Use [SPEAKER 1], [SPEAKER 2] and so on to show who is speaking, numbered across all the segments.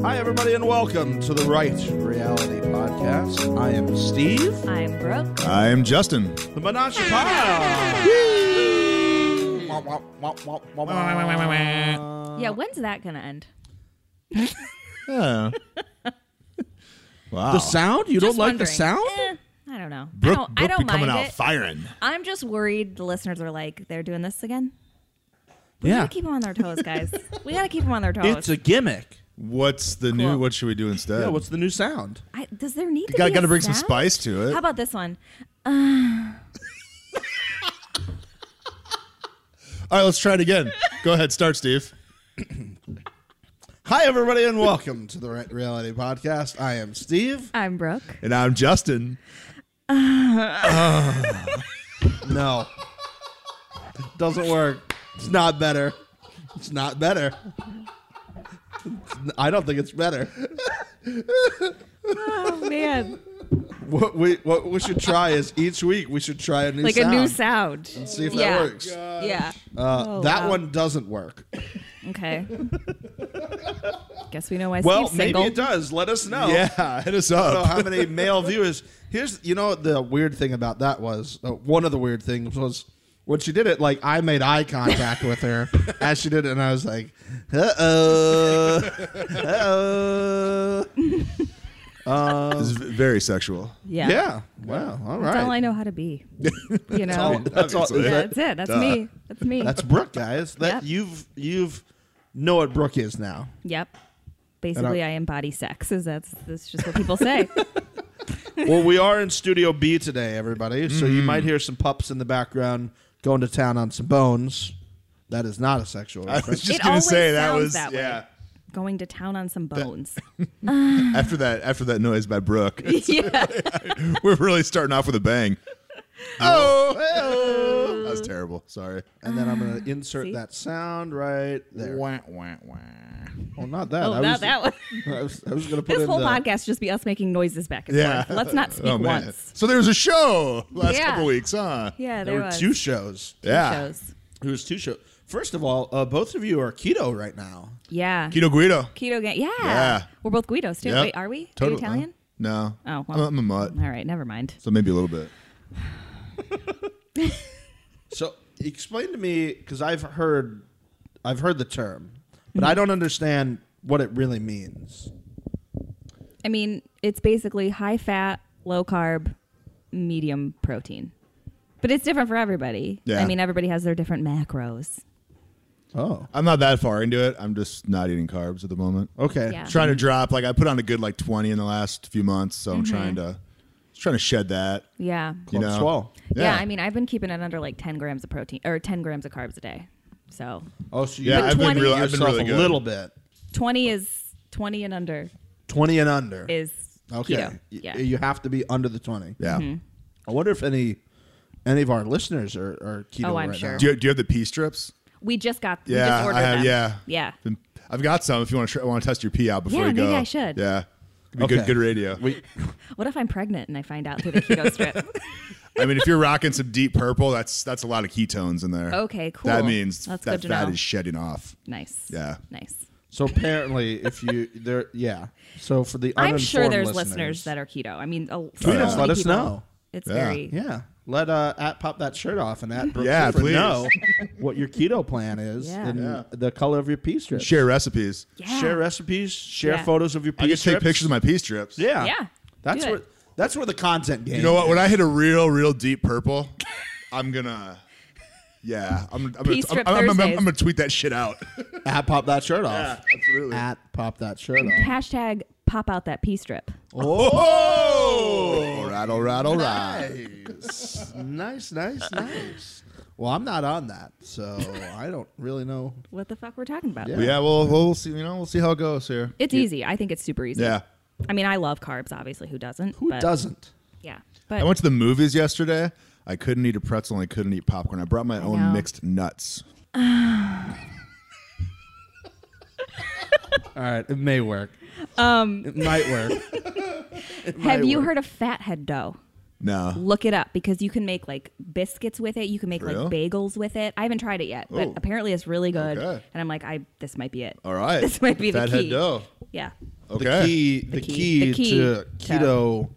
[SPEAKER 1] Hi, everybody, and welcome to the Right Reality Podcast. I am Steve,
[SPEAKER 2] I'm broke.
[SPEAKER 3] I am Justin.
[SPEAKER 1] the Menage a Pie. Wah, wah, wah, wah, wah, wah.
[SPEAKER 2] yeah, when's that gonna end?
[SPEAKER 3] Yeah. wow.
[SPEAKER 1] The sound? You don't
[SPEAKER 2] Just
[SPEAKER 1] like the
[SPEAKER 2] wondering.
[SPEAKER 1] sound?
[SPEAKER 2] Eh, I don't know.
[SPEAKER 3] Brooke,
[SPEAKER 2] I don't, I
[SPEAKER 3] Brooke be
[SPEAKER 2] don't
[SPEAKER 3] coming
[SPEAKER 2] mind
[SPEAKER 3] out
[SPEAKER 2] it.
[SPEAKER 3] firing.
[SPEAKER 2] I'm just worried the listeners are like, they're doing this again. We
[SPEAKER 1] Yeah.
[SPEAKER 2] gotta keep them on their toes, guys. we gotta keep them on their toes.
[SPEAKER 1] It's a gimmick.
[SPEAKER 3] What's the new?
[SPEAKER 2] Cool.
[SPEAKER 3] What should we do instead?
[SPEAKER 1] Yeah, what's the new sound?
[SPEAKER 2] I, does there need to
[SPEAKER 3] got
[SPEAKER 2] be
[SPEAKER 3] got to
[SPEAKER 2] a
[SPEAKER 3] bring some
[SPEAKER 2] sound?
[SPEAKER 3] spice to it.
[SPEAKER 2] How about this one?
[SPEAKER 3] All right, let's try it again. Go ahead, start, Steve.
[SPEAKER 1] Hi, everybody, and welcome to the Right Reality Podcast. I am Steve.
[SPEAKER 2] I'm broke.
[SPEAKER 3] And I'm Justin.
[SPEAKER 1] No. Doesn't work. It's not better. It's not better. I don't think it's better.
[SPEAKER 2] Oh man,
[SPEAKER 1] What we what we should try is each week we should try a new
[SPEAKER 2] like
[SPEAKER 1] sound. Oh,
[SPEAKER 2] a new sound.
[SPEAKER 1] and see if
[SPEAKER 2] Yeah.
[SPEAKER 1] that works.
[SPEAKER 2] Yeah.
[SPEAKER 1] Uh,
[SPEAKER 2] Oh,
[SPEAKER 1] that
[SPEAKER 2] wow.
[SPEAKER 1] one doesn't work.
[SPEAKER 2] Okay. Guess we know why
[SPEAKER 1] Well,
[SPEAKER 2] Steve's
[SPEAKER 1] maybe
[SPEAKER 2] single.
[SPEAKER 1] it does. Let us know.
[SPEAKER 3] Yeah, hit us
[SPEAKER 1] I don't know
[SPEAKER 3] up.
[SPEAKER 1] how many male viewers. Here's you know the weird thing about that was uh, one of the weird things was when she did it. Like I made eye contact with her as she did it, and I was like, uh oh, uh oh.
[SPEAKER 3] It's v- very sexual.
[SPEAKER 2] Yeah.
[SPEAKER 1] Yeah. Wow. All right.
[SPEAKER 2] That's all I know how to be. You know.
[SPEAKER 1] Oh, that's all.
[SPEAKER 3] Obviously.
[SPEAKER 2] yeah,
[SPEAKER 1] that-
[SPEAKER 2] that's it. That's
[SPEAKER 3] Duh.
[SPEAKER 2] me. That's me.
[SPEAKER 1] That's Brooke, guys. That
[SPEAKER 2] Yep.
[SPEAKER 1] you've you've know what Brooke is now.
[SPEAKER 2] Yep. Basically, I embody sex. Is that's that's just what people say.
[SPEAKER 1] well, we are in Studio B today, everybody. So you might hear some pups in the background going to town on some bones. That is not a sexual
[SPEAKER 3] I was
[SPEAKER 1] reference.
[SPEAKER 3] just
[SPEAKER 2] It
[SPEAKER 3] gonna
[SPEAKER 2] always
[SPEAKER 3] say that
[SPEAKER 2] sounds
[SPEAKER 3] was
[SPEAKER 2] that way.
[SPEAKER 3] yeah.
[SPEAKER 2] Going to town on some bones.
[SPEAKER 3] After that, after that noise by Brooke,
[SPEAKER 2] yeah.
[SPEAKER 3] we're really starting off with a bang. Oh, that was terrible. Sorry.
[SPEAKER 1] and then I'm going to insert
[SPEAKER 2] Ah, see?
[SPEAKER 1] that sound right there.
[SPEAKER 3] Wah, wah, wah.
[SPEAKER 1] Oh, not that.
[SPEAKER 2] Oh,
[SPEAKER 1] I
[SPEAKER 2] not
[SPEAKER 1] was,
[SPEAKER 2] that one.
[SPEAKER 1] I was, going to put
[SPEAKER 2] This
[SPEAKER 1] in
[SPEAKER 2] whole
[SPEAKER 1] the,
[SPEAKER 2] podcast just be us making noises back and
[SPEAKER 3] Yeah.
[SPEAKER 2] forth. Let's not speak
[SPEAKER 3] Oh man.
[SPEAKER 2] once.
[SPEAKER 3] So there was a show last
[SPEAKER 2] Yeah.
[SPEAKER 3] couple weeks, huh?
[SPEAKER 2] Yeah, there,
[SPEAKER 1] There were
[SPEAKER 2] was.
[SPEAKER 1] two shows.
[SPEAKER 3] Yeah.
[SPEAKER 2] shows.
[SPEAKER 1] It was two shows. First of all, uh, both of you are keto right now.
[SPEAKER 2] Yeah.
[SPEAKER 3] Keto Guido.
[SPEAKER 2] Keto gang. Yeah.
[SPEAKER 3] Yeah.
[SPEAKER 2] We're both Guidos too.
[SPEAKER 3] Yep.
[SPEAKER 2] Wait, are we? Are you
[SPEAKER 3] Totally. Uh-huh.
[SPEAKER 2] Italian?
[SPEAKER 3] No.
[SPEAKER 2] Oh,
[SPEAKER 3] I'm,
[SPEAKER 2] well.
[SPEAKER 3] a- I'm a mutt,
[SPEAKER 2] All right, never mind.
[SPEAKER 3] so maybe a little bit.
[SPEAKER 1] So explain to me because I've heard, I've heard the term, but I don't understand what it really means.
[SPEAKER 2] I mean, it's basically high fat, low carb, medium protein. But it's different for everybody.
[SPEAKER 3] Yeah.
[SPEAKER 2] I mean, everybody has their different macros.
[SPEAKER 1] Oh,
[SPEAKER 3] I'm not that far into it. I'm just not eating carbs at the moment.
[SPEAKER 1] okay.
[SPEAKER 2] Yeah.
[SPEAKER 3] Trying to drop. Like I put on a good like 20 in the last few months, so I'm
[SPEAKER 2] Mm-hmm.
[SPEAKER 3] trying to just trying to shed that.
[SPEAKER 2] Yeah.
[SPEAKER 3] You
[SPEAKER 1] Club
[SPEAKER 3] know?
[SPEAKER 1] swallow.
[SPEAKER 2] Yeah. I mean, I've been keeping it under like 10 grams of protein or 10 grams of carbs a day. So
[SPEAKER 1] Oh, so
[SPEAKER 3] Yeah,
[SPEAKER 1] you
[SPEAKER 3] I've been
[SPEAKER 1] limited
[SPEAKER 3] really- I've been
[SPEAKER 1] yourself
[SPEAKER 3] really
[SPEAKER 1] a
[SPEAKER 3] good.
[SPEAKER 1] little bit,
[SPEAKER 2] 20 is 20 and under
[SPEAKER 1] twenty and under.
[SPEAKER 2] is
[SPEAKER 1] okay,
[SPEAKER 2] keto.
[SPEAKER 1] Y-
[SPEAKER 2] Yeah.
[SPEAKER 1] you have to be under the twenty.
[SPEAKER 3] yeah.
[SPEAKER 2] mm-hmm.
[SPEAKER 1] I wonder if any any of our listeners are, are keto.
[SPEAKER 2] Oh, I'm
[SPEAKER 1] right
[SPEAKER 2] sure.
[SPEAKER 1] now.
[SPEAKER 3] Do you do you have the pea strips?
[SPEAKER 2] We just got we
[SPEAKER 3] Yeah,
[SPEAKER 2] just ordered
[SPEAKER 3] I have.
[SPEAKER 2] them.
[SPEAKER 3] Yeah.
[SPEAKER 2] Yeah.
[SPEAKER 3] Been- I've got some. If you want to try, want to test your pee out before
[SPEAKER 2] Yeah,
[SPEAKER 3] you go.
[SPEAKER 2] maybe I should.
[SPEAKER 3] Yeah. Could Be
[SPEAKER 1] Okay.
[SPEAKER 3] Good, good radio.
[SPEAKER 1] We,
[SPEAKER 2] What if I'm pregnant and I find out through the keto strip?
[SPEAKER 3] I mean, if you're rocking some deep purple, that's that's a lot of ketones in there.
[SPEAKER 2] Okay, cool.
[SPEAKER 3] That means
[SPEAKER 2] That's
[SPEAKER 3] that
[SPEAKER 2] good to
[SPEAKER 3] fat
[SPEAKER 2] know.
[SPEAKER 3] is shedding off.
[SPEAKER 2] nice.
[SPEAKER 3] Yeah.
[SPEAKER 2] Nice.
[SPEAKER 1] so apparently, if you there, yeah. So for the
[SPEAKER 2] I'm
[SPEAKER 1] uninformed
[SPEAKER 2] sure there's
[SPEAKER 1] listeners,
[SPEAKER 2] listeners that are keto. I mean, a,
[SPEAKER 1] Tweet
[SPEAKER 3] us,
[SPEAKER 1] let us
[SPEAKER 2] people,
[SPEAKER 1] know.
[SPEAKER 2] It's
[SPEAKER 3] Yeah.
[SPEAKER 2] very
[SPEAKER 1] yeah. Let uh at pop that shirt off and at Brooke
[SPEAKER 3] Yeah,
[SPEAKER 1] Schiffer
[SPEAKER 3] please.
[SPEAKER 1] know what your keto plan is
[SPEAKER 2] Yeah.
[SPEAKER 1] and
[SPEAKER 3] Yeah.
[SPEAKER 1] the color of your pea strip.
[SPEAKER 3] Share recipes.
[SPEAKER 2] Yeah.
[SPEAKER 1] Share recipes. Share
[SPEAKER 2] Yeah.
[SPEAKER 1] photos of your pea
[SPEAKER 3] I could take
[SPEAKER 1] strips.
[SPEAKER 3] pictures of my pea strips.
[SPEAKER 1] Yeah,
[SPEAKER 2] Yeah.
[SPEAKER 1] That's
[SPEAKER 2] Do it.
[SPEAKER 1] where that's where the content game.
[SPEAKER 3] You know what? When I hit a real, real deep purple, I'm gonna. Yeah, I'm. I'm,
[SPEAKER 2] Pea
[SPEAKER 3] gonna, I'm,
[SPEAKER 2] strip
[SPEAKER 3] I'm, I'm, I'm,
[SPEAKER 2] Thursdays.
[SPEAKER 3] gonna tweet that shit out.
[SPEAKER 1] At pop that shirt off.
[SPEAKER 3] absolutely.
[SPEAKER 1] At pop that shirt off.
[SPEAKER 2] hashtag pop out that pee strip.
[SPEAKER 3] Oh, all right, all right, all right.
[SPEAKER 1] Nice, nice, nice, nice. Well, I'm not on that, so I don't really know.
[SPEAKER 2] What the fuck we're talking about?
[SPEAKER 1] Yeah.
[SPEAKER 3] But Yeah, we'll we'll see. You know, we'll see how it goes here.
[SPEAKER 2] It's easy. I think it's super easy.
[SPEAKER 3] Yeah,
[SPEAKER 2] I mean, I love carbs, obviously. Who doesn't?
[SPEAKER 1] Who
[SPEAKER 2] but,
[SPEAKER 1] doesn't?
[SPEAKER 2] Yeah.
[SPEAKER 3] I
[SPEAKER 2] But
[SPEAKER 3] went to the movies yesterday. I couldn't eat a pretzel and I couldn't eat popcorn. I brought my own
[SPEAKER 2] know.
[SPEAKER 3] mixed nuts.
[SPEAKER 1] All right, it may work. Um, it might work.
[SPEAKER 2] have
[SPEAKER 1] might
[SPEAKER 2] you
[SPEAKER 1] work.
[SPEAKER 2] heard of fathead dough?
[SPEAKER 3] No,
[SPEAKER 2] Look it up because you can make like biscuits with it. You can make
[SPEAKER 3] Really?
[SPEAKER 2] like bagels with it. I haven't tried it yet, but
[SPEAKER 3] Ooh.
[SPEAKER 2] apparently it's really good.
[SPEAKER 3] Okay.
[SPEAKER 2] And I'm like, I this might be it.
[SPEAKER 3] all right.
[SPEAKER 2] This might be the
[SPEAKER 3] Fathead
[SPEAKER 2] key.
[SPEAKER 3] dough.
[SPEAKER 2] Yeah.
[SPEAKER 3] Okay.
[SPEAKER 1] the key the, key,
[SPEAKER 2] key. The key
[SPEAKER 1] to
[SPEAKER 2] to-
[SPEAKER 1] keto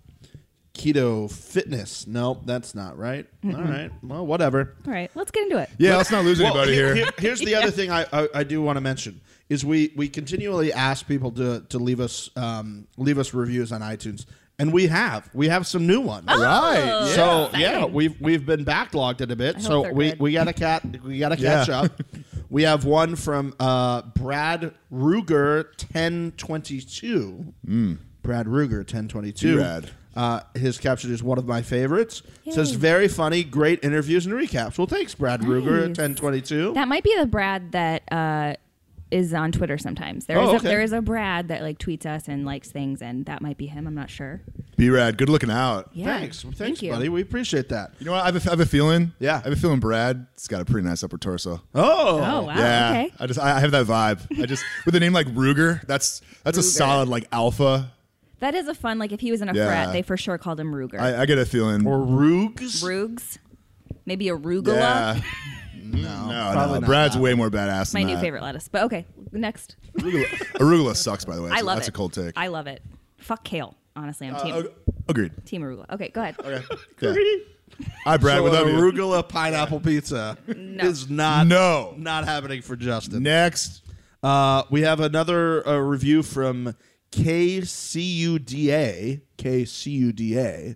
[SPEAKER 1] keto fitness. Nope, that's not right. All right. Well, whatever.
[SPEAKER 2] All right, let's get into it.
[SPEAKER 3] Yeah, let's not lose
[SPEAKER 1] Well,
[SPEAKER 3] anybody here.
[SPEAKER 1] Here's the other thing I, I, I do want to mention is we, we continually ask people to, to leave us um, leave us reviews on iTunes, and we have we have some new ones.
[SPEAKER 3] Right.
[SPEAKER 2] Oh.
[SPEAKER 1] So
[SPEAKER 2] Exciting.
[SPEAKER 1] yeah, we've we've been backlogged it a bit.
[SPEAKER 2] hope
[SPEAKER 1] So
[SPEAKER 2] they're
[SPEAKER 1] we,
[SPEAKER 2] good.
[SPEAKER 1] we gotta cat we gotta
[SPEAKER 3] Yeah.
[SPEAKER 1] catch up. we have one from uh, Brad Ruger ten twenty two. Brad Ruger ten twenty two.
[SPEAKER 3] Mm. Brad.
[SPEAKER 1] Uh, his caption is one of my favorites.
[SPEAKER 2] Yay.
[SPEAKER 1] Says very funny, great interviews and recaps. Well, thanks, Brad Ruger
[SPEAKER 2] Nice.
[SPEAKER 1] ten twenty two.
[SPEAKER 2] That might be the Brad that uh, is on Twitter sometimes. There is
[SPEAKER 1] Oh,
[SPEAKER 2] a,
[SPEAKER 1] okay.
[SPEAKER 2] there is a Brad that like tweets us and likes things, and that might be him. I'm not sure.
[SPEAKER 3] B Rad, good looking out.
[SPEAKER 2] Yeah.
[SPEAKER 1] Thanks, Well, thanks,
[SPEAKER 2] Thank you.
[SPEAKER 1] buddy. We appreciate that.
[SPEAKER 3] You know what? I have, a, I have a feeling.
[SPEAKER 1] Yeah.
[SPEAKER 3] I have a feeling Brad's got a pretty nice upper torso.
[SPEAKER 1] Oh,
[SPEAKER 2] Oh wow.
[SPEAKER 3] yeah.
[SPEAKER 2] Okay.
[SPEAKER 3] I just I I have that vibe. I just with a name like Ruger, that's that's a solid like alpha.
[SPEAKER 2] That is a fun. Like if he was in a
[SPEAKER 3] Yeah.
[SPEAKER 2] frat, they for sure called him Ruger.
[SPEAKER 3] I, I get a feeling.
[SPEAKER 1] or Rugs.
[SPEAKER 2] Rugs, maybe a Rugula.
[SPEAKER 3] yeah. No, no,
[SPEAKER 1] probably not
[SPEAKER 3] Brad's
[SPEAKER 1] that.
[SPEAKER 3] way more badass.
[SPEAKER 2] My
[SPEAKER 3] than
[SPEAKER 2] new
[SPEAKER 3] that.
[SPEAKER 2] favorite lettuce. But okay, next.
[SPEAKER 3] Arugula, arugula sucks, by the way.
[SPEAKER 2] I love
[SPEAKER 3] that's
[SPEAKER 2] it.
[SPEAKER 3] a cold take.
[SPEAKER 2] I love it. Fuck kale. Honestly, I'm team
[SPEAKER 3] Uh, Um, agreed.
[SPEAKER 2] team arugula. Okay, go ahead.
[SPEAKER 3] Okay. Yeah. Hi, Brad.
[SPEAKER 1] So
[SPEAKER 3] what
[SPEAKER 1] an
[SPEAKER 3] up? you?
[SPEAKER 1] arugula pineapple pizza is not
[SPEAKER 3] No.
[SPEAKER 1] not happening for Justin.
[SPEAKER 3] Next.
[SPEAKER 1] Uh, we have another uh, review from KCUDA. KCUDA.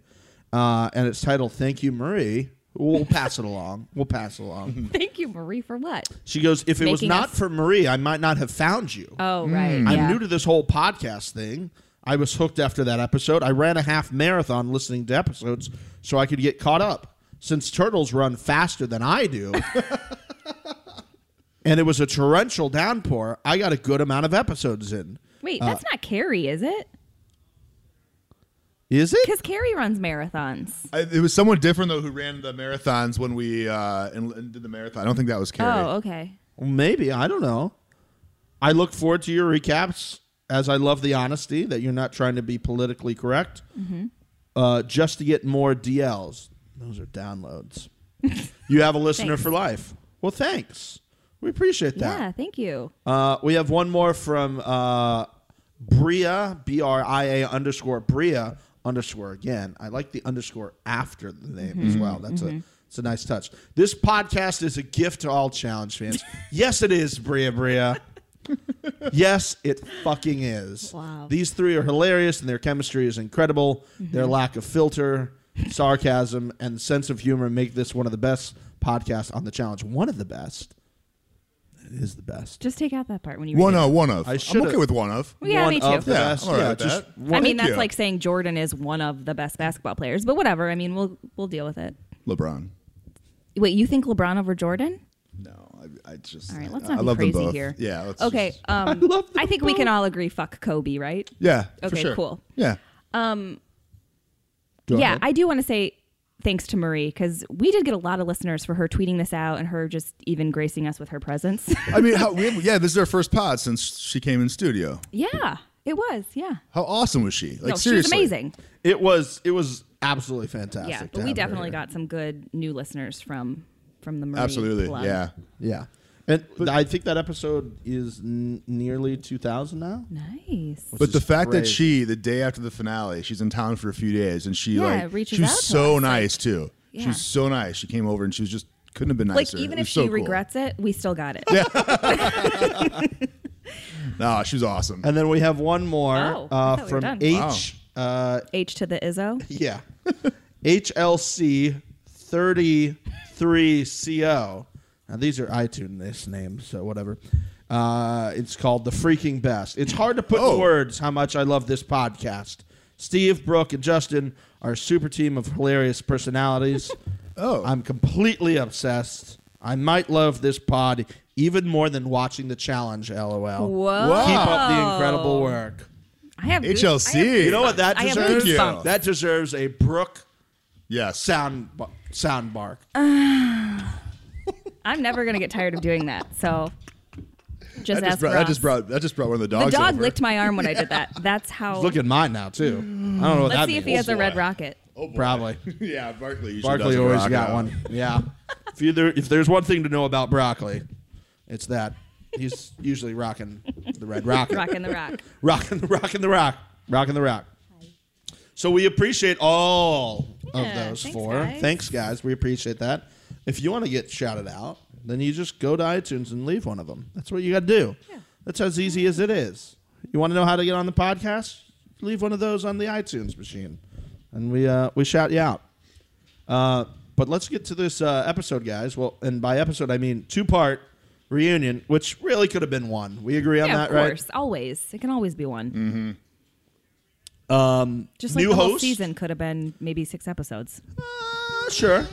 [SPEAKER 1] Uh, and it's titled Thank You, Marie. We'll pass it along. We'll pass it along.
[SPEAKER 2] Thank you, Marie, for what?
[SPEAKER 1] She goes, If it was
[SPEAKER 2] Making
[SPEAKER 1] not
[SPEAKER 2] us-
[SPEAKER 1] for Marie, I might not have found you.
[SPEAKER 2] Oh
[SPEAKER 3] Hmm.
[SPEAKER 2] right.
[SPEAKER 1] I'm
[SPEAKER 2] yeah.
[SPEAKER 1] new to this whole podcast thing. I was hooked after that episode. I ran a half marathon listening to episodes so I could get caught up. Since turtles run faster than I do, and it was a torrential downpour, I got a good amount of episodes in.
[SPEAKER 3] Uh,
[SPEAKER 2] Wait, that's not Carrie, is it?
[SPEAKER 1] Is it?
[SPEAKER 2] Because Carrie runs marathons.
[SPEAKER 3] I, it was someone different though who ran the marathons when we uh, and, and did the marathon. I don't think that was Carrie.
[SPEAKER 2] Oh, okay.
[SPEAKER 1] Well, maybe. I don't know. I look forward to your recaps as I love the honesty that you're not trying to be politically correct uh, just to get more DLs. Those are downloads. you have a listener
[SPEAKER 2] Thanks.
[SPEAKER 1] for life. Well, thanks. We appreciate that.
[SPEAKER 2] Yeah, thank you.
[SPEAKER 1] Uh, we have one more from uh, Bria, B R I A underscore Bria underscore again. I like the underscore after the name as well. That's a it's a nice touch. This podcast is a gift to all challenge fans. yes, it is, Bria Bria. yes, it fucking is.
[SPEAKER 2] Wow.
[SPEAKER 1] These three are hilarious and their chemistry is incredible. Their lack of filter, sarcasm, and sense of humor make this one of the best podcasts on the challenge. One of the best. It is the best.
[SPEAKER 2] Just take out that part when you
[SPEAKER 3] One
[SPEAKER 2] read it.
[SPEAKER 3] of, one of.
[SPEAKER 1] I
[SPEAKER 3] I am
[SPEAKER 1] should've-
[SPEAKER 3] okay with one of.
[SPEAKER 2] Yeah, me
[SPEAKER 1] of
[SPEAKER 2] too.
[SPEAKER 1] the
[SPEAKER 3] Yeah,
[SPEAKER 1] best.
[SPEAKER 3] I'm all right
[SPEAKER 1] yeah,
[SPEAKER 3] with
[SPEAKER 1] just
[SPEAKER 3] that.
[SPEAKER 1] one-
[SPEAKER 2] I mean,
[SPEAKER 3] Thank
[SPEAKER 2] that's
[SPEAKER 3] you.
[SPEAKER 2] like saying Jordan is one of the best basketball players, but whatever. I mean, we'll we'll deal with it.
[SPEAKER 3] LeBron.
[SPEAKER 2] Wait, you think LeBron over Jordan?
[SPEAKER 3] No, I, I just.
[SPEAKER 2] All right,
[SPEAKER 3] I-
[SPEAKER 2] let's
[SPEAKER 3] I,
[SPEAKER 2] not be
[SPEAKER 3] love them
[SPEAKER 2] crazy
[SPEAKER 3] both.
[SPEAKER 2] here.
[SPEAKER 3] Yeah. Let's
[SPEAKER 2] Okay.
[SPEAKER 3] just-
[SPEAKER 2] Um, I,
[SPEAKER 1] love them
[SPEAKER 2] think we can all agree. Fuck Kobe, right?
[SPEAKER 3] yeah. for
[SPEAKER 2] Okay,
[SPEAKER 3] sure.
[SPEAKER 2] cool.
[SPEAKER 3] Yeah.
[SPEAKER 1] Go
[SPEAKER 2] yeah,
[SPEAKER 1] ahead.
[SPEAKER 2] I do want to say thanks to Marie because we did get a lot of listeners for her tweeting this out and her just even gracing us with her presence.
[SPEAKER 3] I mean, how, we, yeah, this is our first pod since she came in studio.
[SPEAKER 2] yeah, it was. Yeah.
[SPEAKER 3] How awesome was she? Like
[SPEAKER 2] no, she was
[SPEAKER 3] seriously,
[SPEAKER 2] amazing.
[SPEAKER 1] It was it was absolutely fantastic.
[SPEAKER 2] Yeah,
[SPEAKER 1] to
[SPEAKER 2] but we
[SPEAKER 1] have her
[SPEAKER 2] definitely
[SPEAKER 1] here.
[SPEAKER 2] got some good new listeners from from the Marie.
[SPEAKER 3] Absolutely,
[SPEAKER 2] plug.
[SPEAKER 3] yeah.
[SPEAKER 1] yeah. And I think that episode is n- nearly 2000 now.
[SPEAKER 2] Nice.
[SPEAKER 3] But the
[SPEAKER 1] is
[SPEAKER 3] fact that
[SPEAKER 1] crazy.
[SPEAKER 3] she, the day after the finale, she's in town for a few days, and she
[SPEAKER 2] Yeah,
[SPEAKER 3] like
[SPEAKER 2] reaches
[SPEAKER 3] she was
[SPEAKER 2] out to
[SPEAKER 3] so
[SPEAKER 2] us, like-
[SPEAKER 3] nice too. She
[SPEAKER 2] Yeah.
[SPEAKER 3] was so nice. She came over and she was just couldn't have been
[SPEAKER 2] Like
[SPEAKER 3] nicer.
[SPEAKER 2] even
[SPEAKER 3] It
[SPEAKER 2] if
[SPEAKER 3] was
[SPEAKER 2] she
[SPEAKER 3] so cool.
[SPEAKER 2] regrets it, we still got it.
[SPEAKER 3] no, she was awesome.
[SPEAKER 1] And then we have one more
[SPEAKER 2] Oh, I
[SPEAKER 1] uh,
[SPEAKER 2] thought we were
[SPEAKER 1] from
[SPEAKER 2] done.
[SPEAKER 1] H uh,
[SPEAKER 2] H to the Izzo.
[SPEAKER 1] yeah. HLC 33CO. Now these are iTunes names, so whatever. Uh, it's called The Freaking Best. It's hard to put
[SPEAKER 3] Oh.
[SPEAKER 1] in words how much I love this podcast. Steve, Brooke, and Justin are a super team of hilarious personalities.
[SPEAKER 3] Oh.
[SPEAKER 1] I'm completely obsessed. I might love this pod even more than watching the challenge, lol.
[SPEAKER 2] Whoa.
[SPEAKER 1] Keep up the incredible work.
[SPEAKER 2] I have goose-
[SPEAKER 3] HLC.
[SPEAKER 2] I have
[SPEAKER 3] You
[SPEAKER 1] You know what that
[SPEAKER 2] I have
[SPEAKER 1] deserves?
[SPEAKER 3] goosebumps. Yeah.
[SPEAKER 1] That deserves a Brooke
[SPEAKER 3] yes,
[SPEAKER 1] sound bu- sound bark.
[SPEAKER 2] Uh, I'm never gonna get tired of doing that. So just ask
[SPEAKER 3] that just,
[SPEAKER 2] Ross.
[SPEAKER 3] brought, that just brought that just brought one of the
[SPEAKER 2] the
[SPEAKER 3] dogs.
[SPEAKER 2] dog
[SPEAKER 3] over.
[SPEAKER 2] licked my arm when I did that. That's how.
[SPEAKER 1] Look at mine now too. I don't know what that
[SPEAKER 2] Let's see if he
[SPEAKER 1] means.
[SPEAKER 2] has a red
[SPEAKER 3] boy.
[SPEAKER 2] rocket.
[SPEAKER 3] Oh, boy.
[SPEAKER 1] Probably.
[SPEAKER 3] yeah, Barkley. usually
[SPEAKER 1] Barkley
[SPEAKER 3] does a
[SPEAKER 1] always
[SPEAKER 3] rock
[SPEAKER 1] got
[SPEAKER 3] out.
[SPEAKER 1] one. Yeah. if you there, if there's one thing to know about broccoli, it's that He's usually rocking the red rocket.
[SPEAKER 2] Rocking the rock.
[SPEAKER 1] Rocking the rocking the rock. Rocking the rock. So we appreciate all of
[SPEAKER 2] Yeah,
[SPEAKER 1] those
[SPEAKER 2] thanks,
[SPEAKER 1] four.
[SPEAKER 2] guys.
[SPEAKER 1] Thanks, guys. We appreciate that. If you want to get shouted out, then you just go to iTunes and leave one of them. That's what you got to do.
[SPEAKER 2] Yeah.
[SPEAKER 1] That's as easy as it is. You want to know how to get on the podcast? Leave one of those on the iTunes machine, and we uh, we shout you out. Uh, but let's get to this uh, episode, guys. Well, and by episode I mean two part reunion, which really could have been one. We agree on
[SPEAKER 2] yeah,
[SPEAKER 1] that,
[SPEAKER 2] of
[SPEAKER 1] right?
[SPEAKER 2] course. Always. It can always be one. Mm-hmm. Um, Just like
[SPEAKER 1] Mm-hmm. new
[SPEAKER 2] the whole
[SPEAKER 1] host?
[SPEAKER 2] season could have been maybe six episodes.
[SPEAKER 1] Uh, sure.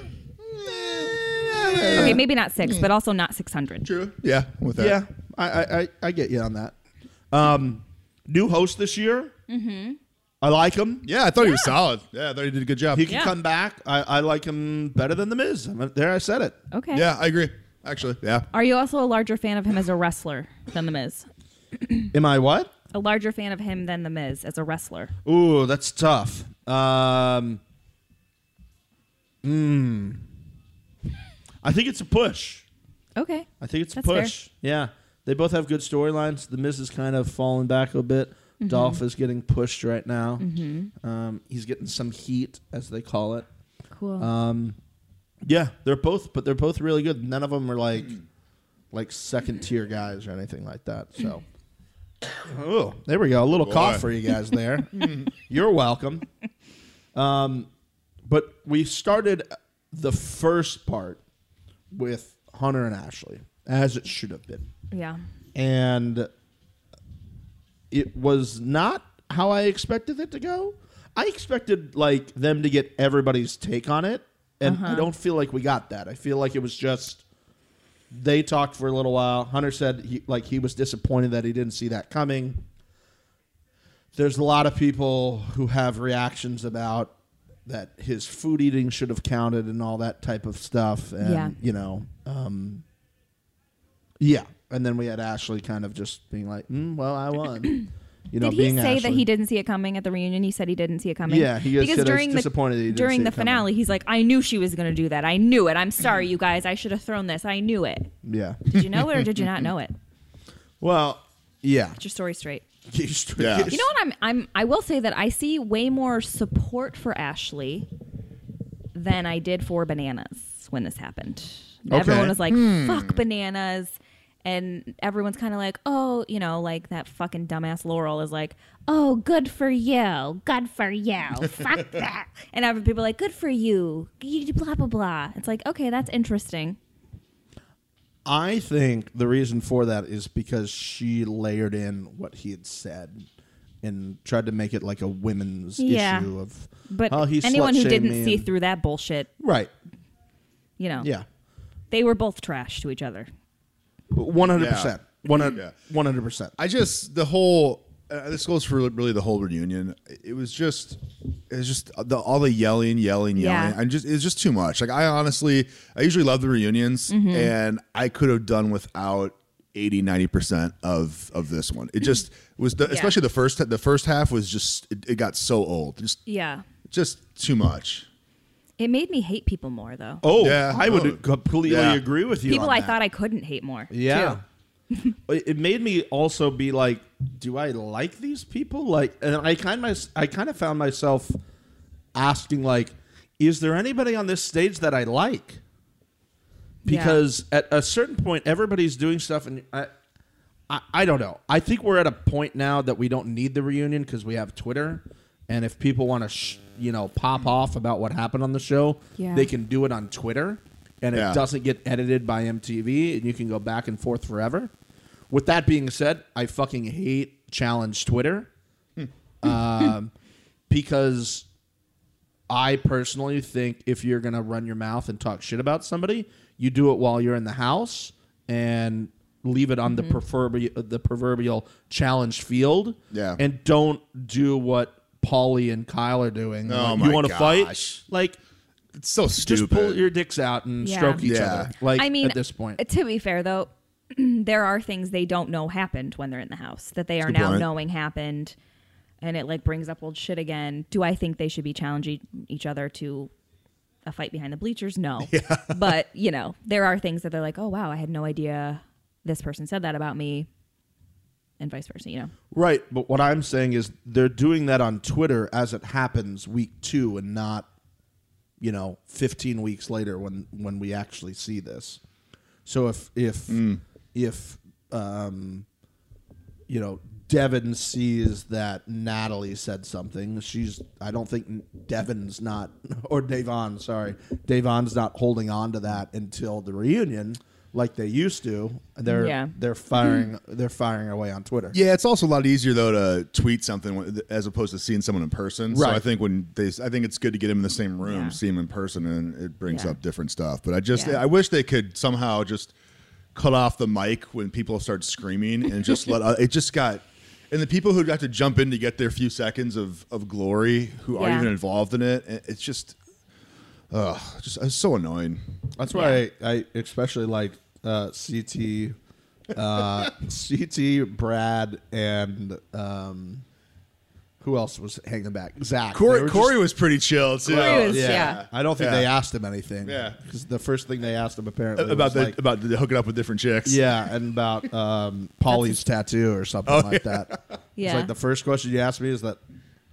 [SPEAKER 2] Okay, maybe not six,
[SPEAKER 1] Hmm.
[SPEAKER 2] but also not 600.
[SPEAKER 3] True. Yeah. With that.
[SPEAKER 1] Yeah, I, I, I, I get you on that. Um, new host this year. Mm-hmm. I like him.
[SPEAKER 3] Yeah, I thought he was solid. Yeah, I thought he did a good job.
[SPEAKER 1] He can
[SPEAKER 2] Yeah.
[SPEAKER 1] come back. I, I like him better than The Miz. I mean, there, I said it.
[SPEAKER 2] Okay.
[SPEAKER 3] yeah, I agree. Actually, yeah.
[SPEAKER 2] Are you also a larger fan of him as a wrestler than The Miz?
[SPEAKER 1] Am I what?
[SPEAKER 2] A larger fan of him than The Miz as a wrestler.
[SPEAKER 1] Ooh, that's tough. Um, mm. I think it's a push.
[SPEAKER 2] Okay.
[SPEAKER 1] I think it's a
[SPEAKER 2] That's fair.
[SPEAKER 1] push. Yeah. They both have good storylines. The Miz is kind of falling back a bit.
[SPEAKER 2] Mm-hmm.
[SPEAKER 1] Dolph is getting pushed right now. Um, he's getting some heat, as they call it.
[SPEAKER 2] Cool.
[SPEAKER 1] Um, yeah, they're both, but they're both really good. None of them are like, like second tier guys or anything like that. So, oh, there we go. A little
[SPEAKER 3] Boy.
[SPEAKER 1] cough for you guys there. You're welcome. Um, but we started the first part with Hunter and Ashley, as it should have been,
[SPEAKER 2] yeah.
[SPEAKER 1] and it was not how I expected it to go. I expected like them to get everybody's take on it, and I don't feel like we got that. I feel like it was just they talked for a little while. Hunter said he like he was disappointed that he didn't see that coming. There's a lot of people who have reactions about that his food eating should have counted and all that type of stuff, and
[SPEAKER 2] Yeah.
[SPEAKER 1] you know, um, yeah. And then we had Ashley kind of just being like, mm, "Well, I won." You know,
[SPEAKER 2] Did he
[SPEAKER 1] being
[SPEAKER 2] say that
[SPEAKER 1] Ashley.
[SPEAKER 2] he didn't see it coming at the reunion? He said he didn't see it coming.
[SPEAKER 1] Yeah, he just said, "I
[SPEAKER 2] because
[SPEAKER 1] was
[SPEAKER 2] during the
[SPEAKER 1] disappointed that he didn't see
[SPEAKER 2] during the
[SPEAKER 1] it coming."
[SPEAKER 2] finale, he's like, "I knew she was going to do that. I knew it. I'm sorry, you guys. I should have thrown this. I knew it.
[SPEAKER 1] Yeah.
[SPEAKER 2] Did you know it or did you not know it?
[SPEAKER 1] Well, yeah.
[SPEAKER 2] Get your story straight."
[SPEAKER 3] Yeah.
[SPEAKER 2] You know what I'm I'm I will say that I see way more support for Ashley than I did for bananas when this happened. Everyone was like,
[SPEAKER 1] Hmm.
[SPEAKER 2] fuck bananas. And everyone's kind of like, oh, you know, like that fucking dumbass Laurel is like, oh, good for you, good for you, fuck that. And other people are like, good for you, you- blah blah blah. It's like, okay, that's interesting.
[SPEAKER 1] I think the reason for that is because she layered in what he had said and tried to make it like a women's
[SPEAKER 2] Yeah.
[SPEAKER 1] issue of
[SPEAKER 2] But
[SPEAKER 1] oh, he
[SPEAKER 2] anyone who
[SPEAKER 1] slut-shamed
[SPEAKER 2] didn't
[SPEAKER 1] me
[SPEAKER 2] see
[SPEAKER 1] and-
[SPEAKER 2] through that bullshit,
[SPEAKER 1] Right.
[SPEAKER 2] you know,
[SPEAKER 1] Yeah.
[SPEAKER 2] they were both trash to each other.
[SPEAKER 1] 100%. One
[SPEAKER 3] Yeah.
[SPEAKER 1] hundred. One hundred percent.
[SPEAKER 3] I just the whole. Uh, this goes for really the whole reunion. It was just, it was just the, all the yelling, yelling,
[SPEAKER 2] Yeah.
[SPEAKER 3] yelling. and just it's just too much. Like I honestly, I usually love the reunions, and I could have done without 80 90 percent of of this one. It just was the, especially the first the first half was just it, it got so old, just
[SPEAKER 2] Yeah.
[SPEAKER 3] just too much.
[SPEAKER 2] It made me hate people more, though.
[SPEAKER 1] Oh,
[SPEAKER 3] Yeah.
[SPEAKER 1] I would
[SPEAKER 3] Oh.
[SPEAKER 1] completely
[SPEAKER 3] Yeah.
[SPEAKER 1] agree with you.
[SPEAKER 2] people
[SPEAKER 1] on
[SPEAKER 2] I
[SPEAKER 1] that.
[SPEAKER 2] thought I couldn't hate more.
[SPEAKER 1] Yeah. it it made me also be like, do I like these people? Like, and I kind of, I kind of found myself asking, like, is there anybody on this stage that I like?
[SPEAKER 2] Yeah.
[SPEAKER 1] Because at a certain point, everybody's doing stuff, and I, I, I don't know. I think we're at a point now that we don't need the reunion because we have Twitter, and if people want to, sh- you know, pop off about what happened on the show,
[SPEAKER 2] Yeah.
[SPEAKER 1] they can do it on Twitter, and it
[SPEAKER 3] Yeah.
[SPEAKER 1] doesn't get edited by MTV, and you can go back and forth forever. With that being said, I fucking hate challenge Twitter
[SPEAKER 3] Hmm.
[SPEAKER 1] um, because I personally think if you're gonna run your mouth and talk shit about somebody, you do it while you're in the house and leave it on the proverbial the proverbial challenge field.
[SPEAKER 3] Yeah.
[SPEAKER 1] and don't do what Paulie and Kyle are doing.
[SPEAKER 3] Oh
[SPEAKER 1] Like,
[SPEAKER 3] my
[SPEAKER 1] you want to fight?
[SPEAKER 3] gosh.
[SPEAKER 1] Like,
[SPEAKER 3] It's so
[SPEAKER 1] just
[SPEAKER 3] stupid.
[SPEAKER 1] pull your dicks out and
[SPEAKER 2] Yeah.
[SPEAKER 1] stroke each
[SPEAKER 3] Yeah.
[SPEAKER 1] other. Like,
[SPEAKER 2] I mean,
[SPEAKER 1] at this point,
[SPEAKER 2] To be fair, though, there are things they don't know happened when they're in the house that they are
[SPEAKER 3] Good
[SPEAKER 2] now
[SPEAKER 3] point.
[SPEAKER 2] knowing happened, and it like brings up old shit again. Do I think they should be challenging each other to a fight behind the bleachers? No, but you know there are things that they're like, oh wow, I had no idea this person said that about me and vice versa, you know.
[SPEAKER 1] Right, but what I'm saying is they're doing that on Twitter as it happens week two, and not, you know, 15 weeks later when when we actually see this. So if if if um, you know Devin sees that Natalie said something, she's I don't think Devin's not or Davon, sorry, Davon's not holding on to that until the reunion. Like they used to, they're
[SPEAKER 2] Yeah.
[SPEAKER 1] they're firing they're firing away on Twitter.
[SPEAKER 3] Yeah, it's also a lot easier though to tweet something when- as opposed to seeing someone in person. So
[SPEAKER 1] Right.
[SPEAKER 3] I think when they, I think it's good to get him in the same room,
[SPEAKER 2] Yeah.
[SPEAKER 3] see him in person, and it brings
[SPEAKER 2] Yeah.
[SPEAKER 3] up different stuff. But I just,
[SPEAKER 2] Yeah.
[SPEAKER 3] I wish they could somehow just cut off the mic when people start screaming and just let it just got. And the people who got to jump in to get their few seconds of, of glory, who aren't
[SPEAKER 2] Yeah.
[SPEAKER 3] even involved in it, it- it's just, ugh, just it's so annoying.
[SPEAKER 1] That's why I, I especially like uh, CT, uh, CT, Brad, and um, who else was hanging back? Zach. They
[SPEAKER 3] Corey,
[SPEAKER 1] were
[SPEAKER 3] Corey was pretty chill too.
[SPEAKER 2] Corey
[SPEAKER 1] just-
[SPEAKER 2] was-
[SPEAKER 1] yeah.
[SPEAKER 2] yeah.
[SPEAKER 1] I don't think
[SPEAKER 3] Yeah.
[SPEAKER 1] they asked him anything.
[SPEAKER 3] Yeah.
[SPEAKER 1] Because the first thing they asked him apparently
[SPEAKER 3] about
[SPEAKER 1] was
[SPEAKER 3] the
[SPEAKER 1] like-
[SPEAKER 3] about the hooking up with different chicks.
[SPEAKER 1] yeah, and about um, Polly's tattoo or something
[SPEAKER 3] Oh,
[SPEAKER 1] like that. It's
[SPEAKER 2] Yeah.
[SPEAKER 1] like the first question you asked me is that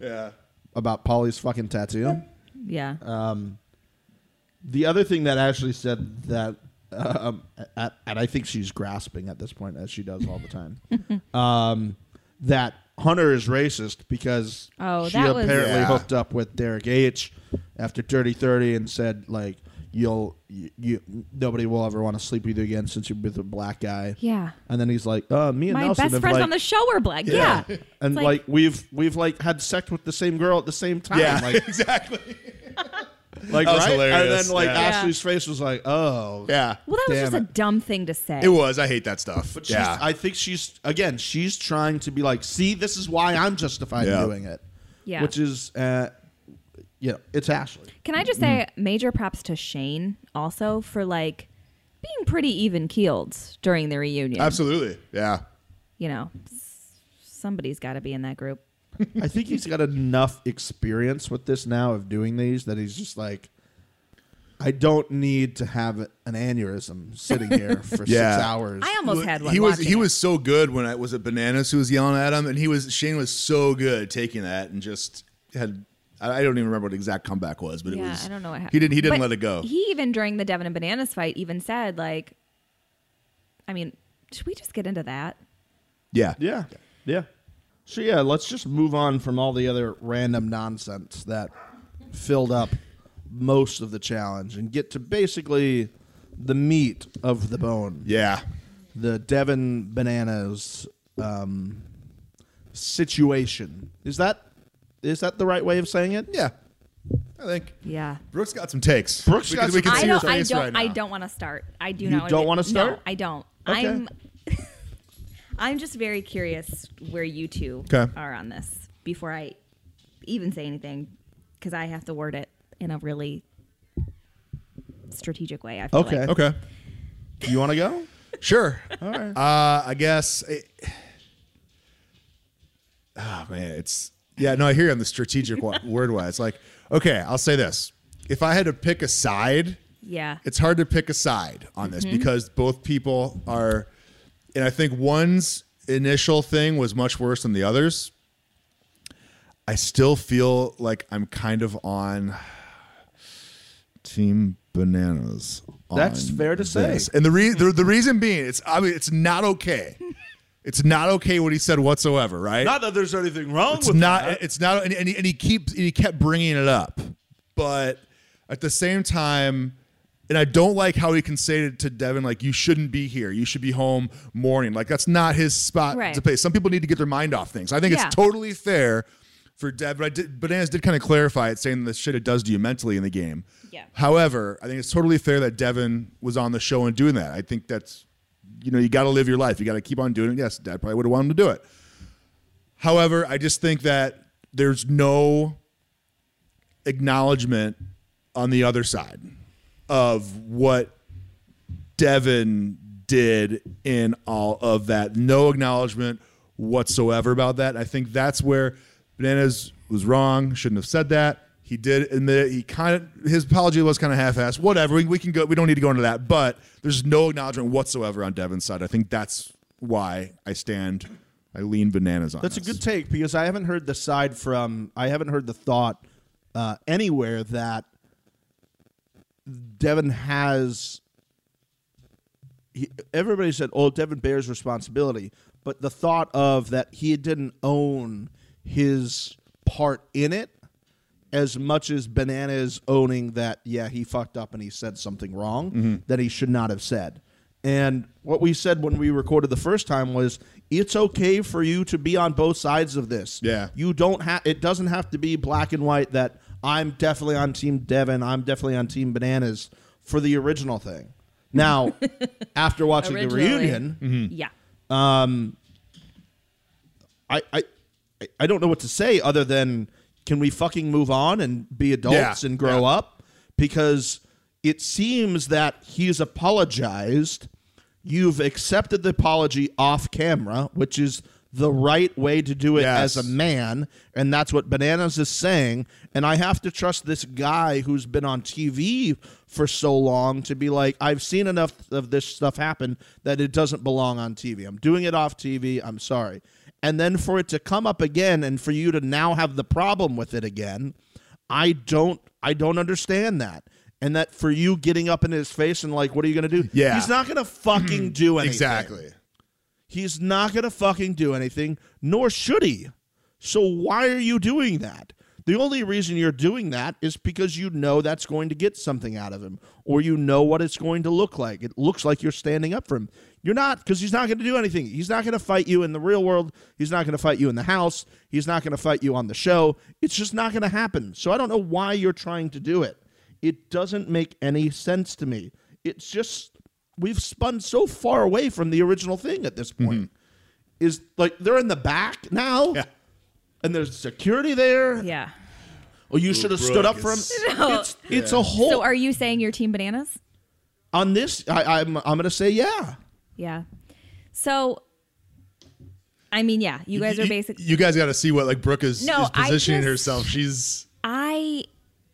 [SPEAKER 3] yeah.
[SPEAKER 1] about Polly's fucking tattoo.
[SPEAKER 2] Yeah.
[SPEAKER 1] uh, The other thing that Ashley said that, um, at, and I think she's grasping at this point, as she does all the time, um, that Hunter is racist because
[SPEAKER 2] Oh,
[SPEAKER 1] she
[SPEAKER 2] that was-
[SPEAKER 1] apparently
[SPEAKER 3] Yeah.
[SPEAKER 1] hooked up with Derek H. after Dirty Thirty and said like, "You'll, you, you nobody will ever want to sleep with you again since you're with a black guy."
[SPEAKER 2] yeah.
[SPEAKER 1] And then he's like, uh, "Me and
[SPEAKER 2] My
[SPEAKER 1] Nelson
[SPEAKER 2] best
[SPEAKER 1] have,
[SPEAKER 2] friends
[SPEAKER 1] like-
[SPEAKER 2] on the show are black. Yeah.
[SPEAKER 1] and
[SPEAKER 2] It's
[SPEAKER 1] like, we've we've like had sex with the same girl at the same time.
[SPEAKER 3] Yeah,
[SPEAKER 1] Like,
[SPEAKER 3] exactly.
[SPEAKER 1] like
[SPEAKER 3] That was
[SPEAKER 1] right? And
[SPEAKER 3] hilarious.
[SPEAKER 1] then like
[SPEAKER 3] Yeah.
[SPEAKER 1] Ashley's face was like, "Oh,
[SPEAKER 3] Yeah.
[SPEAKER 2] well, that was
[SPEAKER 1] damn
[SPEAKER 2] just a dumb thing to say.
[SPEAKER 3] It was. I hate that stuff.
[SPEAKER 1] But she's,
[SPEAKER 3] yeah.
[SPEAKER 1] I think she's again. She's trying to be like, see, this is why I'm justified
[SPEAKER 3] Yeah.
[SPEAKER 1] in doing it.
[SPEAKER 2] Yeah.
[SPEAKER 1] which is, uh, you know, it's Ashley.
[SPEAKER 2] Can I just say major props to Shane also for like being pretty even keeled during the reunion.
[SPEAKER 3] Absolutely. Yeah.
[SPEAKER 2] You know, s- somebody's got to be in that group.
[SPEAKER 1] I think he's got enough experience with this now of doing these that he's just like, I don't need to have an aneurysm sitting here for
[SPEAKER 3] Yeah.
[SPEAKER 1] six hours.
[SPEAKER 2] I almost had one.
[SPEAKER 3] He was
[SPEAKER 2] watching
[SPEAKER 3] he
[SPEAKER 2] it.
[SPEAKER 3] was so good when I was it bananas who was yelling at him, and he was Shane was so good taking that and just had I I don't even remember what the exact comeback was, but it
[SPEAKER 2] Yeah,
[SPEAKER 3] was
[SPEAKER 2] I don't know what happened.
[SPEAKER 3] He didn't he didn't
[SPEAKER 2] But
[SPEAKER 3] let it go.
[SPEAKER 2] He even during the Devin and Bananas fight even said like, I mean, should we just get into that?
[SPEAKER 3] yeah.
[SPEAKER 1] yeah, yeah. So yeah, let's just move on from all the other random nonsense that filled up most of the challenge and get to basically the meat of the bone.
[SPEAKER 3] Yeah.
[SPEAKER 1] the Devon Bananas um, situation. Is that is that the right way of saying it?
[SPEAKER 3] Yeah. I think
[SPEAKER 2] Yeah.
[SPEAKER 3] Brooke's got some takes.
[SPEAKER 1] Brooke's
[SPEAKER 3] We
[SPEAKER 1] got
[SPEAKER 3] can-
[SPEAKER 1] some
[SPEAKER 3] we can
[SPEAKER 1] takes.
[SPEAKER 2] I
[SPEAKER 3] see her
[SPEAKER 2] don't. I
[SPEAKER 3] face
[SPEAKER 2] don't.
[SPEAKER 3] right now.
[SPEAKER 2] I don't want to start. I do
[SPEAKER 1] You
[SPEAKER 2] not. wanna
[SPEAKER 1] don't
[SPEAKER 2] be-
[SPEAKER 1] wanna
[SPEAKER 2] No,
[SPEAKER 1] start?
[SPEAKER 2] I don't.
[SPEAKER 1] Okay.
[SPEAKER 2] I'm. I'm just very curious where you two
[SPEAKER 3] 'Kay.
[SPEAKER 2] are on this before I even say anything, because I have to word it in a really strategic way. I feel
[SPEAKER 1] Okay.
[SPEAKER 2] like.
[SPEAKER 3] Okay.
[SPEAKER 1] Do you want to go?
[SPEAKER 3] Sure.
[SPEAKER 1] All right.
[SPEAKER 3] Uh, I guess. It, oh man, it's yeah. No, I hear you on the strategic wa- word wise. Like, okay, I'll say this: if I had to pick a side,
[SPEAKER 2] Yeah.
[SPEAKER 3] it's hard to pick a side on this because both people are, and I think one's initial thing was much worse than the others. I still feel like I'm kind of on Team Bananas.
[SPEAKER 1] That's
[SPEAKER 3] on
[SPEAKER 1] fair to say.
[SPEAKER 3] this. and the, re- the the reason being, it's I mean, it's not okay. it's not okay what he said whatsoever, right?
[SPEAKER 1] that there's anything wrong
[SPEAKER 3] it's not it's not and, and, he, and he keeps and he kept bringing it up but at the same time and i don't like how he can say to, to devin like you shouldn't be here you should be home mourning like that's not his spot
[SPEAKER 2] Right.
[SPEAKER 3] to play some people need to get their mind off things i think
[SPEAKER 2] Yeah.
[SPEAKER 3] it's totally fair for devin i did bananas did kind of clarify it saying the shit it does to you mentally in the game
[SPEAKER 2] Yeah.
[SPEAKER 3] however i think it's totally fair that devin was on the show and doing that i think that's you know you got to live your life you got to keep on doing it yes dad probably would have wanted him to do it However, I just think that there's no acknowledgement on the other side of what Devin did in all of that. No acknowledgement whatsoever about that. I think that's where Bananas was wrong, shouldn't have said that. He did admit it. He kind of his apology was kind of half-assed. Whatever. We, we can go. We don't need to go into that. But there's no acknowledgement whatsoever on Devin's side. I think that's why I stand. I lean bananas on.
[SPEAKER 1] That's a
[SPEAKER 3] this.
[SPEAKER 1] good take because I haven't heard the side from I haven't heard the thought uh, anywhere that Devin has. He, everybody said, "Oh, Devin bears responsibility," but the thought of that he didn't own his part in it as much as Bananas owning that, yeah, he fucked up and he said something wrong
[SPEAKER 3] Mm-hmm.
[SPEAKER 1] that he should not have said. And what we said when we recorded the first time was, it's okay for you to be on both sides of this.
[SPEAKER 3] Yeah.
[SPEAKER 1] You don't have, it doesn't have to be black and white that I'm definitely on Team Devin, I'm definitely on Team Bananas for the original thing. Now, after watching the
[SPEAKER 2] Originally.
[SPEAKER 1] reunion, Mm-hmm.
[SPEAKER 2] Yeah.
[SPEAKER 1] I, I I- I don't know what to say other than can we fucking move on and be adults
[SPEAKER 3] Yeah,
[SPEAKER 1] and grow
[SPEAKER 3] yeah.
[SPEAKER 1] up because it seems that he's apologized you've accepted the apology off camera which is the right way to do it
[SPEAKER 3] Yes.
[SPEAKER 1] as a man and that's what bananas is saying and i have to trust this guy who's been on tv for so long to be like i've seen enough of this stuff happen that it doesn't belong on tv i'm doing it off tv i'm sorry and then for it to come up again and for you to now have the problem with it again i don't i don't understand that and that for you getting up in his face and like what are you gonna do
[SPEAKER 3] Yeah.
[SPEAKER 1] he's not gonna fucking do anything
[SPEAKER 3] Exactly.
[SPEAKER 1] He's not going to fucking do anything, nor should he. So why are you doing that? The only reason you're doing that is because you know that's going to get something out of him, or you know what it's going to look like. It looks like you're standing up for him. You're not, because he's not going to do anything. He's not going to fight you in the real world. He's not going to fight you in the house. He's not going to fight you on the show. It's just not going to happen. So I don't know why you're trying to do it. It doesn't make any sense to me. It's just we've spun so far away from the original thing at this point. Is like they're in the back now,
[SPEAKER 3] Yeah.
[SPEAKER 1] and there's security there.
[SPEAKER 2] Yeah.
[SPEAKER 1] Or you should have
[SPEAKER 3] Brooke
[SPEAKER 1] stood up for him.
[SPEAKER 3] is-
[SPEAKER 1] It's, it's a whole
[SPEAKER 2] So are you saying you're Team Bananas?
[SPEAKER 1] on this. I, I'm I'm gonna say yeah.
[SPEAKER 2] Yeah. So, I mean, yeah, you guys are
[SPEAKER 3] You-
[SPEAKER 2] basic.
[SPEAKER 3] You guys got to see what like Brooke is,
[SPEAKER 2] No,
[SPEAKER 3] is
[SPEAKER 2] I
[SPEAKER 3] positioning
[SPEAKER 2] just-
[SPEAKER 3] herself. She's
[SPEAKER 2] I,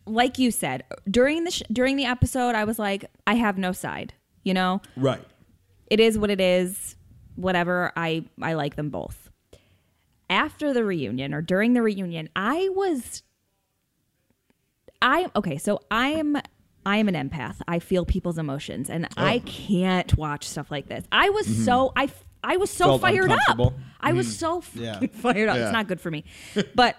[SPEAKER 2] like you said during the sh- during the episode, I was like, I have no side. You know,
[SPEAKER 1] Right.
[SPEAKER 2] it is what it is. Whatever. I I like them both. After the reunion or during the reunion, I was. I okay, so I'm I am an empath. I feel people's emotions, and
[SPEAKER 1] Oh.
[SPEAKER 2] I can't watch stuff like this. I was so I f- I was so
[SPEAKER 1] Mm-hmm. Felt
[SPEAKER 2] fired up.
[SPEAKER 1] uncomfortable. Mm.
[SPEAKER 2] I was so fucking
[SPEAKER 1] Yeah.
[SPEAKER 2] fired up.
[SPEAKER 3] Yeah.
[SPEAKER 2] It's not good for me, but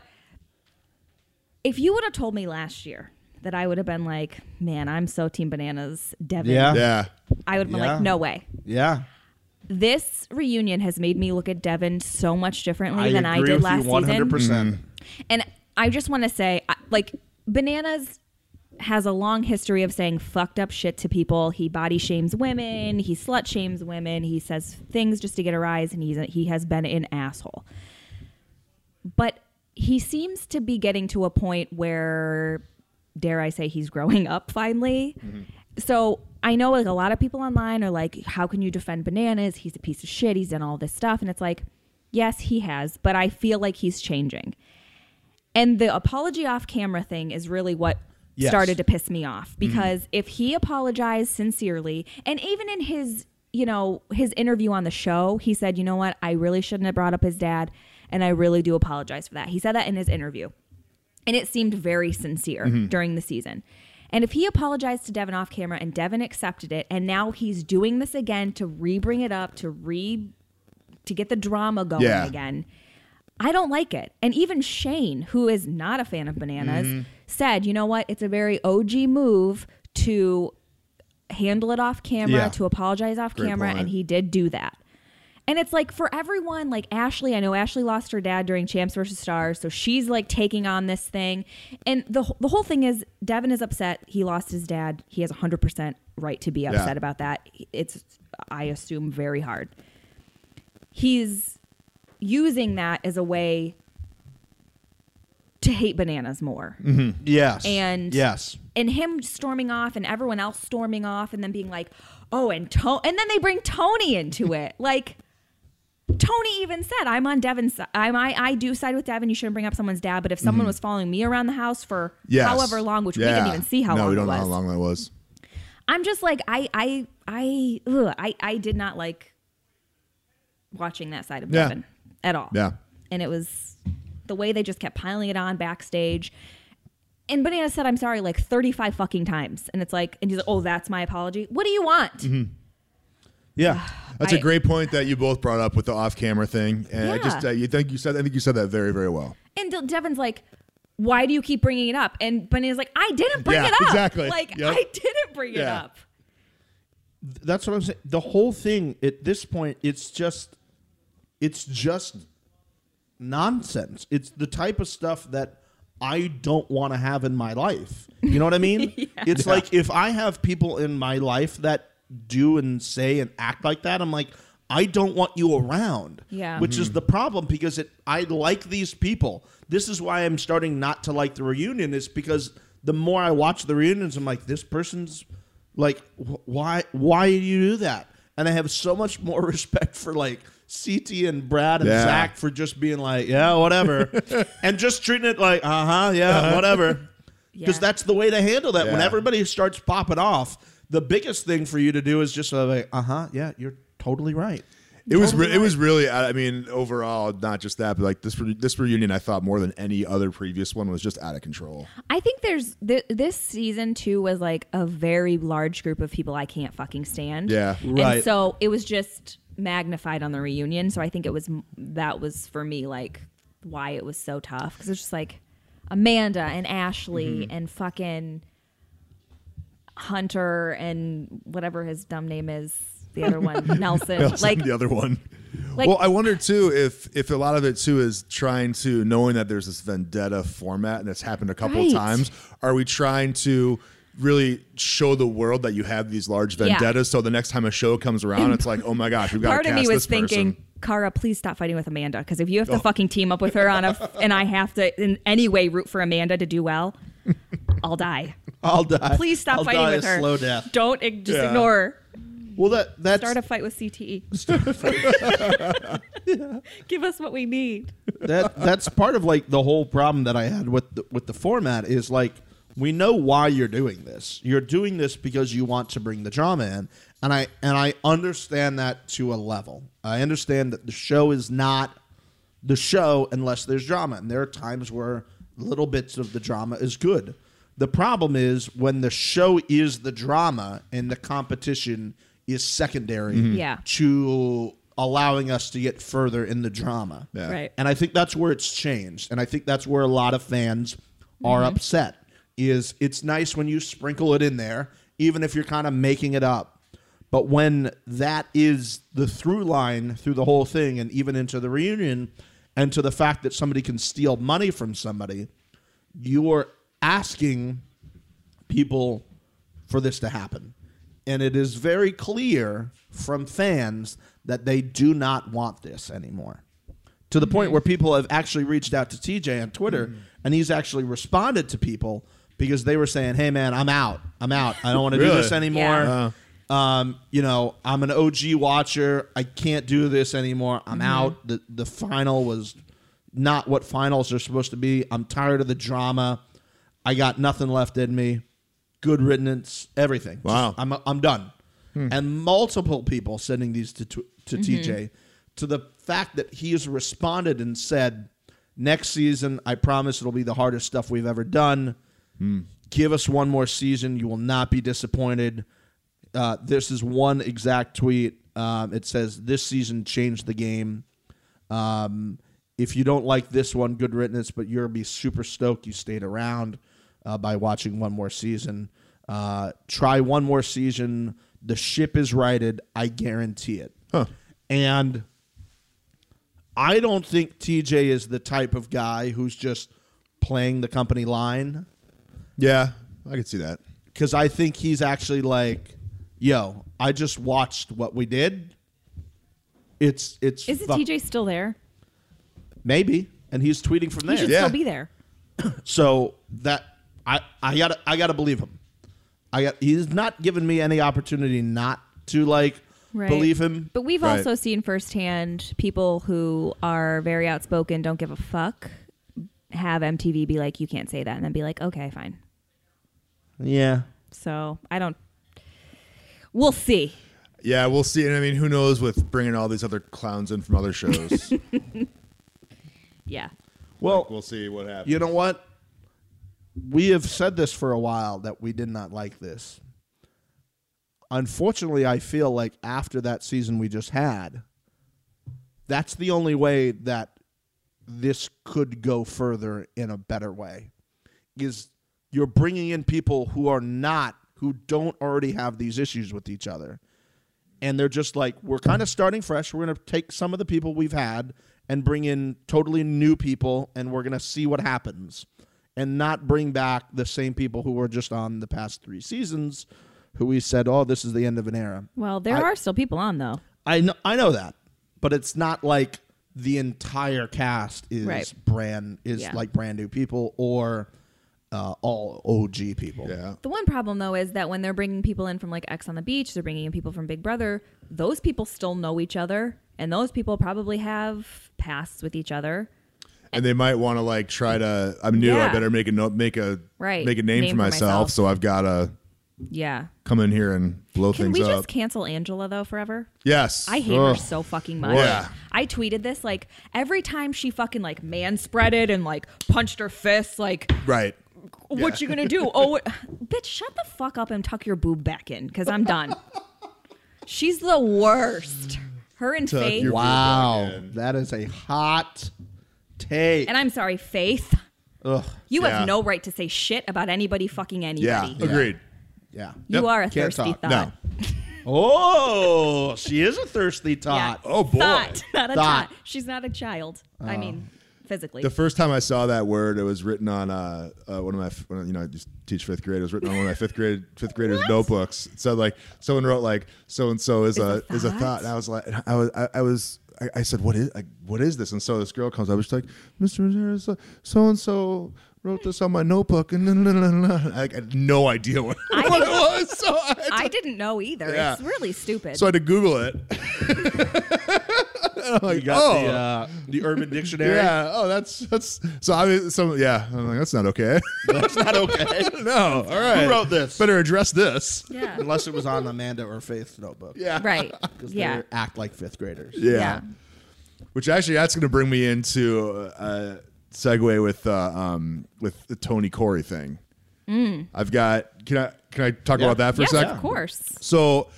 [SPEAKER 2] if you would have told me last year that I would have been like, man, I'm so team bananas, Devin.
[SPEAKER 1] Yeah.
[SPEAKER 3] yeah.
[SPEAKER 2] I would have been
[SPEAKER 1] Yeah.
[SPEAKER 2] like, no way
[SPEAKER 1] Yeah.
[SPEAKER 2] this reunion has made me look at Devin so much differently than I
[SPEAKER 1] agree
[SPEAKER 2] did
[SPEAKER 1] with
[SPEAKER 2] last
[SPEAKER 1] you 100%.
[SPEAKER 2] season.
[SPEAKER 1] Mm-hmm.
[SPEAKER 2] And I just want to say, I- like, Bananas has a long history of saying fucked up shit to people. He body shames women. He slut shames women. He says things just to get a rise, and he's a, he has been an asshole. But he seems to be getting to a point where, dare I say, he's growing up finally. So I know like a lot of people online are like, "How can you defend Bananas? He's a piece of shit. He's done all this stuff," and it's like. Yes, he has, but I feel like he's changing. And the apology off camera thing is really what
[SPEAKER 1] Yes.
[SPEAKER 2] started to piss me off because if he apologized sincerely, and even in his, you know, his interview on the show, he said, you know what, I really shouldn't have brought up his dad, and I really do apologize for that. He said that in his interview. And it seemed very sincere
[SPEAKER 3] Mm-hmm.
[SPEAKER 2] during the season. And if he apologized to Devin off camera and Devin accepted it, and now he's doing this again to re bring it up, to re to get the drama going
[SPEAKER 3] Yeah.
[SPEAKER 2] again. I don't like it. And even Shane, who is not a fan of bananas,
[SPEAKER 3] Mm-hmm.
[SPEAKER 2] said, you know what? It's a very OG move to handle it off camera,
[SPEAKER 3] Yeah.
[SPEAKER 2] to apologize off
[SPEAKER 3] Great
[SPEAKER 2] camera.
[SPEAKER 3] point.
[SPEAKER 2] And he did do that. And it's like for everyone, like Ashley, I know Ashley lost her dad during Champs versus Stars, so she's like taking on this thing. And the wh- the whole thing is Devin is upset. He lost his dad. He has 100% right to be upset about that. It's I assume very hard. He's using that as a way to hate bananas more.
[SPEAKER 1] Yes.
[SPEAKER 2] And-
[SPEAKER 1] yes.
[SPEAKER 2] And him storming off and everyone else storming off and then being like, "Oh, and Tony." And then they bring Tony into it. Like Tony even said, "I'm on Devin's. si- I'm I, I do side with Devin. You shouldn't bring up someone's dad, but if someone was following me around the house for
[SPEAKER 3] Mm-hmm. Yes.
[SPEAKER 2] however long, which we didn't
[SPEAKER 3] Yeah.
[SPEAKER 2] even see how
[SPEAKER 3] no,
[SPEAKER 2] long
[SPEAKER 3] we don't
[SPEAKER 2] it
[SPEAKER 3] know
[SPEAKER 2] was,
[SPEAKER 3] how long that was.
[SPEAKER 2] I'm just like I I I ugh, I I did not like watching that side of
[SPEAKER 3] Yeah.
[SPEAKER 2] Devin at all.
[SPEAKER 3] Yeah.
[SPEAKER 2] and it was the way they just kept piling it on backstage. And Banana said, "I'm sorry," like 35 fucking times, and it's like, and he's like, "Oh, that's my apology." What do you want?
[SPEAKER 3] Mm-hmm.
[SPEAKER 1] Yeah.
[SPEAKER 3] That's
[SPEAKER 2] a
[SPEAKER 3] a great point that you both brought up with the off-camera thing, and I just
[SPEAKER 2] Yeah.
[SPEAKER 3] uh, you think you said I think you said that very very well.
[SPEAKER 2] And De- Devin's like, "Why do you keep bringing it up?" And Banana's like, "I didn't bring
[SPEAKER 3] Yeah,
[SPEAKER 2] it up.
[SPEAKER 3] exactly.
[SPEAKER 2] Like
[SPEAKER 3] Yep.
[SPEAKER 2] I didn't bring it
[SPEAKER 3] Yeah.
[SPEAKER 2] up."
[SPEAKER 1] That's what I'm saying. The whole thing at this point, it's just, it's just nonsense. It's the type of stuff that I don't want to have in my life. You know what I mean? It's like if I have people in my life that do and say and act like that, I'm like, I don't want you around.
[SPEAKER 2] Yeah.
[SPEAKER 1] Which is the problem because it I like these people. This is why I'm starting not to like the reunion is because the more I watch the reunions, I'm like, this person's like, wh- why why do you do that? And I have so much more respect for like CT and Brad and
[SPEAKER 3] Yeah.
[SPEAKER 1] Zach for just being like, yeah, whatever, and just treating it like, uh huh, yeah, whatever, because
[SPEAKER 2] Yeah.
[SPEAKER 1] that's the way to handle that. When
[SPEAKER 3] Yeah.
[SPEAKER 1] everybody starts popping off, the biggest thing for you to do is just sort of like, uh huh, yeah, you're totally right.
[SPEAKER 3] It was re- it was really I I mean overall not just that but like this re- this reunion I thought more than any other previous one was just out of control.
[SPEAKER 2] I think there's th- this season too was like a very large group of people I can't fucking stand.
[SPEAKER 3] Yeah.
[SPEAKER 1] Right.
[SPEAKER 2] And so it was just magnified on the reunion. So I think it was m- that was for me like why it was so tough because it's just like Amanda and Ashley and fucking Hunter and whatever his dumb name is, the other one Nelson. like
[SPEAKER 3] the other one.
[SPEAKER 2] like-
[SPEAKER 3] well, I wonder too if if a lot of it too is trying to knowing that there's this vendetta format and it's happened a couple
[SPEAKER 2] Right.
[SPEAKER 3] times. Are we trying to really show the world that you have these large
[SPEAKER 2] Yeah.
[SPEAKER 3] vendettas? So the next time a show comes around, it's like, oh my gosh, we've got
[SPEAKER 2] part
[SPEAKER 3] to
[SPEAKER 2] of
[SPEAKER 3] cast
[SPEAKER 2] me was
[SPEAKER 3] this person.
[SPEAKER 2] thinking Kara, please stop fighting with Amanda because if you have to fucking team up with her on a, and I have to in any way root for Amanda to do well, I'll die.
[SPEAKER 1] I'll die.
[SPEAKER 2] Please stop
[SPEAKER 1] I'll
[SPEAKER 2] fighting
[SPEAKER 1] die
[SPEAKER 2] with
[SPEAKER 1] a
[SPEAKER 2] her.
[SPEAKER 1] Slow death.
[SPEAKER 2] Don't ig- just
[SPEAKER 3] Yeah.
[SPEAKER 2] ignore. her.
[SPEAKER 1] Well, that that's
[SPEAKER 2] Start a fight with CTE. Give us what we need.
[SPEAKER 1] that that's part of like the whole problem that I had with the, with the format is like we know why you're doing this. You're doing this because you want to bring the drama in, and I and I understand that to a level. I understand that the show is not the show unless there's drama, and there are times where little bits of the drama is good. The problem is when the show is the drama and the competition is secondary
[SPEAKER 2] Yeah.
[SPEAKER 1] to allowing us to get further in the drama.
[SPEAKER 3] Yeah.
[SPEAKER 2] Right.
[SPEAKER 1] And I think that's where it's changed. And I think that's where a lot of fans are upset. Is it's nice when you sprinkle it in there, even if you're kind of making it up. But when that is the through line through the whole thing and even into the reunion and to the fact that somebody can steal money from somebody, you're asking people for this to happen. And it is very clear from fans that they do not want this anymore. To the point where people have actually reached out to TJ on Twitter and he's actually responded to people because they were saying, hey, man, I'm out. I'm out. I don't want to do
[SPEAKER 3] Really?
[SPEAKER 1] this anymore.
[SPEAKER 2] Yeah.
[SPEAKER 1] Um, you know, I'm an OG watcher. I can't do this anymore. I'm out. The, the final was not what finals are supposed to be. I'm tired of the drama. I got nothing left in me good riddance, everything. Just,
[SPEAKER 3] Wow.
[SPEAKER 1] I'm, I'm done. And multiple people sending these to, to, to TJ to the fact that he has responded and said, next season, I promise it'll be the hardest stuff we've ever done. Give us one more season. You will not be disappointed. Uh, this is one exact tweet. Um, it says, this season changed the game. Um, if you don't like this one, good riddance, but you'll be super stoked you stayed around uh, by watching one more season. Uh, try one more season. The ship is righted. I guarantee it. And I don't think TJ is the type of guy who's just playing the company line
[SPEAKER 3] Yeah, I could see that.
[SPEAKER 1] because I think he's actually like, yo, I just watched what we did. It's it's
[SPEAKER 2] Isn't
[SPEAKER 1] fuck-
[SPEAKER 2] TJ still there?
[SPEAKER 1] maybe, and he's tweeting from
[SPEAKER 2] He
[SPEAKER 1] there.
[SPEAKER 2] should
[SPEAKER 3] Yeah.
[SPEAKER 2] still be there.
[SPEAKER 1] So that I I gotta I gotta believe him. I got he's not given me any opportunity not to like.
[SPEAKER 2] Right.
[SPEAKER 1] believe him.
[SPEAKER 2] But we've
[SPEAKER 3] Right.
[SPEAKER 2] also seen firsthand people who are very outspoken, don't give a fuck, have MTV be like, you can't say that, and then be like, okay, fine.
[SPEAKER 1] Yeah.
[SPEAKER 2] So I don't. We'll see.
[SPEAKER 3] Yeah, we'll see. And I mean, who knows with bringing all these other clowns in from other shows? Like,
[SPEAKER 2] Yeah.
[SPEAKER 1] Well,
[SPEAKER 3] we'll see what happens.
[SPEAKER 1] you know what? We have said this for a while that we did not like this. Unfortunately, I feel like after that season we just had, that's the only way that this could go further in a better way. Is you're bringing in people who are not, who don't already have these issues with each other. And they're just like, we're kind of starting fresh. We're going to take some of the people we've had and bring in totally new people, and we're going to see what happens. And not bring back the same people who were just on the past three seasons who we said, oh, this is the end of an era.
[SPEAKER 2] Well, there are still people on though.
[SPEAKER 1] I know, I know that, but it's not like the entire cast is
[SPEAKER 2] Right.
[SPEAKER 1] brand is
[SPEAKER 2] Yeah.
[SPEAKER 1] like brand new people or uh, all OG people.
[SPEAKER 3] yeah.
[SPEAKER 2] The one problem though is that when they're bringing people in from like X on the Beach, they're bringing in people from Big Brother. Those people still know each other, and those people probably have pasts with each other.
[SPEAKER 3] And they might want to like try to. I'm new. I
[SPEAKER 2] Yeah.
[SPEAKER 3] better make a note. Make a
[SPEAKER 2] Right.
[SPEAKER 3] Make a name, for, myself,
[SPEAKER 2] myself.
[SPEAKER 3] So I've got to
[SPEAKER 2] Yeah.
[SPEAKER 3] come in here and blow
[SPEAKER 2] Can
[SPEAKER 3] things
[SPEAKER 2] we
[SPEAKER 3] up.
[SPEAKER 2] just cancel Angela though forever?
[SPEAKER 3] yes.
[SPEAKER 2] I hate her
[SPEAKER 1] Ugh.
[SPEAKER 2] so fucking much.
[SPEAKER 3] Yeah.
[SPEAKER 2] I tweeted this like every time she fucking like man spreaded and like punched her fist like
[SPEAKER 3] Right.
[SPEAKER 2] what you gonna do? Oh, what- bitch, shut the fuck up and tuck your boob back in because I'm done. She's the worst. Her and
[SPEAKER 3] Tuck
[SPEAKER 2] Faith,
[SPEAKER 3] your-
[SPEAKER 1] Wow,
[SPEAKER 3] Again.
[SPEAKER 1] that is a hot take.
[SPEAKER 2] and I'm sorry, Faith.
[SPEAKER 1] Ugh.
[SPEAKER 2] You
[SPEAKER 3] Yeah.
[SPEAKER 2] have no right to say shit about anybody fucking
[SPEAKER 3] Yeah.
[SPEAKER 2] anybody.
[SPEAKER 3] Agreed.
[SPEAKER 1] Yeah.
[SPEAKER 2] You
[SPEAKER 3] Yep.
[SPEAKER 2] are a
[SPEAKER 1] Can't
[SPEAKER 2] thirsty
[SPEAKER 1] talk.
[SPEAKER 2] thought.
[SPEAKER 3] No.
[SPEAKER 1] Oh, she is a thirsty
[SPEAKER 2] Yeah.
[SPEAKER 1] tot.
[SPEAKER 3] Oh, boy.
[SPEAKER 2] Thought, not a
[SPEAKER 1] Thought.
[SPEAKER 2] tot. She's not a child. I mean, physically.
[SPEAKER 3] Uh, The first time I saw that word, it was written on uh, uh, one of my, f- when, I- you know, I just teach fifth grade. It was written on one of my fifth grade fifth graders' notebooks. It said like someone wrote like so and so is a
[SPEAKER 2] a
[SPEAKER 3] is a
[SPEAKER 2] thought?
[SPEAKER 3] thought. And I was like, I was I, I was I, I said, what is like, what is this? And so this girl comes up, she's like, Mister, so and so wrote this on my notebook, and I had no idea what,
[SPEAKER 2] I
[SPEAKER 3] what it
[SPEAKER 2] didn't-
[SPEAKER 3] was. So I,
[SPEAKER 2] I didn't know either.
[SPEAKER 3] Yeah.
[SPEAKER 2] It's really stupid.
[SPEAKER 3] so I had to Google it.
[SPEAKER 1] you got
[SPEAKER 3] oh.
[SPEAKER 1] the uh, the Urban Dictionary.
[SPEAKER 3] Yeah. Oh, that's that's. So I mean, some yeah. I'm like, that's not okay.
[SPEAKER 1] That's not okay.
[SPEAKER 3] no. All right.
[SPEAKER 1] Who wrote this?
[SPEAKER 3] Better address this.
[SPEAKER 2] yeah.
[SPEAKER 1] Unless it was on Amanda or Faith's notebook.
[SPEAKER 3] Yeah.
[SPEAKER 2] Right.
[SPEAKER 1] 'Cause
[SPEAKER 2] Yeah.
[SPEAKER 1] they act like fifth graders.
[SPEAKER 3] Yeah.
[SPEAKER 2] Yeah.
[SPEAKER 3] Which actually, that's going to bring me into a segue with uh, um, with the Tony Corey thing.
[SPEAKER 2] Mm.
[SPEAKER 3] I've got. Can I can I talk
[SPEAKER 1] Yeah.
[SPEAKER 3] about that for
[SPEAKER 2] Yes,
[SPEAKER 3] a second?
[SPEAKER 2] of course.
[SPEAKER 3] So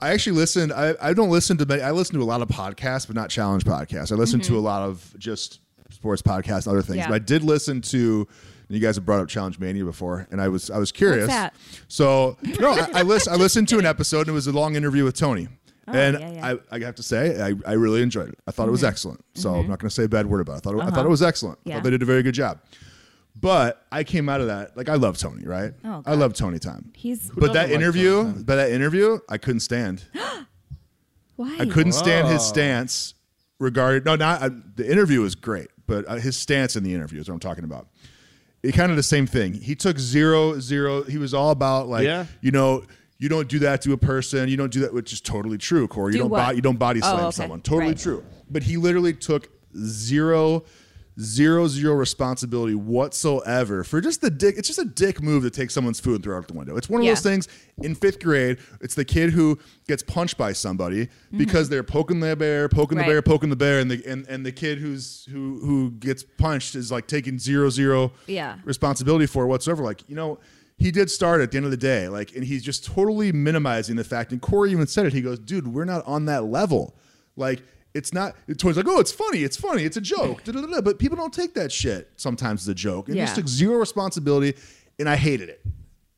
[SPEAKER 3] I actually listened. I, I don't listen to many. I listen to a lot of podcasts, but not challenge podcasts. I listen to a lot of just sports podcasts and other
[SPEAKER 2] Mm-hmm.
[SPEAKER 3] things.
[SPEAKER 2] Yeah.
[SPEAKER 3] But I did listen to. and You guys have brought up Challenge Mania before, and I was I was curious.
[SPEAKER 2] that?
[SPEAKER 3] So no, I, I list, I listened to an episode, and it was a long interview with Tony, and
[SPEAKER 2] Oh, yeah, yeah.
[SPEAKER 3] I, I have to say, I, I really enjoyed it. I thought it was excellent. So I'm not going to say a bad word about it. I thought it, I thought it was excellent.
[SPEAKER 2] Mm-hmm.
[SPEAKER 3] I
[SPEAKER 2] Uh-huh. Yeah.
[SPEAKER 3] thought they did a very good job. But I came out of that like I love Tony, right?
[SPEAKER 2] Oh,
[SPEAKER 3] I
[SPEAKER 2] God.
[SPEAKER 3] love Tony time.
[SPEAKER 2] He's
[SPEAKER 3] But that
[SPEAKER 1] doesn't like
[SPEAKER 3] interview,
[SPEAKER 1] Tony Tan?
[SPEAKER 3] but that interview, I couldn't stand.
[SPEAKER 2] why?
[SPEAKER 3] I couldn't stand his stance regarding. No, not uh, the interview was great, but uh, his stance in the interview is what I'm talking about. It kind of the same thing. He took zero, zero. He was all about like,
[SPEAKER 1] Yeah.
[SPEAKER 3] you know, you don't do that to a person. You don't do that, which is totally true, Corey. You
[SPEAKER 2] Do
[SPEAKER 3] not
[SPEAKER 2] what?
[SPEAKER 3] Bo- you don't body
[SPEAKER 2] Oh,
[SPEAKER 3] slam
[SPEAKER 2] okay.
[SPEAKER 3] someone. Totally
[SPEAKER 2] Right.
[SPEAKER 3] true. But he literally took zero, zero, zero responsibility whatsoever for just the dick. It's just a dick move to take someone's food and throw it out the window. It's one of
[SPEAKER 2] Yeah.
[SPEAKER 3] those things in fifth grade. It's the kid who gets punched by somebody because they're poking the bear,
[SPEAKER 2] Mm-hmm.
[SPEAKER 3] poking
[SPEAKER 2] Right.
[SPEAKER 3] the bear, poking the bear, and the and, and the kid who's who who gets punched is like taking zero zero
[SPEAKER 2] Yeah.
[SPEAKER 3] responsibility for whatsoever. Like, you know, he did start at the end of the day, like, and he's just totally minimizing the fact. And Corey even said it. He goes, dude, we're not on that level. Like, it's not, Tori's like, oh, it's funny. It's funny. It's a joke. da, da, da, da. But people don't take that shit sometimes as a joke. And he
[SPEAKER 2] Yeah.
[SPEAKER 3] just took zero responsibility, and I hated it.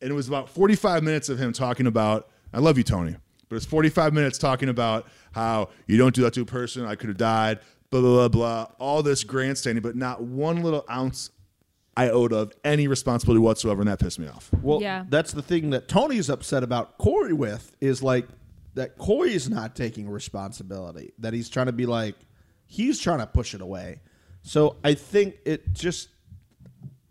[SPEAKER 3] And it was about 45 minutes of him talking about, I love you, Tony, but it's 45 minutes talking about how you don't do that to a person. I could have died, blah, blah, blah, blah. All this grandstanding, but not one little ounce I owed of any responsibility whatsoever, and that pissed me off.
[SPEAKER 1] Well,
[SPEAKER 2] Yeah.
[SPEAKER 1] that's the thing that Tony's upset about Corey with is like that Corey's not taking responsibility. That he's trying to be like he's trying to push it away. So I think it just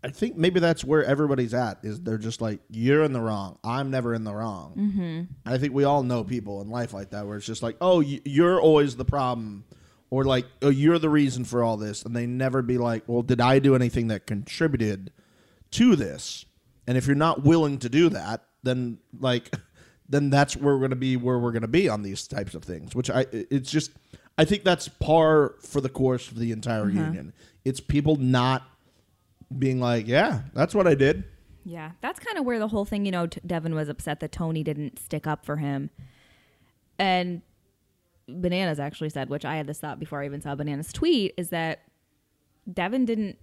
[SPEAKER 1] I think maybe that's where everybody's at is they're just like you're in the wrong. I'm never in the wrong. Mm-hmm. I think we all know people in life like that where it's just like, oh, y- you're always the problem, or like, oh, you're the reason for all this, and they never be like, well, did I do anything that contributed to this? And if you're not willing to do that, then like, then that's where we're gonna be where we're gonna be on these types of things. Which I it's just I think that's par for the course for the entire union. It's people not being like, yeah, that's what I did.
[SPEAKER 2] Yeah, that's kind of where the whole thing, you know, t- Devin was upset that Tony didn't stick up for him. And Bananas actually said, which I had this thought before I even saw Bananas' tweet, is that Devin didn't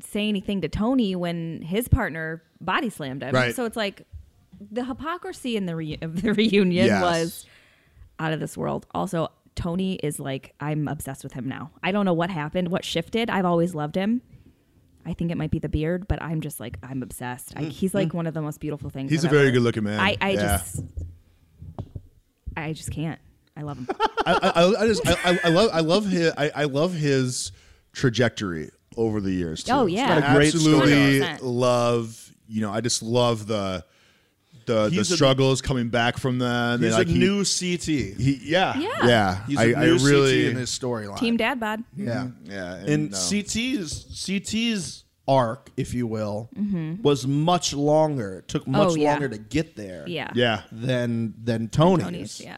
[SPEAKER 2] say anything to Tony when his partner body slammed him.
[SPEAKER 3] Right.
[SPEAKER 2] So it's like the hypocrisy in the re- of the reunion
[SPEAKER 3] Yes.
[SPEAKER 2] was out of this world. Also, Tony is like, I'm obsessed with him now. I don't know what happened, what shifted. I've always loved him. I think it might be the beard, but I'm just like I'm obsessed. I, he's like one of the most beautiful things.
[SPEAKER 3] He's
[SPEAKER 2] I've
[SPEAKER 3] a very
[SPEAKER 2] ever-
[SPEAKER 3] good-looking man.
[SPEAKER 2] I, I
[SPEAKER 3] Yeah.
[SPEAKER 2] just, I just can't. I love him.
[SPEAKER 3] I, I, I just I, I- I love I love his I, I love his trajectory over the years. Too.
[SPEAKER 2] Oh, yeah.
[SPEAKER 1] He's got a great
[SPEAKER 3] absolutely
[SPEAKER 2] story. 100%.
[SPEAKER 3] love. You know, I just love the the the
[SPEAKER 1] He's a-
[SPEAKER 3] struggles coming back from them. They,
[SPEAKER 1] He's
[SPEAKER 3] like,
[SPEAKER 1] a
[SPEAKER 3] he-
[SPEAKER 1] new CT.
[SPEAKER 3] he- yeah
[SPEAKER 2] Yeah.
[SPEAKER 3] yeah.
[SPEAKER 1] He's
[SPEAKER 3] I
[SPEAKER 1] a
[SPEAKER 3] I
[SPEAKER 1] new
[SPEAKER 3] really
[SPEAKER 1] CT in his storyline.
[SPEAKER 2] Team Dad bod.
[SPEAKER 1] Yeah.
[SPEAKER 3] yeah
[SPEAKER 1] And um,
[SPEAKER 3] no.
[SPEAKER 1] CT's CT's arc, if you will, was much longer. It took much
[SPEAKER 2] Oh, yeah.
[SPEAKER 1] longer to get there.
[SPEAKER 2] Yeah.
[SPEAKER 3] yeah
[SPEAKER 1] Than than Tony's.
[SPEAKER 2] Tony's. Yeah.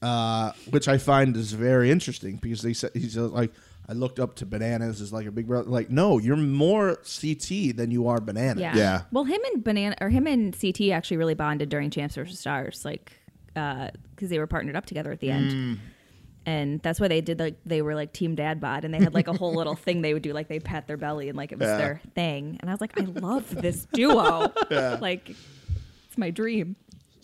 [SPEAKER 1] Uh, which I find is very interesting because they said he's uh, like I looked up to bananas as like a big brother. Like, no, you're more CT than you are banana.
[SPEAKER 2] Yeah.
[SPEAKER 3] Yeah.
[SPEAKER 2] Well, him and banana or him and CT actually really bonded during Champs vs Stars, like because they were partnered up together at the end.
[SPEAKER 1] Mm.
[SPEAKER 2] And that's why they did like they were like team dad bod, and they had like a whole little thing they would do, like they pat their belly and like it was
[SPEAKER 3] Yeah.
[SPEAKER 2] their thing. And I was like, I love this duo, like it's my dream.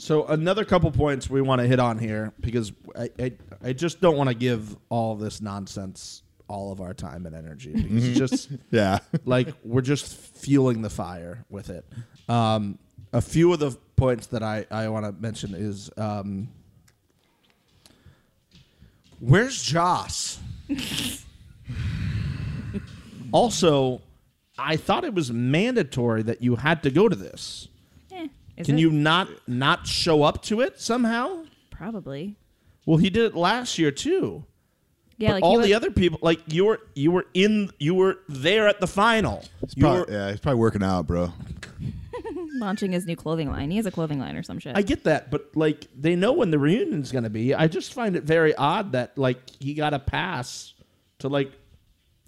[SPEAKER 1] So another couple points we want to hit on here because I I, I just don't want to give all this nonsense all of our time and energy because it's just
[SPEAKER 3] yeah
[SPEAKER 1] like we're just fueling the fire with it. Um, a few of the points that I I want to mention is um, where's Joss? also, I thought it was mandatory that you had to go to this.
[SPEAKER 2] Eh, is
[SPEAKER 1] Can
[SPEAKER 2] it?
[SPEAKER 1] you not not show up to it somehow?
[SPEAKER 2] probably?
[SPEAKER 1] Well, he did it last year too.
[SPEAKER 2] Yeah,
[SPEAKER 1] but
[SPEAKER 2] like he
[SPEAKER 1] all
[SPEAKER 2] was-
[SPEAKER 1] the other people, like you were, you were in, you were there at the final. You
[SPEAKER 3] Probably-
[SPEAKER 1] were-
[SPEAKER 3] yeah he's probably working out bro
[SPEAKER 2] launching his new clothing line. He has a clothing line or some shit.
[SPEAKER 1] I get that, but like they know when the reunion's going to be. I just find it very odd that like he got a pass to like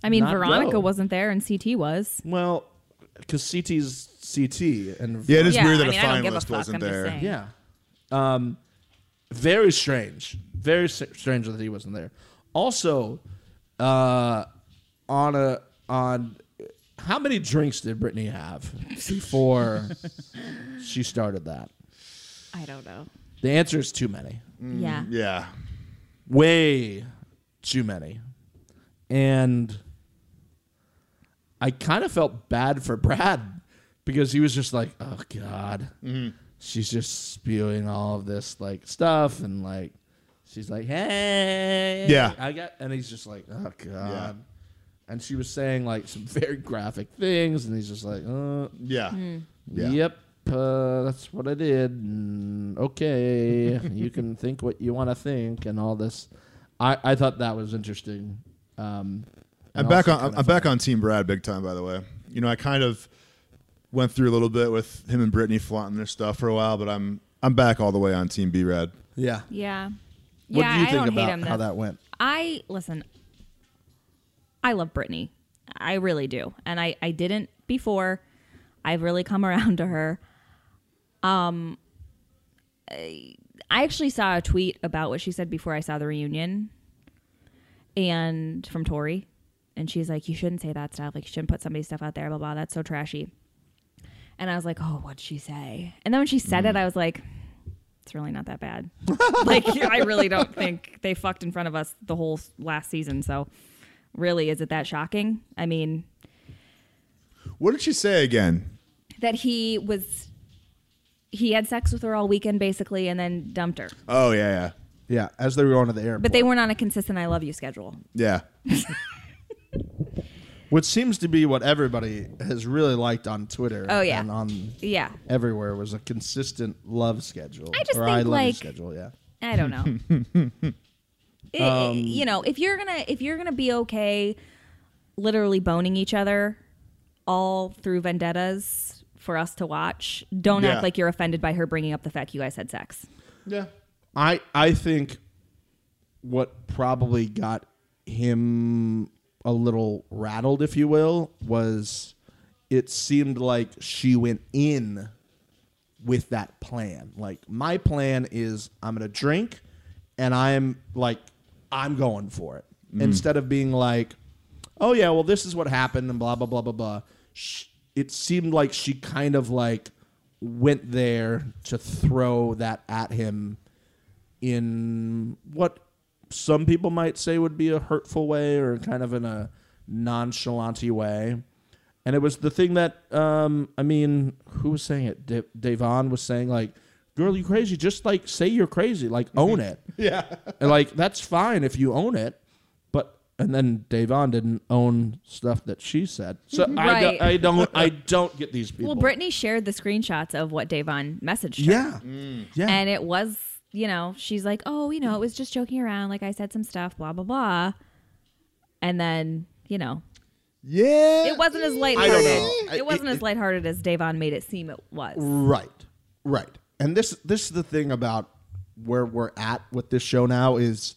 [SPEAKER 2] I mean,
[SPEAKER 1] not
[SPEAKER 2] Veronica
[SPEAKER 1] go.
[SPEAKER 2] wasn't there, and CT was.
[SPEAKER 1] well, because CT's CT and
[SPEAKER 3] yeah it is
[SPEAKER 2] Yeah,
[SPEAKER 3] weird that
[SPEAKER 2] I mean,
[SPEAKER 3] a
[SPEAKER 2] I don't give a
[SPEAKER 3] finalist
[SPEAKER 2] fuck,
[SPEAKER 3] wasn't
[SPEAKER 2] I'm just
[SPEAKER 3] there
[SPEAKER 2] saying.
[SPEAKER 1] Yeah. Um, very strange. Very s- strange that he wasn't there. Also, uh, on a on how many drinks did Brittany have before she started that?
[SPEAKER 2] I don't know.
[SPEAKER 1] The answer is too many.
[SPEAKER 2] Yeah.
[SPEAKER 3] yeah
[SPEAKER 1] Way too many. And I kind of felt bad for Brad because he was just like, oh God. She's just spewing all of this like stuff and like she's like, Hey
[SPEAKER 3] Yeah.
[SPEAKER 1] I got and he's just like, Oh God. And she was saying like some very graphic things and he's just like, uh
[SPEAKER 3] yeah
[SPEAKER 2] Hmm.
[SPEAKER 3] Yeah.
[SPEAKER 1] Yep. Uh, that's what I did. and okay, you can think what you want to think, and all this. I, I thought that was interesting. Um,
[SPEAKER 3] I'm
[SPEAKER 1] and
[SPEAKER 3] back
[SPEAKER 1] also
[SPEAKER 3] on.
[SPEAKER 1] kind
[SPEAKER 3] I'm,
[SPEAKER 1] of
[SPEAKER 3] back on Team Brad big time. By the way, you know, I kind of went through a little bit with him and Brittany flaunting their stuff for a while, but I'm I'm back all the way on Team B Rad.
[SPEAKER 1] Yeah.
[SPEAKER 2] Yeah.
[SPEAKER 1] What
[SPEAKER 2] yeah,
[SPEAKER 1] do you
[SPEAKER 2] I
[SPEAKER 1] think
[SPEAKER 2] don't
[SPEAKER 1] about
[SPEAKER 2] hate him.
[SPEAKER 1] how
[SPEAKER 2] though.
[SPEAKER 1] that went?
[SPEAKER 2] I listen. I love Britney. I really do, and I I didn't before. I've really come around to her. Um, I- I actually saw a tweet about what she said before I saw the reunion, and from Tori, and she's like, "You shouldn't say that stuff. Like, you shouldn't put somebody's stuff out there. Blah blah. That's so trashy." And I was like, "Oh, what'd she say?" And then when she said
[SPEAKER 1] Mm.
[SPEAKER 2] it, I was like, "It's really not that bad." like I really don't think they fucked in front of us the whole s- last season. So really, is it that shocking? I mean,
[SPEAKER 3] What did she say again?
[SPEAKER 2] that he was he had sex with her all weekend basically, and then dumped her.
[SPEAKER 3] Oh yeah,
[SPEAKER 1] Yeah, as they were going to the airport.
[SPEAKER 2] But they weren't on a consistent "I love you" schedule.
[SPEAKER 3] yeah, yeah.
[SPEAKER 1] which seems to be what everybody has really liked on Twitter.
[SPEAKER 2] Oh, yeah.
[SPEAKER 1] and on
[SPEAKER 2] Yeah.
[SPEAKER 1] everywhere was a consistent love schedule.
[SPEAKER 2] I just
[SPEAKER 1] or
[SPEAKER 2] think,
[SPEAKER 1] I love you
[SPEAKER 2] like-
[SPEAKER 1] schedule. Yeah,
[SPEAKER 2] I don't know. I- I- you know, if you're gonna if you're gonna be okay, literally boning each other all through vendettas for us to watch, don't
[SPEAKER 3] Yeah.
[SPEAKER 2] act like you're offended by her bringing up the fact you guys had sex.
[SPEAKER 1] yeah. I I think what probably got him a little rattled, if you will, was it seemed like she went in with that plan. Like my plan is I'm gonna drink and I'm like I'm going for it. Instead of being like, oh yeah, well this is what happened and blah blah blah blah blah. Sh it seemed like she kind of like went there to throw that at him in what some people might say would be a hurtful way or kind of in a nonchalant way. And it was the thing that, um, I mean, who was saying it? Da- Davon was saying, like, girl, you crazy. Just like say you're crazy, like own it.
[SPEAKER 3] Yeah.
[SPEAKER 1] And, like, that's fine if you own it. But, and then Davon didn't own stuff that she said. So I,
[SPEAKER 2] Right.
[SPEAKER 1] do, I don't, I don't get these people.
[SPEAKER 2] Well, Brittany shared the screenshots of what Davon messaged her.
[SPEAKER 1] Yeah. Yeah.
[SPEAKER 2] And it was, you know, she's like, oh, you know, it was just joking around. Like I said some stuff, blah, blah, blah. And then, you know,
[SPEAKER 3] Yeah.
[SPEAKER 2] it wasn't as lighthearted.
[SPEAKER 1] don't know.
[SPEAKER 2] It wasn't as lighthearted as Davon made it seem it was.
[SPEAKER 1] Right. Right. And this this is the thing about where we're at with this show now is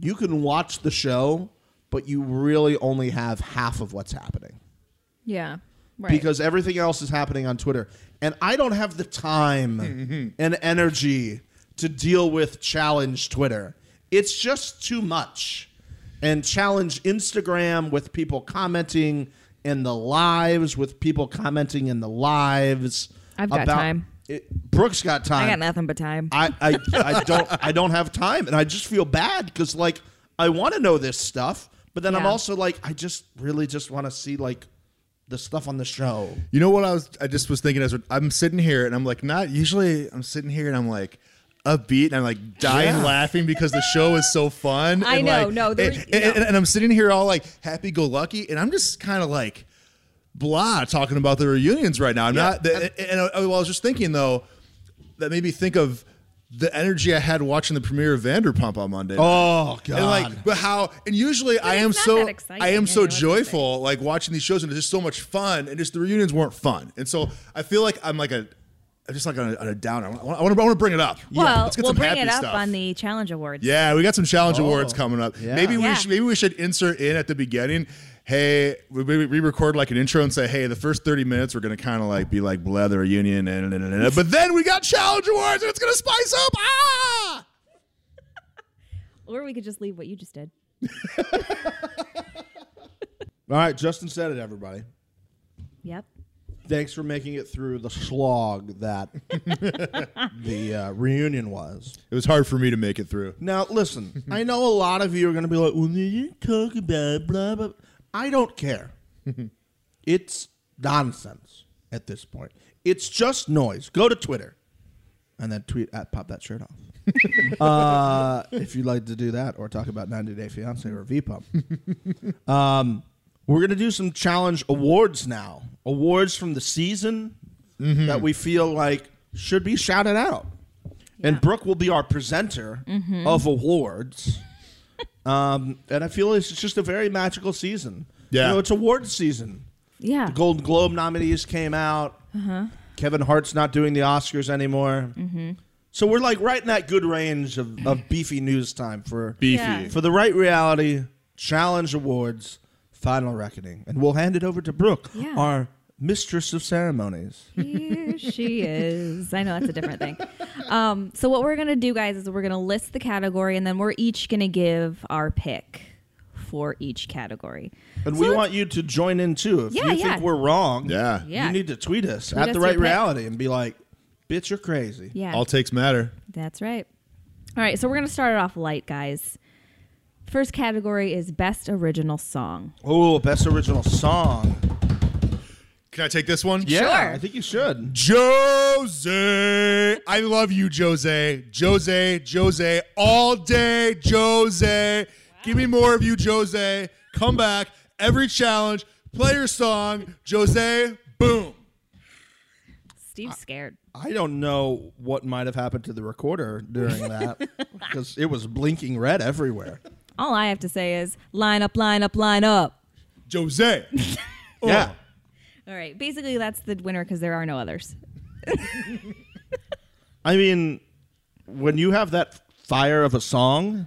[SPEAKER 1] you can watch the show, but you really only have half of what's happening.
[SPEAKER 2] Yeah. Right.
[SPEAKER 1] Because everything else is happening on Twitter. And I don't have the time and energy to deal with challenge Twitter. It's just too much. And challenge Instagram with people commenting in the lives, with people commenting in the lives.
[SPEAKER 2] I've got time.
[SPEAKER 1] It, Brooke's got time.
[SPEAKER 2] I got nothing but time.
[SPEAKER 1] I, I, I don't I don't have time and I just feel bad because like I want to know this stuff, but then I'm
[SPEAKER 2] Yeah.
[SPEAKER 1] also like I just really just want to see like the stuff on the show.
[SPEAKER 3] You know what I was? I just was thinking as we're- I'm sitting here, and I'm like, not usually. I'm sitting here, and I'm like. Upbeat, and I'm like dying
[SPEAKER 1] Yeah.
[SPEAKER 3] laughing because the show is so fun.
[SPEAKER 2] I
[SPEAKER 3] and,
[SPEAKER 2] know,
[SPEAKER 3] like,
[SPEAKER 2] no, there-
[SPEAKER 3] and, and- and- and I'm sitting here all like happy go lucky, and I'm just kind of like blah talking about the reunions right now. I'm
[SPEAKER 1] Yeah.
[SPEAKER 3] not. The, and, and I, I was just thinking though that made me think of the energy I had watching the premiere of Vanderpump on Monday.
[SPEAKER 1] Oh god!
[SPEAKER 3] And like, but how? And usually, I
[SPEAKER 2] it's
[SPEAKER 3] am
[SPEAKER 2] not
[SPEAKER 3] so
[SPEAKER 2] that exciting,
[SPEAKER 3] I am
[SPEAKER 2] you
[SPEAKER 3] so
[SPEAKER 2] know, it's
[SPEAKER 3] joyful, like watching these shows, and it's just so much fun. And just the reunions weren't fun, and so I feel like I'm like a, I'm just like on a, on a downer. I want, I want to, I want to bring it up.
[SPEAKER 2] well,
[SPEAKER 3] let's get
[SPEAKER 2] we'll
[SPEAKER 3] some
[SPEAKER 2] bring
[SPEAKER 3] happy
[SPEAKER 2] it up
[SPEAKER 3] stuff.
[SPEAKER 2] on the challenge awards.
[SPEAKER 3] Yeah, we got some challenge awards
[SPEAKER 1] Oh.
[SPEAKER 3] coming up.
[SPEAKER 1] Yeah.
[SPEAKER 3] Maybe we
[SPEAKER 2] Yeah.
[SPEAKER 3] should, maybe we should insert in at the beginning. Hey, we we- we record like an intro and say, "Hey, the first thirty minutes we're gonna kind of like be like blah the reunion," and, and, and, and but then we got challenge awards and it's gonna spice up. Ah,
[SPEAKER 2] Or we could just leave what you just did.
[SPEAKER 1] All right, Justin said it. Everybody,
[SPEAKER 2] Yep.
[SPEAKER 1] thanks for making it through the slog that the uh, reunion was.
[SPEAKER 3] it was hard for me to make it through.
[SPEAKER 1] Now listen, I know a lot of you are going to be like, "Well, they didn't talk about blah blah." I don't care. it's nonsense at this point. It's just noise. Go to Twitter, and then tweet at pop that shirt off. uh, if you'd like to do that, or talk about 90 Day Fiance or V Pump. um, we're gonna do some challenge awards now. Awards from the season that we feel like should be shouted out. And Brooke will be our presenter of awards. um, and I feel it's just a very magical season.
[SPEAKER 3] Yeah.
[SPEAKER 1] You know, it's awards season.
[SPEAKER 2] Yeah.
[SPEAKER 1] The Golden Globe nominees came out.
[SPEAKER 2] Uh-huh.
[SPEAKER 1] Kevin Hart's not doing the Oscars anymore.
[SPEAKER 2] Mm-hmm.
[SPEAKER 1] So we're like right in that good range of, of beefy news time for
[SPEAKER 3] Beefy.
[SPEAKER 2] Yeah.
[SPEAKER 1] for the right reality challenge awards final reckoning, and we'll hand it over to Brooke,
[SPEAKER 2] Yeah.
[SPEAKER 1] our mistress of ceremonies.
[SPEAKER 2] Here she is. I know that's a different thing. Um, so what we're gonna do, guys, is we're gonna list the category, and then we're each gonna give our pick for each category.
[SPEAKER 1] And
[SPEAKER 2] So
[SPEAKER 1] we
[SPEAKER 2] let's-
[SPEAKER 1] want you to join in too. If
[SPEAKER 2] Yeah,
[SPEAKER 1] you
[SPEAKER 2] yeah.
[SPEAKER 1] think we're wrong,
[SPEAKER 3] Yeah.
[SPEAKER 2] Yeah.
[SPEAKER 1] you need to tweet us
[SPEAKER 2] Tweet
[SPEAKER 1] at
[SPEAKER 2] us
[SPEAKER 1] the
[SPEAKER 2] your
[SPEAKER 1] right
[SPEAKER 2] pick.
[SPEAKER 1] reality and be like, "Bitch, you're crazy."
[SPEAKER 2] Yeah.
[SPEAKER 3] All takes matter.
[SPEAKER 2] That's right. All right, so we're going to start it off light, guys. First category is best original song.
[SPEAKER 1] Oh, best original song.
[SPEAKER 3] Can I take this one?
[SPEAKER 1] Yeah,
[SPEAKER 2] Sure.
[SPEAKER 1] I think you should.
[SPEAKER 3] Jose. I love you, Jose. Jose, Jose, all day, Jose. Give me more of you, Jose. Come back. every challenge, play your song, Jose, boom.
[SPEAKER 2] Steve's scared.
[SPEAKER 1] I don't know what might have happened to the recorder during that because it was blinking red everywhere.
[SPEAKER 2] All I have to say is line up, line up, line up.
[SPEAKER 3] Jose. Oh.
[SPEAKER 1] Yeah.
[SPEAKER 2] All right. Basically, that's the winner because there are no others.
[SPEAKER 1] I mean, when you have that fire of a song,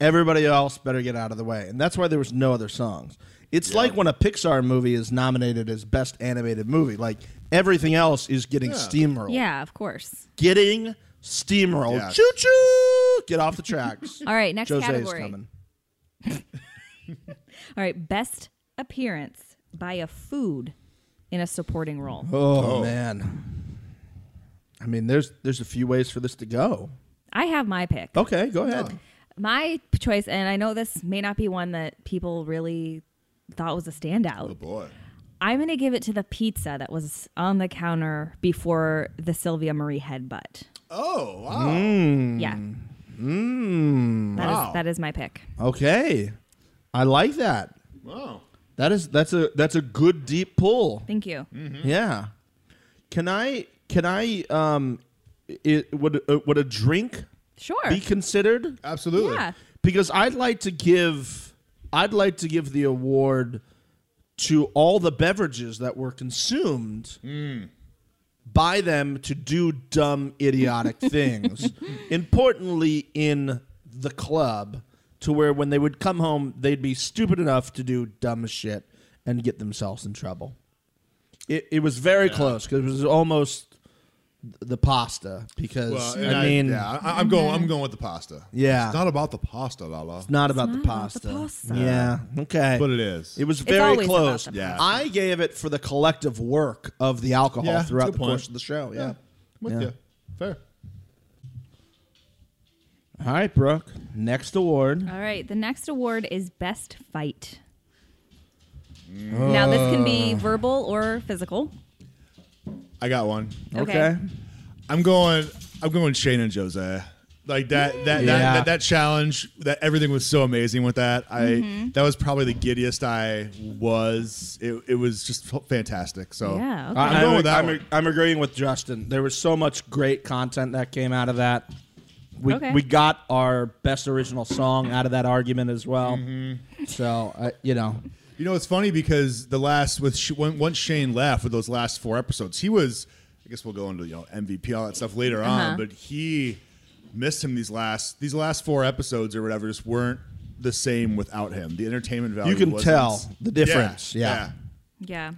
[SPEAKER 1] everybody else better get out of the way. And that's why there was no other songs. It's like when a Pixar movie is nominated as best animated movie. Like everything else is getting steamrolled.
[SPEAKER 2] Yeah, of course.
[SPEAKER 1] Getting steamrolled.
[SPEAKER 3] Yeah.
[SPEAKER 1] Choo choo. Get off the tracks.
[SPEAKER 2] All right, next
[SPEAKER 1] Jose's
[SPEAKER 2] category.
[SPEAKER 1] coming.
[SPEAKER 2] All right, best appearance by a food in a supporting role.
[SPEAKER 1] Oh, man. I mean, there's there's a few ways for this to go.
[SPEAKER 2] I have my pick.
[SPEAKER 1] Okay, go ahead.
[SPEAKER 2] My choice, and I know this may not be one that people really thought was a
[SPEAKER 3] Oh,
[SPEAKER 2] standout.
[SPEAKER 3] boy.
[SPEAKER 2] I'm going to give it to the pizza that was on the counter before the Sylvia Marie headbutt.
[SPEAKER 3] Oh, wow.
[SPEAKER 1] Hmm.
[SPEAKER 2] Yeah. That is-
[SPEAKER 3] Wow.
[SPEAKER 2] that is my pick.
[SPEAKER 1] Okay, I like that.
[SPEAKER 3] Wow.
[SPEAKER 1] That is that's a that's a good deep pull.
[SPEAKER 2] Thank you.
[SPEAKER 1] Hmm. Yeah. Can I can I um it, would uh, would a drink
[SPEAKER 2] Sure.
[SPEAKER 1] be considered?
[SPEAKER 3] Absolutely.
[SPEAKER 2] Yeah.
[SPEAKER 1] Because I'd like to give I'd like to give the award to all the beverages that were consumed by them to do dumb idiotic things. Importantly in the club to where when they would come home they'd be stupid enough to do dumb shit and get themselves in trouble. It, it was very close because it was almost the pasta because
[SPEAKER 3] Well, and
[SPEAKER 1] I, mean
[SPEAKER 3] yeah, I, I'm going. I'm going with the pasta.
[SPEAKER 1] Yeah.
[SPEAKER 3] it's not about the pasta, Lala,
[SPEAKER 1] not about
[SPEAKER 2] not
[SPEAKER 1] the
[SPEAKER 2] about the
[SPEAKER 1] pasta.
[SPEAKER 2] pasta.
[SPEAKER 1] Yeah. Okay.
[SPEAKER 3] but it is.
[SPEAKER 1] It was
[SPEAKER 2] It's
[SPEAKER 1] very
[SPEAKER 2] always
[SPEAKER 1] close.
[SPEAKER 2] about the
[SPEAKER 3] Yeah. pasta.
[SPEAKER 1] I gave it for the collective work of the alcohol
[SPEAKER 3] Yeah,
[SPEAKER 1] throughout
[SPEAKER 3] good
[SPEAKER 1] the
[SPEAKER 3] point.
[SPEAKER 1] course of the show. Yeah.
[SPEAKER 3] with
[SPEAKER 1] Yeah.
[SPEAKER 3] you. Fair.
[SPEAKER 1] All right, Brooke. Next award.
[SPEAKER 2] All right. The next award is best fight.
[SPEAKER 1] Uh.
[SPEAKER 2] Now this can be verbal or physical.
[SPEAKER 3] I got one.
[SPEAKER 1] Okay.
[SPEAKER 2] Okay.
[SPEAKER 3] I'm going. I'm going Shane and Jose. Like that. That,
[SPEAKER 1] Yeah.
[SPEAKER 3] that, that. That challenge. That everything was so amazing with that. I.
[SPEAKER 2] Mm-hmm.
[SPEAKER 3] That was probably the giddiest I was. It. It was just f- fantastic. So
[SPEAKER 2] Yeah, okay.
[SPEAKER 1] I-
[SPEAKER 3] I'm going with that
[SPEAKER 1] I'm,
[SPEAKER 3] one.
[SPEAKER 1] I'm agreeing with Justin. There was so much great content that came out of that. We,
[SPEAKER 2] Okay.
[SPEAKER 1] we got our best original song out of that argument as well. So, uh, you know,
[SPEAKER 3] You know, it's funny because the last with Sh- when, once Shane left with those last four episodes, he was. I guess we'll go into you know MVP all that stuff later
[SPEAKER 2] Uh-huh.
[SPEAKER 3] on, but he missed him these last these last four episodes or whatever just weren't the same without him. The entertainment value.
[SPEAKER 1] you can
[SPEAKER 3] wasn't-
[SPEAKER 1] tell the
[SPEAKER 3] Yeah,
[SPEAKER 1] difference. Yeah.
[SPEAKER 2] Yeah.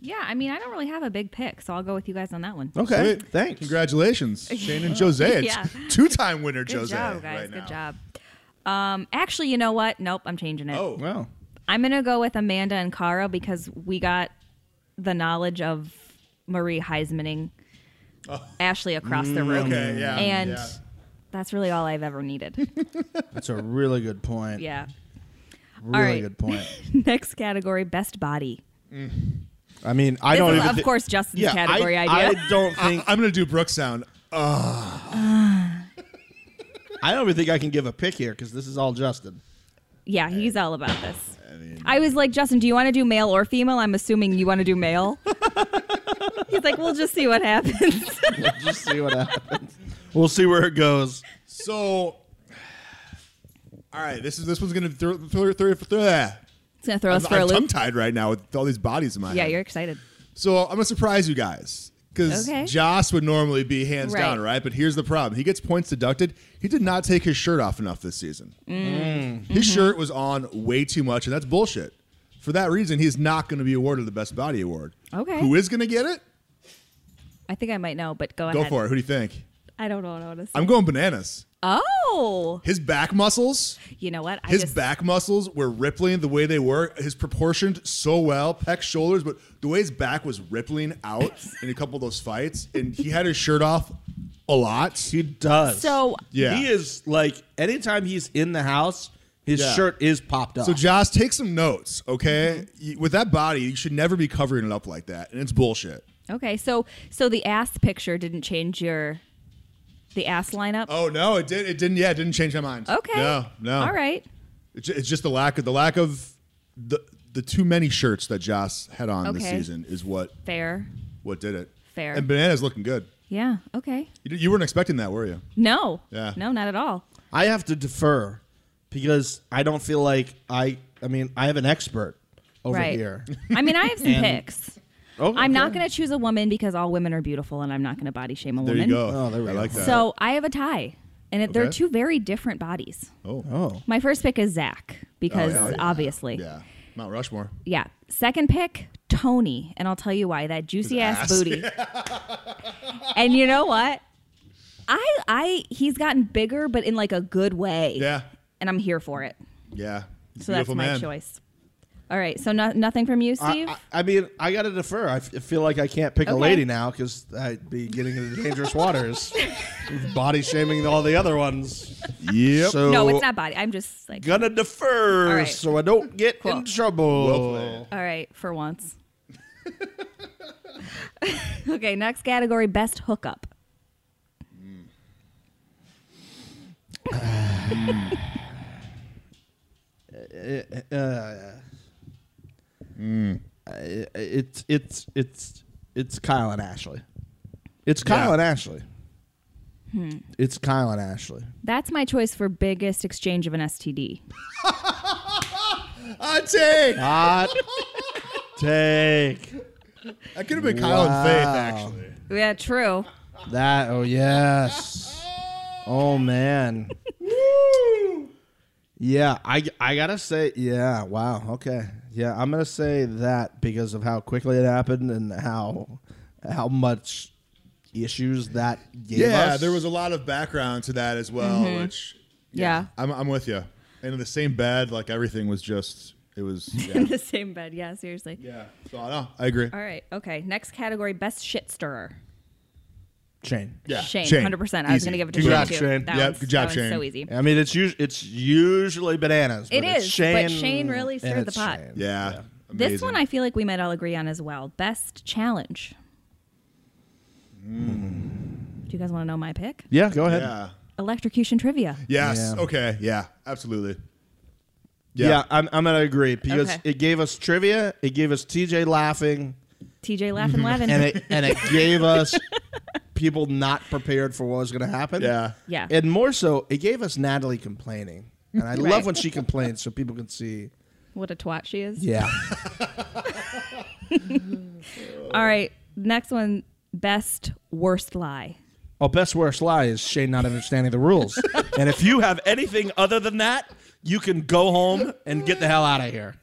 [SPEAKER 2] Yeah, I mean, I don't really have a big pick, so I'll go with you guys on that one.
[SPEAKER 1] Okay.
[SPEAKER 3] Sweet.
[SPEAKER 1] Thanks.
[SPEAKER 3] Congratulations, Shane and Jose. It's
[SPEAKER 2] Yeah.
[SPEAKER 3] two-time winner
[SPEAKER 2] Good
[SPEAKER 3] Jose.
[SPEAKER 2] job, guys.
[SPEAKER 3] right
[SPEAKER 2] Good
[SPEAKER 3] now.
[SPEAKER 2] job. Um, actually, you know what? Nope, I'm changing it.
[SPEAKER 3] Oh,
[SPEAKER 1] Wow.
[SPEAKER 2] I'm gonna go with Amanda and Cara because we got the knowledge of Marie Heismaning
[SPEAKER 1] Oh.
[SPEAKER 2] Ashley across the room,
[SPEAKER 3] okay, yeah,
[SPEAKER 2] and
[SPEAKER 3] yeah.
[SPEAKER 2] that's really all I've ever needed.
[SPEAKER 1] That's a really good point.
[SPEAKER 2] yeah.
[SPEAKER 1] Really
[SPEAKER 2] right.
[SPEAKER 1] good point.
[SPEAKER 2] Next category, best body.
[SPEAKER 1] I mean, I
[SPEAKER 2] This
[SPEAKER 1] don't
[SPEAKER 2] is,
[SPEAKER 1] even
[SPEAKER 2] of
[SPEAKER 1] thi-
[SPEAKER 2] course, Justin's
[SPEAKER 1] yeah,
[SPEAKER 2] category
[SPEAKER 1] I,
[SPEAKER 2] idea.
[SPEAKER 1] I don't think
[SPEAKER 3] I'm gonna do Brooke sound.
[SPEAKER 1] I don't even think I can give a pick here because this is all Justin.
[SPEAKER 2] yeah, he's all about this.
[SPEAKER 3] I mean,
[SPEAKER 2] I was like, Justin, do you want to do male or female? I'm assuming you want to do male. he's like, we'll just see what happens.
[SPEAKER 1] We'll just see what happens. We'll see where it goes.
[SPEAKER 3] so. All right, this is this one's gonna throw throw throw throw.
[SPEAKER 2] it's gonna throw us for
[SPEAKER 3] I'm
[SPEAKER 2] a
[SPEAKER 3] tongue
[SPEAKER 2] loop.
[SPEAKER 3] tied right now with all these bodies in my
[SPEAKER 2] Yeah,
[SPEAKER 3] head.
[SPEAKER 2] you're excited.
[SPEAKER 3] So I'm gonna surprise you guys because
[SPEAKER 2] Okay.
[SPEAKER 3] Joss would normally be hands
[SPEAKER 2] Right.
[SPEAKER 3] down, right? But here's the problem: he gets points deducted. He did not take his shirt off enough this season.
[SPEAKER 2] Mm. Mm-hmm.
[SPEAKER 3] His shirt was on way too much, and that's bullshit. For that reason, he's not going to be awarded the Best Body Award.
[SPEAKER 2] Okay.
[SPEAKER 3] Who is going to get it?
[SPEAKER 2] I think I might know, but go,
[SPEAKER 3] Go
[SPEAKER 2] ahead.
[SPEAKER 3] for it. Who do you think?
[SPEAKER 2] I don't know what I want to say.
[SPEAKER 3] I'm going bananas.
[SPEAKER 2] oh,
[SPEAKER 3] His back muscles,
[SPEAKER 2] you know what? I
[SPEAKER 3] his
[SPEAKER 2] just,
[SPEAKER 3] back muscles were rippling the way they were. His proportioned so well, pec, shoulders, but the way his back was rippling out in a couple of those fights, and he had his shirt off a lot.
[SPEAKER 1] He does.
[SPEAKER 2] So
[SPEAKER 3] Yeah.
[SPEAKER 1] he is like anytime he's in the house, his
[SPEAKER 3] Yeah.
[SPEAKER 1] shirt is popped up.
[SPEAKER 3] So Josh, take some notes, okay? You- With that body, you should never be covering it up like that, and it's bullshit.
[SPEAKER 2] okay, so so the ass picture didn't change your the ass lineup.
[SPEAKER 3] Oh no, it did. It didn't. Yeah, it didn't change my mind.
[SPEAKER 2] okay.
[SPEAKER 3] No, no.
[SPEAKER 2] All right.
[SPEAKER 3] It's ju- It's just the lack of the lack of the the too many shirts that Joss had on this
[SPEAKER 2] Okay.
[SPEAKER 3] season is what
[SPEAKER 2] Fair.
[SPEAKER 3] what did it.
[SPEAKER 2] Fair.
[SPEAKER 3] And bananas looking good.
[SPEAKER 2] Yeah. Okay.
[SPEAKER 3] You, you weren't expecting that, were you?
[SPEAKER 2] No.
[SPEAKER 3] Yeah.
[SPEAKER 2] No, not at all.
[SPEAKER 1] I have to defer because I don't feel like I. I mean, I have an expert over
[SPEAKER 2] right.
[SPEAKER 1] here.
[SPEAKER 2] I mean, I have some
[SPEAKER 1] And-
[SPEAKER 2] picks.
[SPEAKER 1] Oh,
[SPEAKER 2] I'm not
[SPEAKER 1] okay.
[SPEAKER 2] going to choose a woman because all women are beautiful, and I'm not going to body shame a
[SPEAKER 3] There
[SPEAKER 2] woman.
[SPEAKER 3] you go.
[SPEAKER 1] Oh, there we
[SPEAKER 3] I
[SPEAKER 1] go.
[SPEAKER 3] like that.
[SPEAKER 2] So I have a tie, and it, they're
[SPEAKER 3] Okay.
[SPEAKER 2] two very different bodies.
[SPEAKER 3] oh,
[SPEAKER 1] Oh,
[SPEAKER 2] My first pick is Zach because
[SPEAKER 3] yeah, yeah.
[SPEAKER 2] obviously,
[SPEAKER 3] yeah, Mount Rushmore.
[SPEAKER 2] Yeah. Second pick, Tony, and I'll tell you why that juicy ass,
[SPEAKER 3] ass.
[SPEAKER 2] booty. and you know what? I I he's gotten bigger, but in like a good way.
[SPEAKER 3] Yeah,
[SPEAKER 2] And I'm here for it.
[SPEAKER 3] yeah. He's a
[SPEAKER 2] So that's
[SPEAKER 3] beautiful
[SPEAKER 2] my
[SPEAKER 3] man.
[SPEAKER 2] choice. All right. So no, nothing from you,
[SPEAKER 1] I,
[SPEAKER 2] Steve.
[SPEAKER 1] I, I mean, I got to defer. I f- feel like I can't pick a
[SPEAKER 2] Okay.
[SPEAKER 1] lady now because I'd be getting into dangerous waters, body shaming all the other ones.
[SPEAKER 3] Yep.
[SPEAKER 1] So
[SPEAKER 2] no, it's not body. I'm just like
[SPEAKER 1] Gonna defer
[SPEAKER 2] All right.
[SPEAKER 1] so I don't get
[SPEAKER 2] Cool.
[SPEAKER 1] in trouble.
[SPEAKER 3] Well played.
[SPEAKER 2] all right for once. okay. Next category: best hookup.
[SPEAKER 1] I- it's it's it's it's Kyle and Ashley. It's Kyle
[SPEAKER 3] Yeah.
[SPEAKER 1] and Ashley.
[SPEAKER 2] Hmm.
[SPEAKER 1] It's Kyle and Ashley.
[SPEAKER 2] That's my choice for biggest exchange of an STD.
[SPEAKER 3] Hot take.
[SPEAKER 1] Hot take
[SPEAKER 3] That could have been Kyle
[SPEAKER 1] Wow.
[SPEAKER 3] and Faith actually.
[SPEAKER 2] Yeah, true.
[SPEAKER 1] that. Oh yes. Oh man. Yeah, I, I gotta say, yeah, wow, okay, yeah, I'm gonna say that because of how quickly it happened and how how much issues that gave
[SPEAKER 3] Yeah,
[SPEAKER 1] us.
[SPEAKER 3] there was a lot of background to that as well, which
[SPEAKER 2] Mm-hmm. Yeah.
[SPEAKER 3] I'm, I'm with you. And in the same bed, like everything was just it was.
[SPEAKER 2] In
[SPEAKER 3] Yeah.
[SPEAKER 2] the same bed. Yeah. Seriously.
[SPEAKER 3] yeah. So I know. I agree.
[SPEAKER 2] All right. Okay. Next category: best shit stirrer.
[SPEAKER 1] Shane.
[SPEAKER 3] Yeah.
[SPEAKER 2] Shane,
[SPEAKER 3] Shane.
[SPEAKER 2] hundred percent. I was
[SPEAKER 3] Easy.
[SPEAKER 2] going to give it to
[SPEAKER 1] Good
[SPEAKER 2] Shane
[SPEAKER 1] job,
[SPEAKER 2] too.
[SPEAKER 1] Shane.
[SPEAKER 2] That
[SPEAKER 3] Yep,
[SPEAKER 2] one's-
[SPEAKER 3] good job,
[SPEAKER 2] that one's
[SPEAKER 3] Shane.
[SPEAKER 2] so easy.
[SPEAKER 1] I mean, it's usually it's usually bananas.
[SPEAKER 2] It
[SPEAKER 1] but it's
[SPEAKER 2] is,
[SPEAKER 1] Shane,
[SPEAKER 2] but Shane really
[SPEAKER 1] and
[SPEAKER 2] stirred
[SPEAKER 1] it's
[SPEAKER 2] the pot.
[SPEAKER 1] Shane.
[SPEAKER 3] Yeah.
[SPEAKER 2] This
[SPEAKER 3] Amazing.
[SPEAKER 2] one I feel like we might all agree on as well. Best challenge.
[SPEAKER 3] Hmm.
[SPEAKER 2] Do you guys want to know my pick?
[SPEAKER 1] Yeah, go ahead. Yeah,
[SPEAKER 3] Yeah.
[SPEAKER 2] Electrocution trivia.
[SPEAKER 3] Yes.
[SPEAKER 1] Yeah.
[SPEAKER 3] Okay. Yeah. Absolutely.
[SPEAKER 1] I'm, I'm gonna agree because
[SPEAKER 2] Okay.
[SPEAKER 1] it gave us trivia, it gave us TJ laughing,
[SPEAKER 2] TJ laughing, laughing.
[SPEAKER 1] and it and it gave us people not prepared for what was gonna happen.
[SPEAKER 3] Yeah.
[SPEAKER 2] Yeah.
[SPEAKER 1] and more so, it gave us Natalie complaining, and I
[SPEAKER 2] Right.
[SPEAKER 1] love when she complains so people can see.
[SPEAKER 2] what a twat she is.
[SPEAKER 1] Yeah,
[SPEAKER 2] All right. Next one. Best worst lie.
[SPEAKER 1] well, best worst lie is Shane not understanding the rules, and if you have anything other than that, you can go home and get the hell out of here.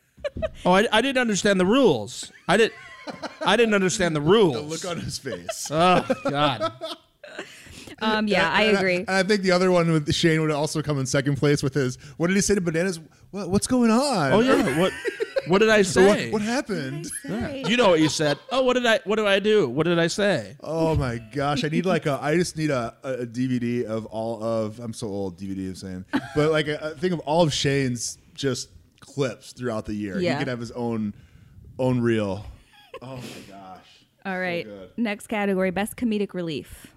[SPEAKER 1] Oh, I, I didn't understand the rules. I did. I didn't understand the rules.
[SPEAKER 3] Look on his face.
[SPEAKER 1] Oh God!
[SPEAKER 2] Um. Yeah, I agree.
[SPEAKER 3] And I think the other one with Shane would also come in second place with his. What did he say to bananas? What, what's going on?
[SPEAKER 1] Oh yeah. What? What did I say?
[SPEAKER 3] What, what happened?
[SPEAKER 2] Sorry.
[SPEAKER 1] you know what you said. Oh, what did I? What do I do? What did I say?
[SPEAKER 3] Oh my gosh! I need like a. I just need a, a DVD of all of. I'm so old. DVD. I'm saying, but like a, a thing of all of Shane's just clips throughout the year.
[SPEAKER 2] Yeah.
[SPEAKER 3] He could have his own own reel. Oh my gosh!
[SPEAKER 2] All right.
[SPEAKER 3] good.
[SPEAKER 2] Next category. Best comedic relief.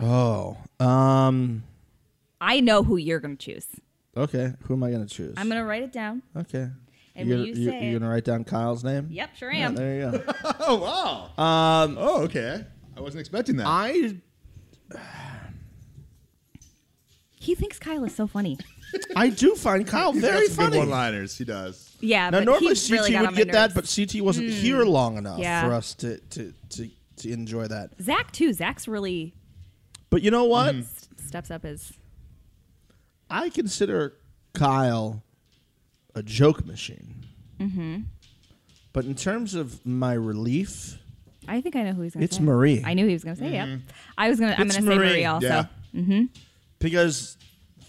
[SPEAKER 1] Oh. Um.
[SPEAKER 2] I know who you're going to choose.
[SPEAKER 1] Okay. Who am I gonna choose?
[SPEAKER 2] I'm going to write it down.
[SPEAKER 1] okay.
[SPEAKER 2] And
[SPEAKER 1] you're,
[SPEAKER 2] will you
[SPEAKER 1] you're,
[SPEAKER 2] say
[SPEAKER 1] you're
[SPEAKER 2] it?
[SPEAKER 1] gonna write down Kyle's name.
[SPEAKER 2] Yep, sure
[SPEAKER 1] Yeah,
[SPEAKER 2] am.
[SPEAKER 1] there you go.
[SPEAKER 3] Oh wow!
[SPEAKER 1] um.
[SPEAKER 3] oh okay. I wasn't expecting that.
[SPEAKER 1] I.
[SPEAKER 2] He thinks Kyle is so funny.
[SPEAKER 1] I do find Kyle
[SPEAKER 3] He's got
[SPEAKER 1] very
[SPEAKER 3] some
[SPEAKER 1] funny.
[SPEAKER 3] Good one-liners. He does.
[SPEAKER 2] Yeah,
[SPEAKER 1] Now
[SPEAKER 2] but
[SPEAKER 1] normally
[SPEAKER 2] he
[SPEAKER 1] CT
[SPEAKER 2] really got on
[SPEAKER 1] would
[SPEAKER 2] my
[SPEAKER 1] get that,
[SPEAKER 2] nerves. Hmm.
[SPEAKER 1] but CT wasn't here long enough
[SPEAKER 2] Yeah.
[SPEAKER 1] for us to to to to enjoy that.
[SPEAKER 2] Zach too. Zach's really
[SPEAKER 1] But you know what?
[SPEAKER 2] s- steps up his.
[SPEAKER 1] I consider Kyle a joke machine. Mm-hmm. But in terms of my relief,
[SPEAKER 2] I think I know who he's going to.
[SPEAKER 1] it's Marie
[SPEAKER 2] I knew he was going to say
[SPEAKER 3] Mm-hmm.
[SPEAKER 2] yep. I was going to. I'm
[SPEAKER 1] It's
[SPEAKER 2] going to say Marie
[SPEAKER 1] Marie,
[SPEAKER 2] also.
[SPEAKER 3] Yeah.
[SPEAKER 1] because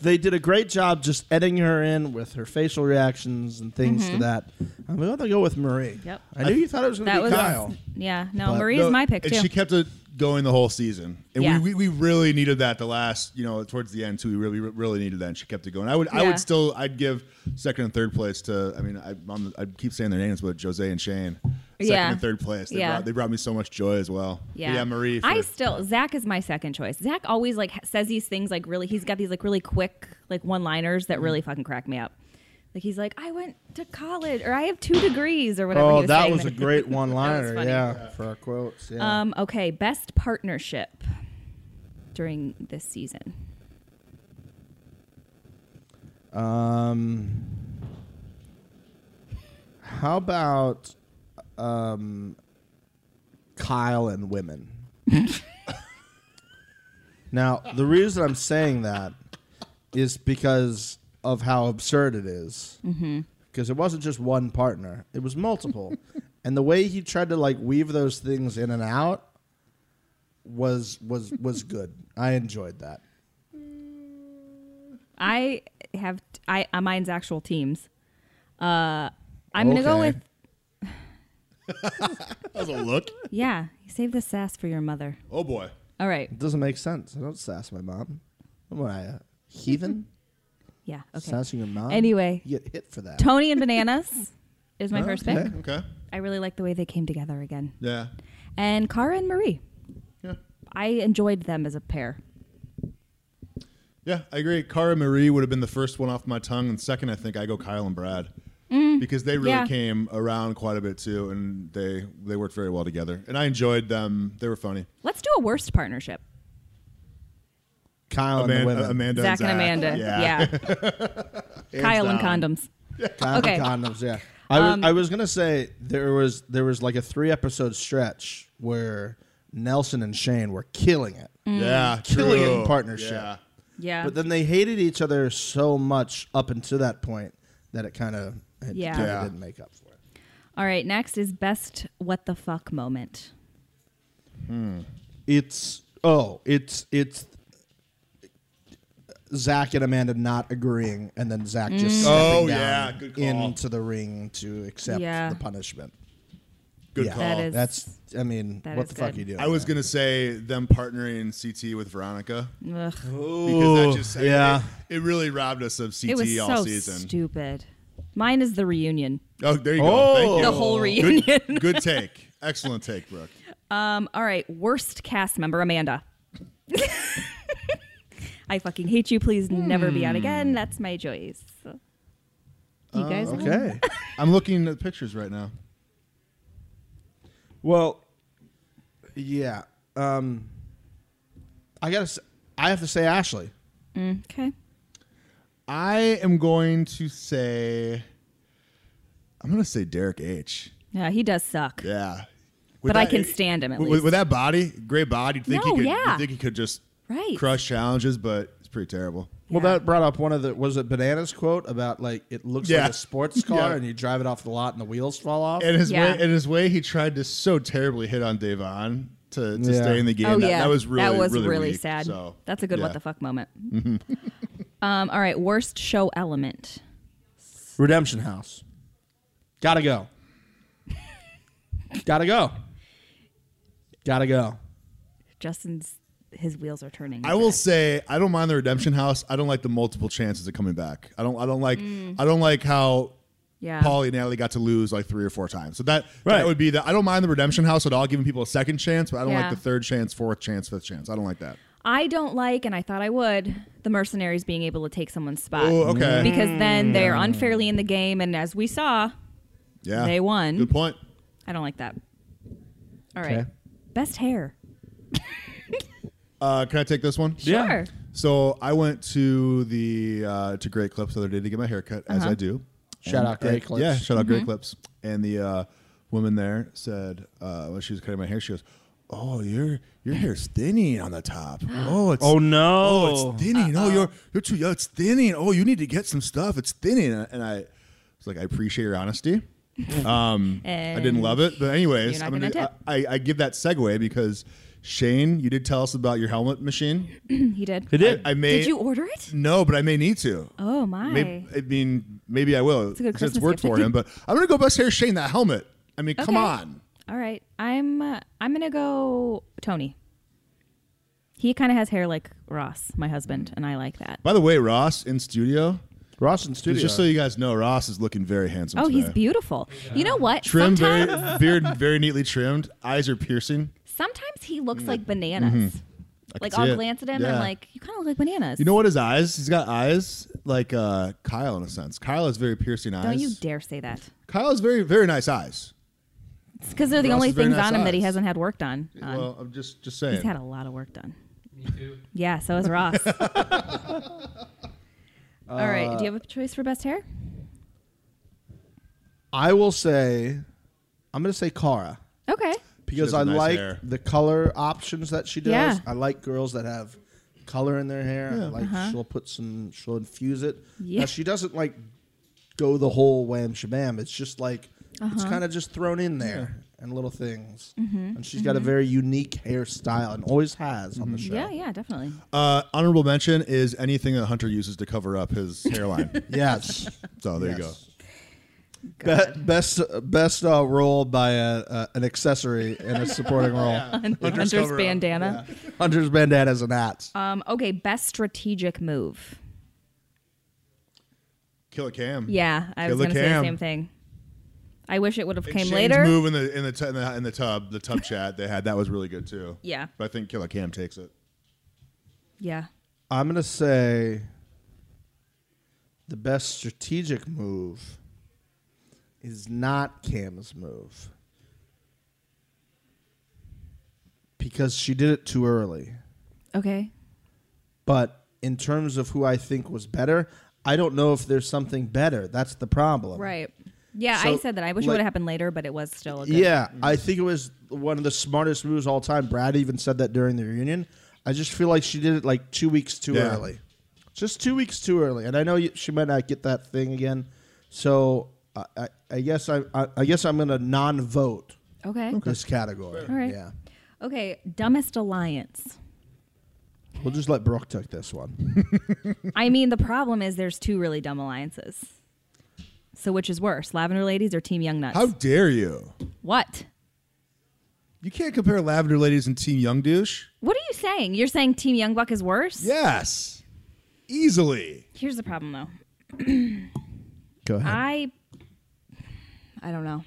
[SPEAKER 1] they did a great job just editing her in with her facial reactions and things to that. I'm going to go with Marie.
[SPEAKER 2] Mm-hmm. Yep.
[SPEAKER 1] I knew you thought it was going to
[SPEAKER 2] That
[SPEAKER 1] be
[SPEAKER 2] was
[SPEAKER 1] Kyle.
[SPEAKER 2] Yeah. No,
[SPEAKER 1] But-
[SPEAKER 2] Marie
[SPEAKER 3] No,
[SPEAKER 2] is my pick
[SPEAKER 3] and
[SPEAKER 2] too.
[SPEAKER 3] she kept it going the whole season, and
[SPEAKER 2] Yeah.
[SPEAKER 3] we, we we really needed that the last you know towards the end too. We really really needed that, and she kept it going. I would I
[SPEAKER 2] Yeah.
[SPEAKER 3] would still I'd give second and third place to. I mean I on the, I keep saying their names, but Jose and Shane. Second
[SPEAKER 2] Yeah.
[SPEAKER 3] and third place. They,
[SPEAKER 2] Yeah.
[SPEAKER 3] brought, they brought me so much joy as well. But
[SPEAKER 2] yeah.
[SPEAKER 3] yeah, Marie. For,
[SPEAKER 2] I still Zach is my second choice. Zach always
[SPEAKER 1] Mm-hmm.
[SPEAKER 2] like ha- says these things like really. He's got these like really quick like one liners that really fucking crack me up. Like he's like, I went to college, or I have two degrees, or whatever. he
[SPEAKER 1] Oh,
[SPEAKER 2] was
[SPEAKER 1] that
[SPEAKER 2] saying.
[SPEAKER 1] was a great one liner.
[SPEAKER 2] funny.
[SPEAKER 1] yeah, for our quotes. Yeah.
[SPEAKER 2] Um, okay, best partnership during this season.
[SPEAKER 1] Um, how about um, Kyle and women? now, the reason I'm saying that is because of how absurd it is. Because it wasn't just one partner; it was multiple, and the way he tried to like weave those things in and out was was was good. I enjoyed that.
[SPEAKER 2] I have I uh, mine's actual teams. Uh, I'm gonna go
[SPEAKER 1] Okay.
[SPEAKER 2] with
[SPEAKER 3] That was a look.
[SPEAKER 2] yeah. Save the sass for your mother.
[SPEAKER 3] Oh boy.
[SPEAKER 2] All right.
[SPEAKER 1] It doesn't make sense. I don't sass my mom. What am I, a heathen?
[SPEAKER 2] Yeah. Okay.
[SPEAKER 1] Sassing your mom?
[SPEAKER 2] Anyway.
[SPEAKER 1] You get hit for that.
[SPEAKER 2] Tony and Bananas is
[SPEAKER 1] Oh,
[SPEAKER 2] my first pick.
[SPEAKER 3] Okay.
[SPEAKER 2] I really like the way they came together again.
[SPEAKER 3] Yeah.
[SPEAKER 2] And Cara and Marie.
[SPEAKER 3] Yeah.
[SPEAKER 2] I enjoyed them as a pair.
[SPEAKER 3] Yeah, I agree. Cara Marie would have been the first one off my tongue, and second, I think I go Kyle and Brad because they really
[SPEAKER 2] Mm. yeah.
[SPEAKER 3] came around quite a bit too, and they they worked very well together. And I enjoyed them; they were funny.
[SPEAKER 2] Let's do a worst partnership.
[SPEAKER 1] Kyle and the
[SPEAKER 3] Amanda,
[SPEAKER 1] women.
[SPEAKER 3] Amanda
[SPEAKER 2] Zach, and
[SPEAKER 3] Zach.
[SPEAKER 2] Amanda.
[SPEAKER 3] Yeah.
[SPEAKER 2] Yeah. Kyle and
[SPEAKER 3] down.
[SPEAKER 2] condoms.
[SPEAKER 1] Kyle
[SPEAKER 2] Okay. Um,
[SPEAKER 1] and condoms, yeah. I was, I was gonna say there was there was like a three episode stretch where Nelson and Shane were killing it,
[SPEAKER 2] Mm.
[SPEAKER 3] Yeah,
[SPEAKER 1] killing it
[SPEAKER 3] true.
[SPEAKER 1] in partnership.
[SPEAKER 3] Yeah.
[SPEAKER 2] Yeah.
[SPEAKER 1] But then they hated each other so much up until that point that it kind of
[SPEAKER 2] Yeah.
[SPEAKER 3] Yeah.
[SPEAKER 1] didn't make up for it.
[SPEAKER 2] All right, next is best what the fuck moment.
[SPEAKER 1] It's oh, it's it's Zach and Amanda not agreeing, and then Zach
[SPEAKER 2] Mm.
[SPEAKER 1] just stepping
[SPEAKER 3] Oh,
[SPEAKER 1] down
[SPEAKER 3] yeah, good call.
[SPEAKER 1] into the ring to accept
[SPEAKER 2] Yeah.
[SPEAKER 1] the punishment.
[SPEAKER 3] Good
[SPEAKER 1] Yeah.
[SPEAKER 3] call.
[SPEAKER 2] That is-
[SPEAKER 1] That's I mean,
[SPEAKER 2] That
[SPEAKER 1] what
[SPEAKER 2] is
[SPEAKER 1] the fuck
[SPEAKER 2] good.
[SPEAKER 1] you doing?
[SPEAKER 3] I was
[SPEAKER 1] man?
[SPEAKER 3] gonna say them partnering CT with Veronica
[SPEAKER 2] Ugh.
[SPEAKER 3] because
[SPEAKER 1] Ooh,
[SPEAKER 3] that just
[SPEAKER 1] yeah.
[SPEAKER 3] it, it really robbed us of CT
[SPEAKER 2] It was
[SPEAKER 3] E all
[SPEAKER 2] so
[SPEAKER 3] season.
[SPEAKER 2] stupid. Mine is the reunion.
[SPEAKER 3] Oh, there you
[SPEAKER 1] Oh.
[SPEAKER 3] go. Thank you.
[SPEAKER 2] The whole reunion.
[SPEAKER 3] Good, good take. Excellent take, Brooke.
[SPEAKER 2] Um, all right, worst cast member, Amanda. I fucking hate you. Please never be out
[SPEAKER 3] Hmm.
[SPEAKER 2] again. That's my choice. You
[SPEAKER 3] Uh,
[SPEAKER 2] guys know?
[SPEAKER 1] Okay.
[SPEAKER 3] I'm looking at pictures right now.
[SPEAKER 1] well, yeah. Um, I gotta. s- I have to say Ashley.
[SPEAKER 2] mm, Okay.
[SPEAKER 3] I am going to say. I'm going to say Derek H.
[SPEAKER 2] Yeah, he does suck.
[SPEAKER 3] Yeah.
[SPEAKER 2] But I can stand him at
[SPEAKER 3] with,
[SPEAKER 2] least.
[SPEAKER 3] with that body, great body. You'd think
[SPEAKER 2] No,
[SPEAKER 3] he could,
[SPEAKER 2] yeah.
[SPEAKER 3] you'd think he could just
[SPEAKER 2] Right.
[SPEAKER 3] crush challenges, but it's pretty terrible.
[SPEAKER 1] Well,
[SPEAKER 2] Yeah.
[SPEAKER 1] that brought up one of the was it bananas quote about like it looks
[SPEAKER 3] Yeah.
[SPEAKER 1] like a sports car
[SPEAKER 3] Yeah.
[SPEAKER 1] and you drive it off the lot and the wheels fall off.
[SPEAKER 3] And his
[SPEAKER 2] Yeah.
[SPEAKER 3] way, and his way, he tried to so terribly hit on Devon to, to
[SPEAKER 1] Yeah.
[SPEAKER 3] stay in the game.
[SPEAKER 2] Oh
[SPEAKER 3] that,
[SPEAKER 2] yeah,
[SPEAKER 3] that was really
[SPEAKER 2] that was
[SPEAKER 3] really,
[SPEAKER 2] really,
[SPEAKER 3] weak,
[SPEAKER 2] sad.
[SPEAKER 3] So
[SPEAKER 2] That's a good
[SPEAKER 3] yeah. Mm-hmm.
[SPEAKER 2] what the fuck moment. um, all right, worst show element.
[SPEAKER 1] Redemption House. Gotta go. Gotta go. Gotta go.
[SPEAKER 2] Justin's his wheels are turning.
[SPEAKER 3] I will say I don't mind the Redemption House. I don't like the multiple chances of coming back. I don't. I don't like.
[SPEAKER 2] Mm.
[SPEAKER 3] I don't like how.
[SPEAKER 2] Yeah.
[SPEAKER 3] Paulie and Natalie got to lose like three or four times. So that
[SPEAKER 1] Right.
[SPEAKER 3] that would be the I don't mind the redemption house at all, giving people a second chance, but I don't
[SPEAKER 2] Yeah.
[SPEAKER 3] like the third chance, fourth chance, fifth chance. I don't like that.
[SPEAKER 2] I don't like, and I thought I would, the mercenaries being able to take someone's spot.
[SPEAKER 3] Oh, Mm. okay.
[SPEAKER 2] Because then they're unfairly in the game, and as we saw,
[SPEAKER 3] Yeah.
[SPEAKER 2] They won.
[SPEAKER 3] Good point.
[SPEAKER 2] I don't like that. All right,
[SPEAKER 1] Okay.
[SPEAKER 2] best hair.
[SPEAKER 3] Uh, can I take this one?
[SPEAKER 1] Yeah.
[SPEAKER 2] Sure.
[SPEAKER 3] So I went to the uh, to Great Clips the other day to get my haircut, as
[SPEAKER 2] Uh-huh.
[SPEAKER 3] I do.
[SPEAKER 1] Shout out Great
[SPEAKER 3] uh,
[SPEAKER 1] Clips.
[SPEAKER 3] Yeah, shout out
[SPEAKER 2] Mm-hmm.
[SPEAKER 3] Great Clips. And the uh, woman there said uh, when she was cutting my hair, she goes, "Oh, your your hair's thinning on the top. Oh, it's
[SPEAKER 1] no.
[SPEAKER 3] Oh, it's thinning. Oh,
[SPEAKER 2] uh-uh.
[SPEAKER 3] you're you're too young. It's thinning. Oh, you need to get some stuff. It's thinning. And I- And I was like, I appreciate your honesty. Um, I didn't
[SPEAKER 2] And
[SPEAKER 3] love it, but anyways,
[SPEAKER 2] you're not
[SPEAKER 3] I'm gonna,
[SPEAKER 2] gonna tip.
[SPEAKER 3] I, I, I give that segue because Shane, you did tell us about your helmet machine.
[SPEAKER 2] he did.
[SPEAKER 1] He did.
[SPEAKER 3] I may
[SPEAKER 2] Did you order it?
[SPEAKER 3] no, but I may need to.
[SPEAKER 2] Oh my.
[SPEAKER 3] Maybe, I mean, maybe I will. It's
[SPEAKER 2] a good Christmas
[SPEAKER 3] worked
[SPEAKER 2] gift.
[SPEAKER 3] for him, but I'm gonna go best hair Shane that helmet. I mean, come
[SPEAKER 2] Okay.
[SPEAKER 3] on.
[SPEAKER 2] All right, I'm uh, I'm gonna go Tony. He kind of has hair like Ross, my husband, and I like that.
[SPEAKER 3] By the way, Ross in studio.
[SPEAKER 1] Ross in studio.
[SPEAKER 3] Just so you guys know, Ross is looking very handsome.
[SPEAKER 2] Oh, he's
[SPEAKER 3] today.
[SPEAKER 2] beautiful. You know what?
[SPEAKER 3] trimmed, very,
[SPEAKER 2] sometimes,
[SPEAKER 3] beard very neatly trimmed. Eyes are piercing.
[SPEAKER 2] sometimes he looks like bananas.
[SPEAKER 3] Mm-hmm. I can
[SPEAKER 2] Like
[SPEAKER 3] see
[SPEAKER 2] I'll
[SPEAKER 3] it.
[SPEAKER 2] glance at him and
[SPEAKER 3] Yeah.
[SPEAKER 2] I'm like, you kind of look like bananas.
[SPEAKER 3] You know what? His eyes. He's got eyes like uh, Kyle in a sense. Kyle has very piercing eyes.
[SPEAKER 2] Don't you dare say that.
[SPEAKER 3] Kyle has very very nice eyes.
[SPEAKER 2] It's because they're the
[SPEAKER 3] Ross
[SPEAKER 2] only
[SPEAKER 3] is very
[SPEAKER 2] things
[SPEAKER 3] nice
[SPEAKER 2] on him that he
[SPEAKER 3] eyes.
[SPEAKER 2] hasn't had work done. on.
[SPEAKER 3] Well, I'm just just
[SPEAKER 2] He's
[SPEAKER 3] saying.
[SPEAKER 2] had a lot of work done.
[SPEAKER 4] Me too.
[SPEAKER 2] Yeah, so is Ross. All right.
[SPEAKER 3] Uh,
[SPEAKER 2] Do you have a choice for best hair?
[SPEAKER 1] I will say, I'm going to say Kara
[SPEAKER 2] Okay.
[SPEAKER 1] because
[SPEAKER 3] has
[SPEAKER 1] I
[SPEAKER 3] nice
[SPEAKER 1] like
[SPEAKER 3] hair.
[SPEAKER 1] the color options that she does.
[SPEAKER 2] Yeah.
[SPEAKER 1] I like girls that have color in their hair. I like she'll put some, she'll infuse it.
[SPEAKER 2] Uh-huh. Yeah.
[SPEAKER 1] Now, she doesn't like go the whole wham shabam. It's just like it's
[SPEAKER 2] Uh-huh.
[SPEAKER 1] kind of just thrown in there and little things.
[SPEAKER 2] Mm-hmm.
[SPEAKER 1] And she's got a very unique hairstyle and always has on the
[SPEAKER 3] Mm-hmm.
[SPEAKER 1] show.
[SPEAKER 2] Yeah, yeah, definitely.
[SPEAKER 3] Uh, honorable mention is anything that Hunter uses to cover up his hairline.
[SPEAKER 1] Yes.
[SPEAKER 3] so there you go.
[SPEAKER 1] Yes. Be- best best uh, role by a, uh, an accessory in a supporting role.
[SPEAKER 2] Hunter's,
[SPEAKER 3] cover up.
[SPEAKER 2] bandana.
[SPEAKER 1] Hunter's bandanas and hats.
[SPEAKER 2] Um, okay, best strategic move.
[SPEAKER 3] Killer Cam.
[SPEAKER 2] Yeah, I was
[SPEAKER 3] Killer
[SPEAKER 2] going to say the
[SPEAKER 3] Cam.
[SPEAKER 2] same thing. I wish it would have
[SPEAKER 3] And
[SPEAKER 2] came
[SPEAKER 3] Shane's
[SPEAKER 2] later.
[SPEAKER 3] move in the in the, tu- in the in the tub, the tub chat they had that was really good too.
[SPEAKER 2] Yeah.
[SPEAKER 3] but I think Killer Cam takes it.
[SPEAKER 2] Yeah.
[SPEAKER 1] I'm gonna say the best strategic move is not Cam's move because she did it too early.
[SPEAKER 2] Okay.
[SPEAKER 1] But in terms of who I think was better, I don't know if there's something better. That's the problem.
[SPEAKER 2] Right. Yeah, I
[SPEAKER 1] So,
[SPEAKER 2] said that. I wish it
[SPEAKER 1] like-
[SPEAKER 2] would have happened later, but it was still a good.
[SPEAKER 1] Yeah, I
[SPEAKER 2] Mm-hmm.
[SPEAKER 1] think it was one of the smartest moves all time. Brad even said that during the reunion. I just feel like she did it like two weeks too
[SPEAKER 3] Yeah.
[SPEAKER 1] early, just two weeks too early. And I know you, she might not get that thing again, so I, I, I guess I, I, I guess I'm gonna non-vote
[SPEAKER 2] Okay.
[SPEAKER 1] this category.
[SPEAKER 2] All right.
[SPEAKER 1] Yeah,
[SPEAKER 2] Okay. Dumbest alliance.
[SPEAKER 1] we'll just let Brooke take this one.
[SPEAKER 2] I mean, the problem is there's two really dumb alliances. So which is worse, Lavender Ladies or Team Young Nuts?
[SPEAKER 3] How dare you?
[SPEAKER 2] what?
[SPEAKER 3] You can't compare Lavender Ladies and Team Young Douche.
[SPEAKER 2] What are you saying? You're saying Team Young Buck is worse?
[SPEAKER 3] Yes, easily.
[SPEAKER 2] Here's the problem though.
[SPEAKER 1] Go ahead.
[SPEAKER 2] I I don't know.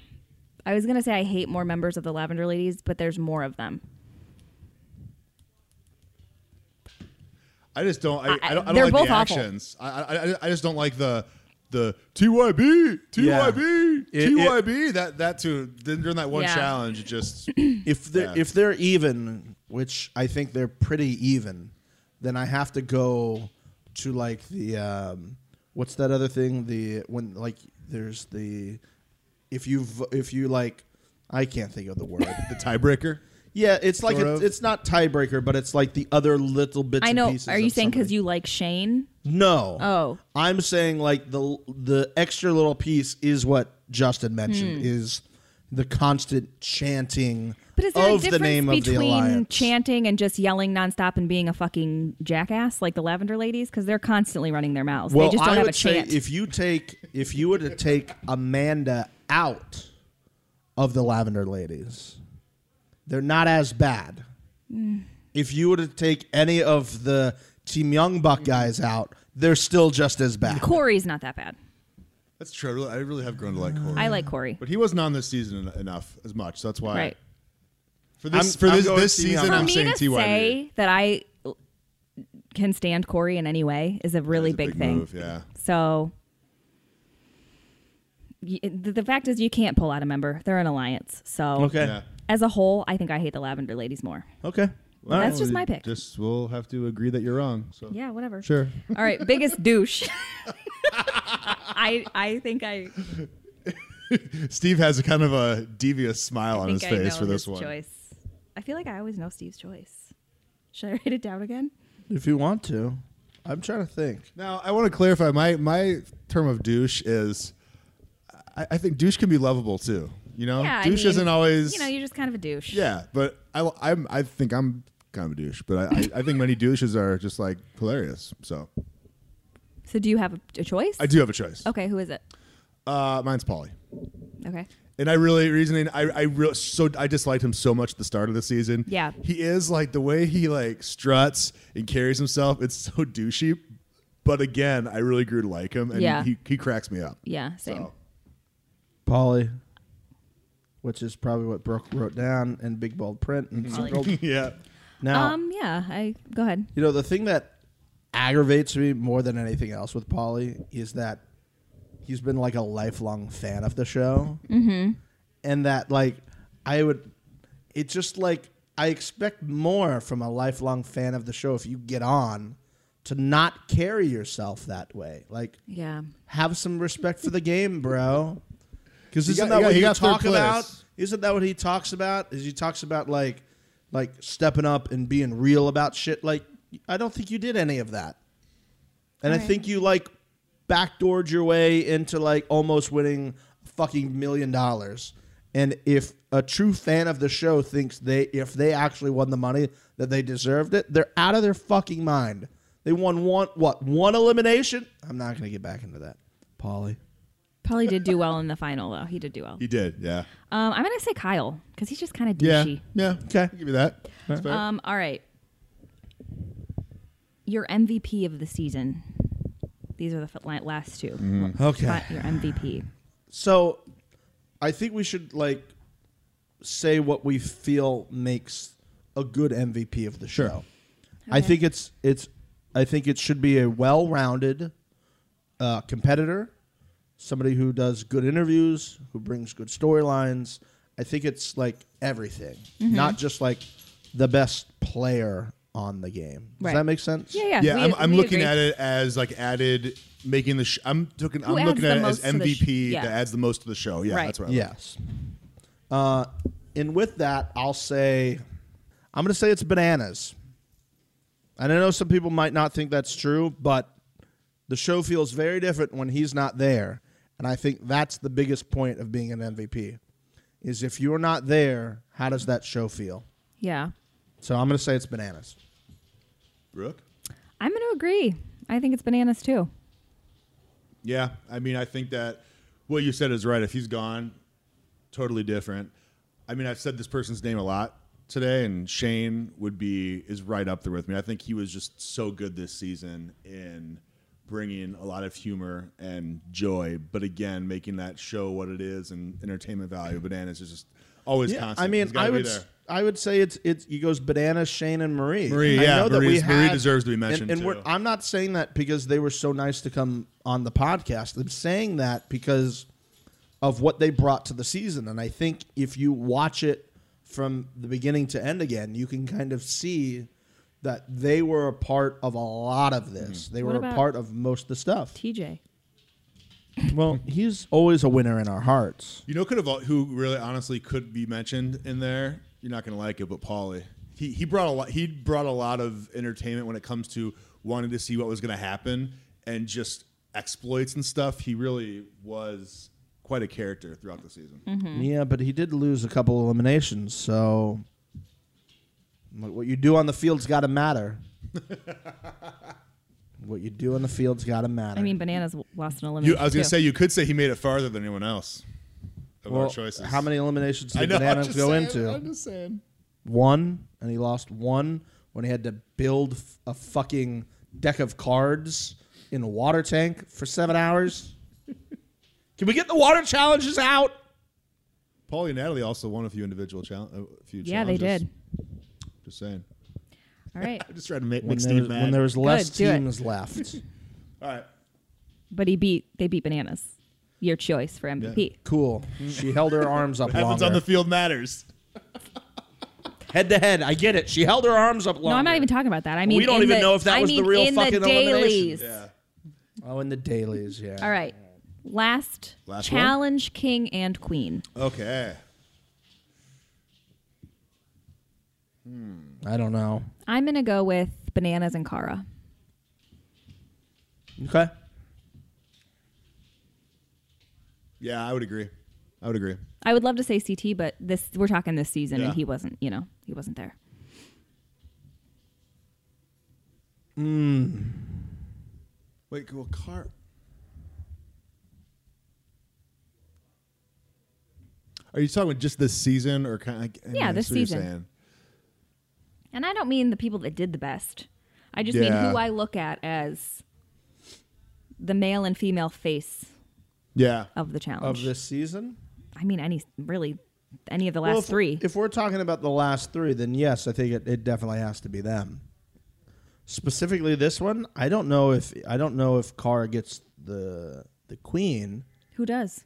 [SPEAKER 2] I was gonna say I hate more members of the Lavender Ladies, but there's more of them.
[SPEAKER 3] I just don't. I,
[SPEAKER 2] I-
[SPEAKER 3] I don't. I don't
[SPEAKER 2] they're
[SPEAKER 3] like
[SPEAKER 2] both
[SPEAKER 3] the
[SPEAKER 2] awful.
[SPEAKER 3] actions. I, I I- I just don't like the the TYB TYB
[SPEAKER 1] Yeah. It-
[SPEAKER 3] TYB that that too. Then during that one
[SPEAKER 2] Yeah.
[SPEAKER 3] challenge, it just
[SPEAKER 1] if they're
[SPEAKER 3] Yeah.
[SPEAKER 1] if they're even, which I think they're pretty even, then I have to go to like the um, what's that other thing? The when like there's the if you v- if you like I can't think of the word.
[SPEAKER 3] the tiebreaker.
[SPEAKER 1] yeah, it's like
[SPEAKER 3] Sort
[SPEAKER 1] a,
[SPEAKER 3] of.
[SPEAKER 1] it's not tiebreaker, but it's like the other little bits.
[SPEAKER 2] I
[SPEAKER 1] and
[SPEAKER 2] know.
[SPEAKER 1] pieces
[SPEAKER 2] Are you
[SPEAKER 1] of
[SPEAKER 2] saying because
[SPEAKER 1] somebody.
[SPEAKER 2] you like Shane?
[SPEAKER 1] No.
[SPEAKER 2] Oh.
[SPEAKER 1] I'm saying like the the extra little piece is what Justin mentioned
[SPEAKER 2] Hmm.
[SPEAKER 1] is the constant chanting
[SPEAKER 2] But is there
[SPEAKER 1] of
[SPEAKER 2] a
[SPEAKER 1] the
[SPEAKER 2] difference
[SPEAKER 1] name of the
[SPEAKER 2] between
[SPEAKER 1] alliance.
[SPEAKER 2] chanting and just yelling nonstop and being a fucking jackass like the Lavender Ladies? Because they're constantly running their mouths. they just don't
[SPEAKER 1] I
[SPEAKER 2] have
[SPEAKER 1] would
[SPEAKER 2] a chant.
[SPEAKER 1] say if you take if you were to take Amanda out of the Lavender Ladies, they're not as bad.
[SPEAKER 2] Hmm.
[SPEAKER 1] If you were to take any of the Team Young Buck guys out, they're still just as bad.
[SPEAKER 2] Corey's not that bad.
[SPEAKER 3] That's true. I really, I really have grown to like Corey.
[SPEAKER 2] I
[SPEAKER 1] Mm.
[SPEAKER 2] like Corey.
[SPEAKER 3] but he wasn't on this season en- enough as much. That's why.
[SPEAKER 2] Right.
[SPEAKER 3] For this,
[SPEAKER 1] I'm-
[SPEAKER 3] for
[SPEAKER 1] I'm
[SPEAKER 3] this,
[SPEAKER 1] going
[SPEAKER 3] this
[SPEAKER 1] Team Young.
[SPEAKER 3] season,
[SPEAKER 2] For
[SPEAKER 3] I'm
[SPEAKER 2] me
[SPEAKER 3] saying
[SPEAKER 2] to
[SPEAKER 3] TYB.
[SPEAKER 2] say that I can stand Corey in any way is a really
[SPEAKER 3] It's a
[SPEAKER 2] big, thing.
[SPEAKER 3] Move, yeah.
[SPEAKER 2] So y- the the fact is, you can't pull out a member. They're an alliance. So
[SPEAKER 1] Okay.
[SPEAKER 3] Yeah.
[SPEAKER 2] as a whole, I think I hate the Lavender Ladies more.
[SPEAKER 1] Okay. All right.
[SPEAKER 2] That's just my pick.
[SPEAKER 3] Just we'll have to agree that you're wrong. So
[SPEAKER 2] Yeah, whatever.
[SPEAKER 3] sure.
[SPEAKER 2] All right, biggest douche. I I think I
[SPEAKER 3] Steve has a kind of a devious smile on
[SPEAKER 2] think
[SPEAKER 3] his
[SPEAKER 2] I know
[SPEAKER 3] face for this
[SPEAKER 2] his
[SPEAKER 3] one.
[SPEAKER 2] choice. I feel like I always know Steve's choice. Should I write it down again?
[SPEAKER 1] If you want to, I'm trying to think.
[SPEAKER 3] Now, I want to clarify my my term of douche is I, I think douche can be lovable too. You know,
[SPEAKER 2] I
[SPEAKER 3] douche
[SPEAKER 2] mean,
[SPEAKER 3] isn't always
[SPEAKER 2] You know, you're just kind of a douche.
[SPEAKER 3] yeah. But I I'm, I think I'm kind of a douche, but I, I, I think many douches are just like hilarious. So
[SPEAKER 2] So do you have a, a choice?
[SPEAKER 3] I do have a choice.
[SPEAKER 2] Okay, who is it?
[SPEAKER 3] Uh, mine's Polly.
[SPEAKER 2] Okay.
[SPEAKER 3] And I really reasoning I I real so I disliked him so much at the start of the season.
[SPEAKER 2] Yeah.
[SPEAKER 3] He is like the way he like struts and carries himself, it's so douchey. But again, I really grew to like him and
[SPEAKER 2] Yeah.
[SPEAKER 3] he, he cracks me up.
[SPEAKER 2] Yeah, same.
[SPEAKER 3] So
[SPEAKER 1] Polly. Which is probably what Brooke wrote down in big bold print and circled.
[SPEAKER 3] yeah.
[SPEAKER 1] Now
[SPEAKER 2] Um, yeah, I go ahead.
[SPEAKER 1] You know, the thing that aggravates me more than anything else with Polly is that he's been like a lifelong fan of the show, mm-hmm. and that like I would, it's just like I expect more from a lifelong fan of the show if you get on to not carry yourself that way, like
[SPEAKER 2] Yeah.
[SPEAKER 1] have some respect for the game, bro. Because
[SPEAKER 3] He
[SPEAKER 1] isn't that
[SPEAKER 3] got- he got-
[SPEAKER 1] what
[SPEAKER 3] he
[SPEAKER 1] he,
[SPEAKER 3] got third
[SPEAKER 1] talk
[SPEAKER 3] place.
[SPEAKER 1] about? Isn't that what he talks about? Is he talks about like, like stepping up and being real about shit? Like, I don't think you did any of that, and I think you like backdoored your way into like almost winning a fucking million dollars. And if a true fan of the show thinks they, if they actually won the money that they deserved it, they're out of their fucking mind. They won one, what one elimination? I'm not gonna get back into that, Polly.
[SPEAKER 2] Probably did do well in the final though. He did do well.
[SPEAKER 3] He did, yeah,
[SPEAKER 2] Um, I'm gonna say Kyle because he's just kind of
[SPEAKER 3] yeah,
[SPEAKER 2] douchey.
[SPEAKER 3] yeah.
[SPEAKER 1] Okay.
[SPEAKER 3] I'll give you that. That's fair.
[SPEAKER 2] Um, all right. Your MVP of the season. These are the f- la- last two.
[SPEAKER 1] Okay.
[SPEAKER 2] Fi- Your MVP.
[SPEAKER 1] So, I think we should like say what we feel makes a good MVP of the show. I
[SPEAKER 2] Okay.
[SPEAKER 1] think it's it's I think it should be a well-rounded uh, competitor, somebody who does good interviews, who brings good storylines. I think it's like everything,
[SPEAKER 2] Mm-hmm.
[SPEAKER 1] not just like the best player on the game. Does
[SPEAKER 2] Right.
[SPEAKER 1] that make sense?
[SPEAKER 2] Yeah, yeah.
[SPEAKER 3] yeah,
[SPEAKER 2] we-
[SPEAKER 3] I'm, I'm
[SPEAKER 2] we
[SPEAKER 3] looking
[SPEAKER 2] agree.
[SPEAKER 3] at it as like added making the. Sh- I'm looking.
[SPEAKER 2] Who
[SPEAKER 3] I'm
[SPEAKER 2] adds
[SPEAKER 3] looking at
[SPEAKER 2] the
[SPEAKER 3] it as
[SPEAKER 2] most to the sh-
[SPEAKER 3] MVP
[SPEAKER 2] yeah.
[SPEAKER 3] that adds the most to the show. Yeah,
[SPEAKER 2] Right.
[SPEAKER 3] that's right.
[SPEAKER 1] Yes. Uh, and with that, I'll say, I'm going to say it's bananas. And I know some people might not think that's true, but the show feels very different when he's not there. And I think that's the biggest point of being an MVP is if you're not there, how does that show feel?
[SPEAKER 2] Yeah.
[SPEAKER 1] So I'm going to say it's bananas.
[SPEAKER 3] Brooke.
[SPEAKER 2] I'm going to agree. I think it's bananas too.
[SPEAKER 3] Yeah, I mean, I think that what you said is right. If he's gone, totally different. I mean, I've said this person's name a lot today, and Shane would be is right up there with me. I think he was just so good this season in bringing a lot of humor and joy, but again, making that show what it is and entertainment value. Bananas is just always constant.
[SPEAKER 1] I mean,
[SPEAKER 3] He's gotta
[SPEAKER 1] I
[SPEAKER 3] be
[SPEAKER 1] would,
[SPEAKER 3] there.
[SPEAKER 1] s- I would say it's it's he goes bananas, Shane and Marie.
[SPEAKER 3] Marie,
[SPEAKER 1] I
[SPEAKER 3] yeah,
[SPEAKER 1] know that we
[SPEAKER 3] Marie's- Marie
[SPEAKER 1] had-
[SPEAKER 3] deserves to be mentioned,
[SPEAKER 1] And, and We're,
[SPEAKER 3] too.
[SPEAKER 1] I'm not saying that because they were so nice to come on the podcast. I'm saying that because of what they brought to the season, and I think if you watch it from the beginning to end again, you can kind of see that they were a part of a lot of this. They
[SPEAKER 2] Mm-hmm. What
[SPEAKER 1] were a
[SPEAKER 2] about-
[SPEAKER 1] part of most of the stuff.
[SPEAKER 2] TJ.
[SPEAKER 1] Well, he's always a winner in our hearts.
[SPEAKER 3] You know, could have who really honestly could be mentioned in there. You're not going to like it, but Paulie. He, he brought a lot. He brought a lot of entertainment when it comes to wanting to see what was going to happen and just exploits and stuff. He really was quite a character throughout the season.
[SPEAKER 2] Mm-hmm. Hmm.
[SPEAKER 1] Yeah, but he did lose a couple eliminations, so like, what you do on the field's got to matter. what you do on the field's got to matter.
[SPEAKER 2] I mean, bananas w- lost an
[SPEAKER 3] You,
[SPEAKER 2] elimination.
[SPEAKER 3] I was going
[SPEAKER 2] too.
[SPEAKER 3] to say you could say he made it farther than anyone else of
[SPEAKER 1] Well,
[SPEAKER 3] our choices.
[SPEAKER 1] how many eliminations
[SPEAKER 3] I
[SPEAKER 1] did
[SPEAKER 3] know, I'm
[SPEAKER 1] Bananas
[SPEAKER 3] just
[SPEAKER 1] go
[SPEAKER 3] saying,
[SPEAKER 1] into?
[SPEAKER 3] I'm just saying.
[SPEAKER 1] One, and he lost one when he had to build f- a fucking deck of cards in a water tank for seven hours. Can we get the water challenges out?
[SPEAKER 3] Paulie and Natalie also won a few individual challenge. A few
[SPEAKER 2] Yeah, they
[SPEAKER 3] challenges.
[SPEAKER 2] did.
[SPEAKER 3] Just saying.
[SPEAKER 2] All right.
[SPEAKER 3] I'm just trying to make,
[SPEAKER 1] When
[SPEAKER 3] make
[SPEAKER 1] there,
[SPEAKER 3] Steve
[SPEAKER 1] was, when
[SPEAKER 3] mad.
[SPEAKER 1] there was less
[SPEAKER 2] Good, do it.
[SPEAKER 1] teams left.
[SPEAKER 3] All right.
[SPEAKER 2] But he beat, they beat bananas. Your choice for MVP.
[SPEAKER 1] Cool. She held her arms up
[SPEAKER 3] Happens
[SPEAKER 1] longer.
[SPEAKER 3] on the field matters.
[SPEAKER 1] head to head. I get it. She held her arms up longer.
[SPEAKER 2] No, I'm not even talking about that. I mean,
[SPEAKER 1] We don't
[SPEAKER 2] in
[SPEAKER 1] even
[SPEAKER 2] the-
[SPEAKER 1] know if that
[SPEAKER 2] I
[SPEAKER 1] was the
[SPEAKER 2] mean,
[SPEAKER 1] real
[SPEAKER 2] in
[SPEAKER 1] fucking
[SPEAKER 2] the
[SPEAKER 1] elimination.
[SPEAKER 2] dailies.
[SPEAKER 3] Yeah.
[SPEAKER 1] Oh, in the dailies, yeah.
[SPEAKER 2] All right. Last,
[SPEAKER 3] Last one?
[SPEAKER 2] challenge king and queen.
[SPEAKER 3] Okay.
[SPEAKER 1] I don't know.
[SPEAKER 2] I'm going to go with bananas and Kara.
[SPEAKER 1] Okay.
[SPEAKER 3] Yeah, I would agree. I would agree.
[SPEAKER 2] I would love to say CT, but this we're talking this season,
[SPEAKER 3] Yeah.
[SPEAKER 2] and he wasn't. You know, he wasn't there.
[SPEAKER 3] Wait, well, car. Are you talking just this season, or kind of? Like, I mean,
[SPEAKER 2] Yeah,
[SPEAKER 3] I
[SPEAKER 2] this
[SPEAKER 3] see what you're
[SPEAKER 2] season.
[SPEAKER 3] saying.
[SPEAKER 2] And I don't mean the people that did the best. I just mean
[SPEAKER 3] Yeah.
[SPEAKER 2] who I look at as the male and female face
[SPEAKER 3] Yeah,
[SPEAKER 2] of the challenge.
[SPEAKER 1] Of this season?
[SPEAKER 2] I mean, any really any of the last
[SPEAKER 1] if,
[SPEAKER 2] three.
[SPEAKER 1] If we're talking about the last three, then yes, I think it, it definitely has to be them. specifically this one, I don't know if I don't know if Kara gets the the queen
[SPEAKER 2] Who does?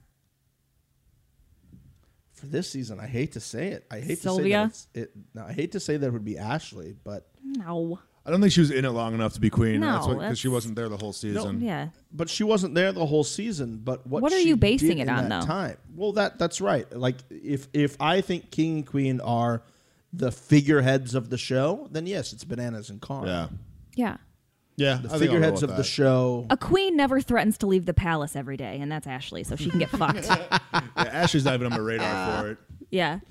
[SPEAKER 1] for this season. I hate to say it. I hate
[SPEAKER 2] Sylvia?
[SPEAKER 1] to say that it's, it. No, I hate to say that it would be Ashley, but
[SPEAKER 2] No.
[SPEAKER 3] I don't think she was in it long enough to be queen.
[SPEAKER 2] No,
[SPEAKER 3] that's because she
[SPEAKER 2] that's-
[SPEAKER 3] wasn't there the whole season.
[SPEAKER 2] Yeah.
[SPEAKER 1] but she wasn't there the whole season. But what?
[SPEAKER 2] What are
[SPEAKER 1] she
[SPEAKER 2] you basing
[SPEAKER 1] did
[SPEAKER 2] it
[SPEAKER 1] in
[SPEAKER 2] on,
[SPEAKER 1] that
[SPEAKER 2] though?
[SPEAKER 1] Time. Well, that that's right. Like if if I think king and queen are the figureheads of the show, then yes, it's bananas and Kara.
[SPEAKER 3] Yeah,
[SPEAKER 2] Yeah.
[SPEAKER 3] yeah.
[SPEAKER 1] The figureheads of the show.
[SPEAKER 2] A queen never threatens to leave the palace every day, and that's Ashley, so she can get fucked.
[SPEAKER 3] Yeah, Ashley's not even on my radar for it.
[SPEAKER 2] Yeah.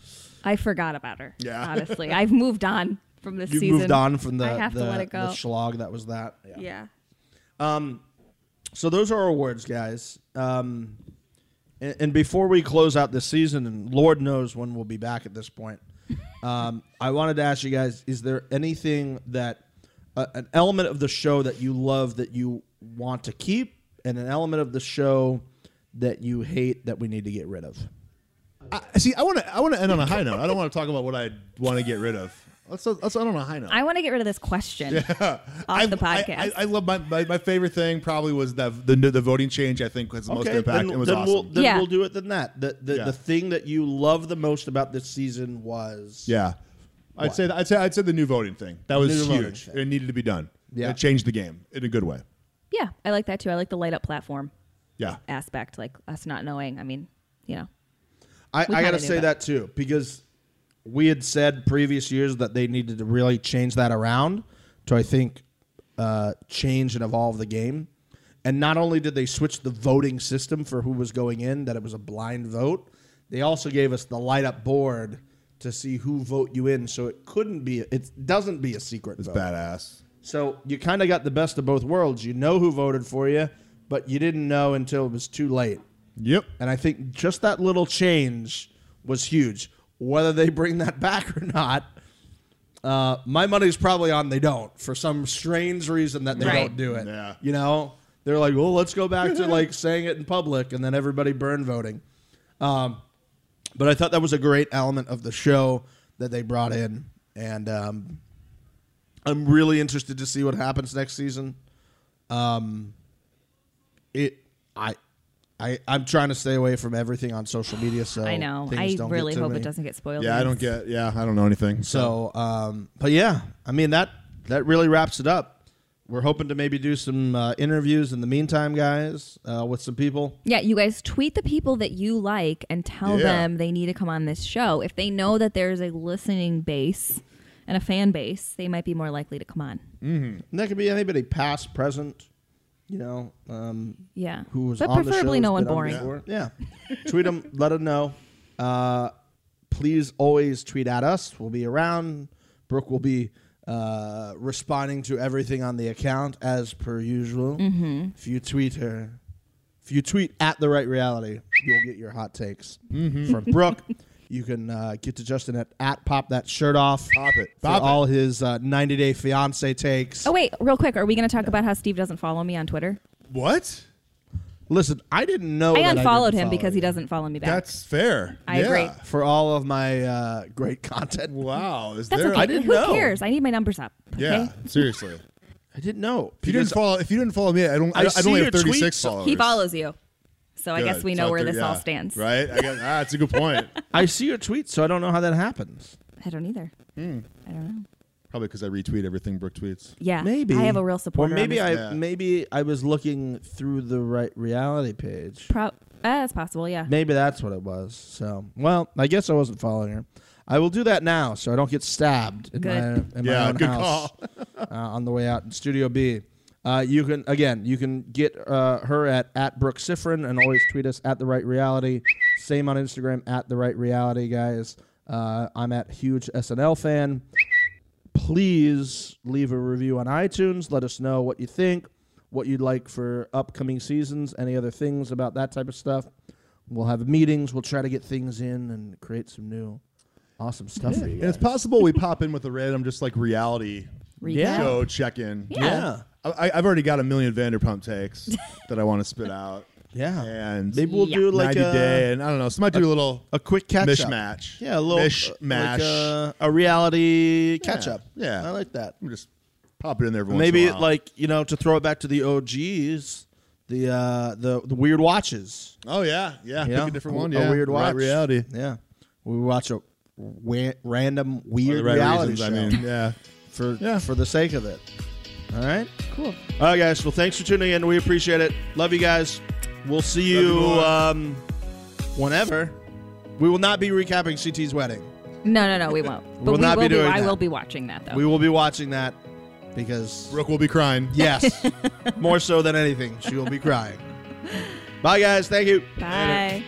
[SPEAKER 2] I forgot about her.
[SPEAKER 3] Yeah.
[SPEAKER 2] Honestly, I've moved on from this
[SPEAKER 1] You
[SPEAKER 2] season.
[SPEAKER 1] moved on from the
[SPEAKER 2] I have
[SPEAKER 1] the,
[SPEAKER 2] to let it
[SPEAKER 1] the
[SPEAKER 2] go.
[SPEAKER 1] slog that was that.
[SPEAKER 2] yeah.
[SPEAKER 1] So those are our awards, guys. Um, and, and before we close out this season, and Lord knows when we'll be back at this point, um, I wanted to ask you guys: Is there anything that uh, an element of the show that you love that you want to keep, and an element of the show that you hate that we need to get rid of?
[SPEAKER 3] I, see, I want to. I want to end on a high note. I don't want to talk about what I want to get rid of. Let's let's end on a high note.
[SPEAKER 2] I want to get rid of this question off
[SPEAKER 3] I-
[SPEAKER 2] the podcast.
[SPEAKER 3] I, I, I love my, my my favorite thing probably was that the the voting change. I think was the most impact.
[SPEAKER 1] then,
[SPEAKER 3] it was
[SPEAKER 1] then
[SPEAKER 3] awesome.
[SPEAKER 1] we'll then
[SPEAKER 2] Yeah.
[SPEAKER 1] we'll do it. Than that, the the,
[SPEAKER 3] Yeah.
[SPEAKER 1] the thing that you love the most about this season was
[SPEAKER 3] yeah, I'd say that, I'd say I'd say the new voting thing. That was
[SPEAKER 1] New voting
[SPEAKER 3] huge.
[SPEAKER 1] thing.
[SPEAKER 3] It needed to be done.
[SPEAKER 1] Yeah.
[SPEAKER 3] it changed the game in a good way.
[SPEAKER 2] yeah, I like that too. I like the light up platform
[SPEAKER 3] Yeah,
[SPEAKER 2] aspect, like us not knowing. I mean, you know.
[SPEAKER 1] I,
[SPEAKER 2] We
[SPEAKER 1] I
[SPEAKER 2] kinda
[SPEAKER 1] gotta
[SPEAKER 2] knew
[SPEAKER 1] say that
[SPEAKER 2] that.
[SPEAKER 1] too because we had said previous years that they needed to really change that around to I think uh, change and evolve the game. And not only did they switch the voting system for who was going in, that it was a blind vote, they also gave us the light up board to see who vote you in. So it couldn't be, it doesn't be a secret
[SPEAKER 3] it's
[SPEAKER 1] vote.
[SPEAKER 3] badass.
[SPEAKER 1] So you kind of got the best of both worlds. You know who voted for you, but you didn't know until it was too late.
[SPEAKER 3] Yep.
[SPEAKER 1] And I think just that little change was huge. Whether they bring that back or not, uh, my money's probably on they don't for some strange reason that they
[SPEAKER 2] Right.
[SPEAKER 1] don't do it.
[SPEAKER 3] Yeah.
[SPEAKER 1] You know, they're like, well, let's go back to like saying it in public and then everybody burn voting. Um, but I thought that was a great element of the show that they brought in. And um, I'm really interested to see what happens next season. Um, it, I, I, I'm trying to stay away from everything on social media. So
[SPEAKER 2] I know.
[SPEAKER 1] things
[SPEAKER 2] I
[SPEAKER 1] don't get
[SPEAKER 2] really
[SPEAKER 1] to
[SPEAKER 2] hope
[SPEAKER 1] me.
[SPEAKER 2] it doesn't get spoiled.
[SPEAKER 3] Yeah, I don't get. Yeah, I don't know anything.
[SPEAKER 1] So, um, but yeah, I mean that that really wraps it up. We're hoping to maybe do some uh, interviews in the meantime, guys, uh, with some people.
[SPEAKER 2] Yeah, you guys tweet the people that you like and tell
[SPEAKER 3] Yeah.
[SPEAKER 2] them they need to come on this show. If they know that there's a listening base and a fan base, they might be more likely to come on.
[SPEAKER 1] And that could be anybody, past, present. You know, um,
[SPEAKER 2] Yeah.
[SPEAKER 1] who was
[SPEAKER 2] but
[SPEAKER 1] on
[SPEAKER 2] preferably
[SPEAKER 1] the show,
[SPEAKER 2] no
[SPEAKER 1] has
[SPEAKER 2] one
[SPEAKER 1] been on
[SPEAKER 2] boring.
[SPEAKER 1] before. Yeah, tweet them, let them know. Uh, please always tweet at us. We'll be around. Brooke will be uh, responding to everything on the account as per usual.
[SPEAKER 2] Mm-hmm.
[SPEAKER 1] If you tweet her, if you tweet at the right reality, you'll get your hot takes
[SPEAKER 3] Mm-hmm.
[SPEAKER 1] from Brooke. You can uh, get to Justin at, at pop that shirt off.
[SPEAKER 3] Pop it.
[SPEAKER 1] For
[SPEAKER 3] Pop it.
[SPEAKER 1] all his uh, 90 day fiance takes.
[SPEAKER 2] Oh wait, real quick, are we going to talk about how Steve doesn't follow me on Twitter?
[SPEAKER 3] what?
[SPEAKER 1] Listen, Oh, I didn't know. that
[SPEAKER 2] I
[SPEAKER 1] didn't
[SPEAKER 2] unfollowed him
[SPEAKER 1] follow
[SPEAKER 2] because he
[SPEAKER 1] you.
[SPEAKER 2] doesn't follow me back.
[SPEAKER 3] That's fair.
[SPEAKER 2] I
[SPEAKER 3] yeah.
[SPEAKER 2] agree.
[SPEAKER 1] for all of my uh, great content.
[SPEAKER 3] Wow. Is
[SPEAKER 2] That's
[SPEAKER 3] there?
[SPEAKER 2] okay.
[SPEAKER 1] I didn't
[SPEAKER 2] Who
[SPEAKER 1] know.
[SPEAKER 2] cares? I need my numbers up. Okay?
[SPEAKER 3] Yeah. Seriously. If
[SPEAKER 1] I didn't know.
[SPEAKER 3] you didn't follow, if you didn't follow me, I don't. I,
[SPEAKER 1] I
[SPEAKER 3] I
[SPEAKER 1] see
[SPEAKER 3] only
[SPEAKER 1] your
[SPEAKER 3] have thirty
[SPEAKER 1] tweets.
[SPEAKER 3] six
[SPEAKER 1] He
[SPEAKER 3] followers.
[SPEAKER 2] He follows you. So I guess
[SPEAKER 3] Good.
[SPEAKER 2] we know
[SPEAKER 3] So
[SPEAKER 2] where
[SPEAKER 3] there-
[SPEAKER 2] this
[SPEAKER 3] yeah.
[SPEAKER 2] all stands.
[SPEAKER 3] Right. I guess, ah, that's a good point.
[SPEAKER 1] I see your tweets, so I don't know how that happens.
[SPEAKER 2] I don't either.
[SPEAKER 1] Hmm.
[SPEAKER 2] I don't know.
[SPEAKER 3] Probably because I retweet everything Brooke tweets.
[SPEAKER 2] Yeah.
[SPEAKER 1] Maybe
[SPEAKER 2] I have a real supporter.
[SPEAKER 1] Or
[SPEAKER 2] on
[SPEAKER 1] maybe
[SPEAKER 2] this
[SPEAKER 1] I
[SPEAKER 3] Yeah.
[SPEAKER 1] maybe I was looking through the right reality page.
[SPEAKER 2] Pro- uh, that's possible. Yeah.
[SPEAKER 1] Maybe that's what it was. So well, I guess I wasn't following her. I will do that now, so I don't get stabbed in
[SPEAKER 2] Good.
[SPEAKER 1] my in my
[SPEAKER 3] Yeah,
[SPEAKER 1] own
[SPEAKER 3] good
[SPEAKER 1] house uh, on the way out in Studio B. Uh, you can again, you can get uh, her at at Brooke Sifrin and always tweet us at the right reality. Same on Instagram at the right reality, guys. Uh, I'm at huge SNL fan. please leave a review on iTunes. Let us know what you think, what you'd like for upcoming seasons, any other things about that type of stuff. We'll have meetings. We'll try to get things in and create some new awesome stuff for you
[SPEAKER 3] And it's
[SPEAKER 1] guys.
[SPEAKER 3] possible we pop in with a random just like reality
[SPEAKER 1] Yeah.
[SPEAKER 3] show check in.
[SPEAKER 2] Yeah.
[SPEAKER 1] Yeah.
[SPEAKER 3] I, I've already got a million Vanderpump takes that I want to spit out.
[SPEAKER 1] Yeah.
[SPEAKER 3] And
[SPEAKER 1] Maybe we'll do like
[SPEAKER 3] 90
[SPEAKER 1] a,
[SPEAKER 3] day, and I don't know. So might do a little
[SPEAKER 1] a quick catch up.
[SPEAKER 3] mishmash.
[SPEAKER 1] Yeah, a little uh,
[SPEAKER 3] mishmash.
[SPEAKER 1] like a, a reality catch up.
[SPEAKER 3] Yeah.
[SPEAKER 1] I like that.
[SPEAKER 3] I'm just pop it in there every once
[SPEAKER 1] Maybe
[SPEAKER 3] in a while.
[SPEAKER 1] like you know to throw it back to the OGs, the uh, the the weird watches.
[SPEAKER 3] oh yeah, yeah,
[SPEAKER 1] you
[SPEAKER 3] pick
[SPEAKER 1] know?
[SPEAKER 3] a different one,
[SPEAKER 1] A
[SPEAKER 3] yeah,
[SPEAKER 1] weird
[SPEAKER 3] Right
[SPEAKER 1] watch.
[SPEAKER 3] reality.
[SPEAKER 1] Yeah, we watch a wa- random
[SPEAKER 3] For
[SPEAKER 1] weird
[SPEAKER 3] the right
[SPEAKER 1] reality
[SPEAKER 3] reasons,
[SPEAKER 1] show
[SPEAKER 3] I mean, yeah.
[SPEAKER 1] for
[SPEAKER 3] Yeah.
[SPEAKER 1] for the sake of it. All right.
[SPEAKER 2] Cool.
[SPEAKER 1] All right, guys. Well, thanks for tuning in. We appreciate it. Love you guys. We'll see you,
[SPEAKER 3] you more.
[SPEAKER 1] um, whenever. We will not be recapping CT's wedding.
[SPEAKER 2] No, no, no, we won't. But
[SPEAKER 1] will
[SPEAKER 2] we
[SPEAKER 1] not
[SPEAKER 2] will
[SPEAKER 1] be doing
[SPEAKER 2] I
[SPEAKER 1] that.
[SPEAKER 2] will be watching that though.
[SPEAKER 1] We will be watching that because,
[SPEAKER 3] Brooke will be crying.
[SPEAKER 1] yes, more so than anything, she will be crying. Bye, guys. Thank you.
[SPEAKER 2] Bye.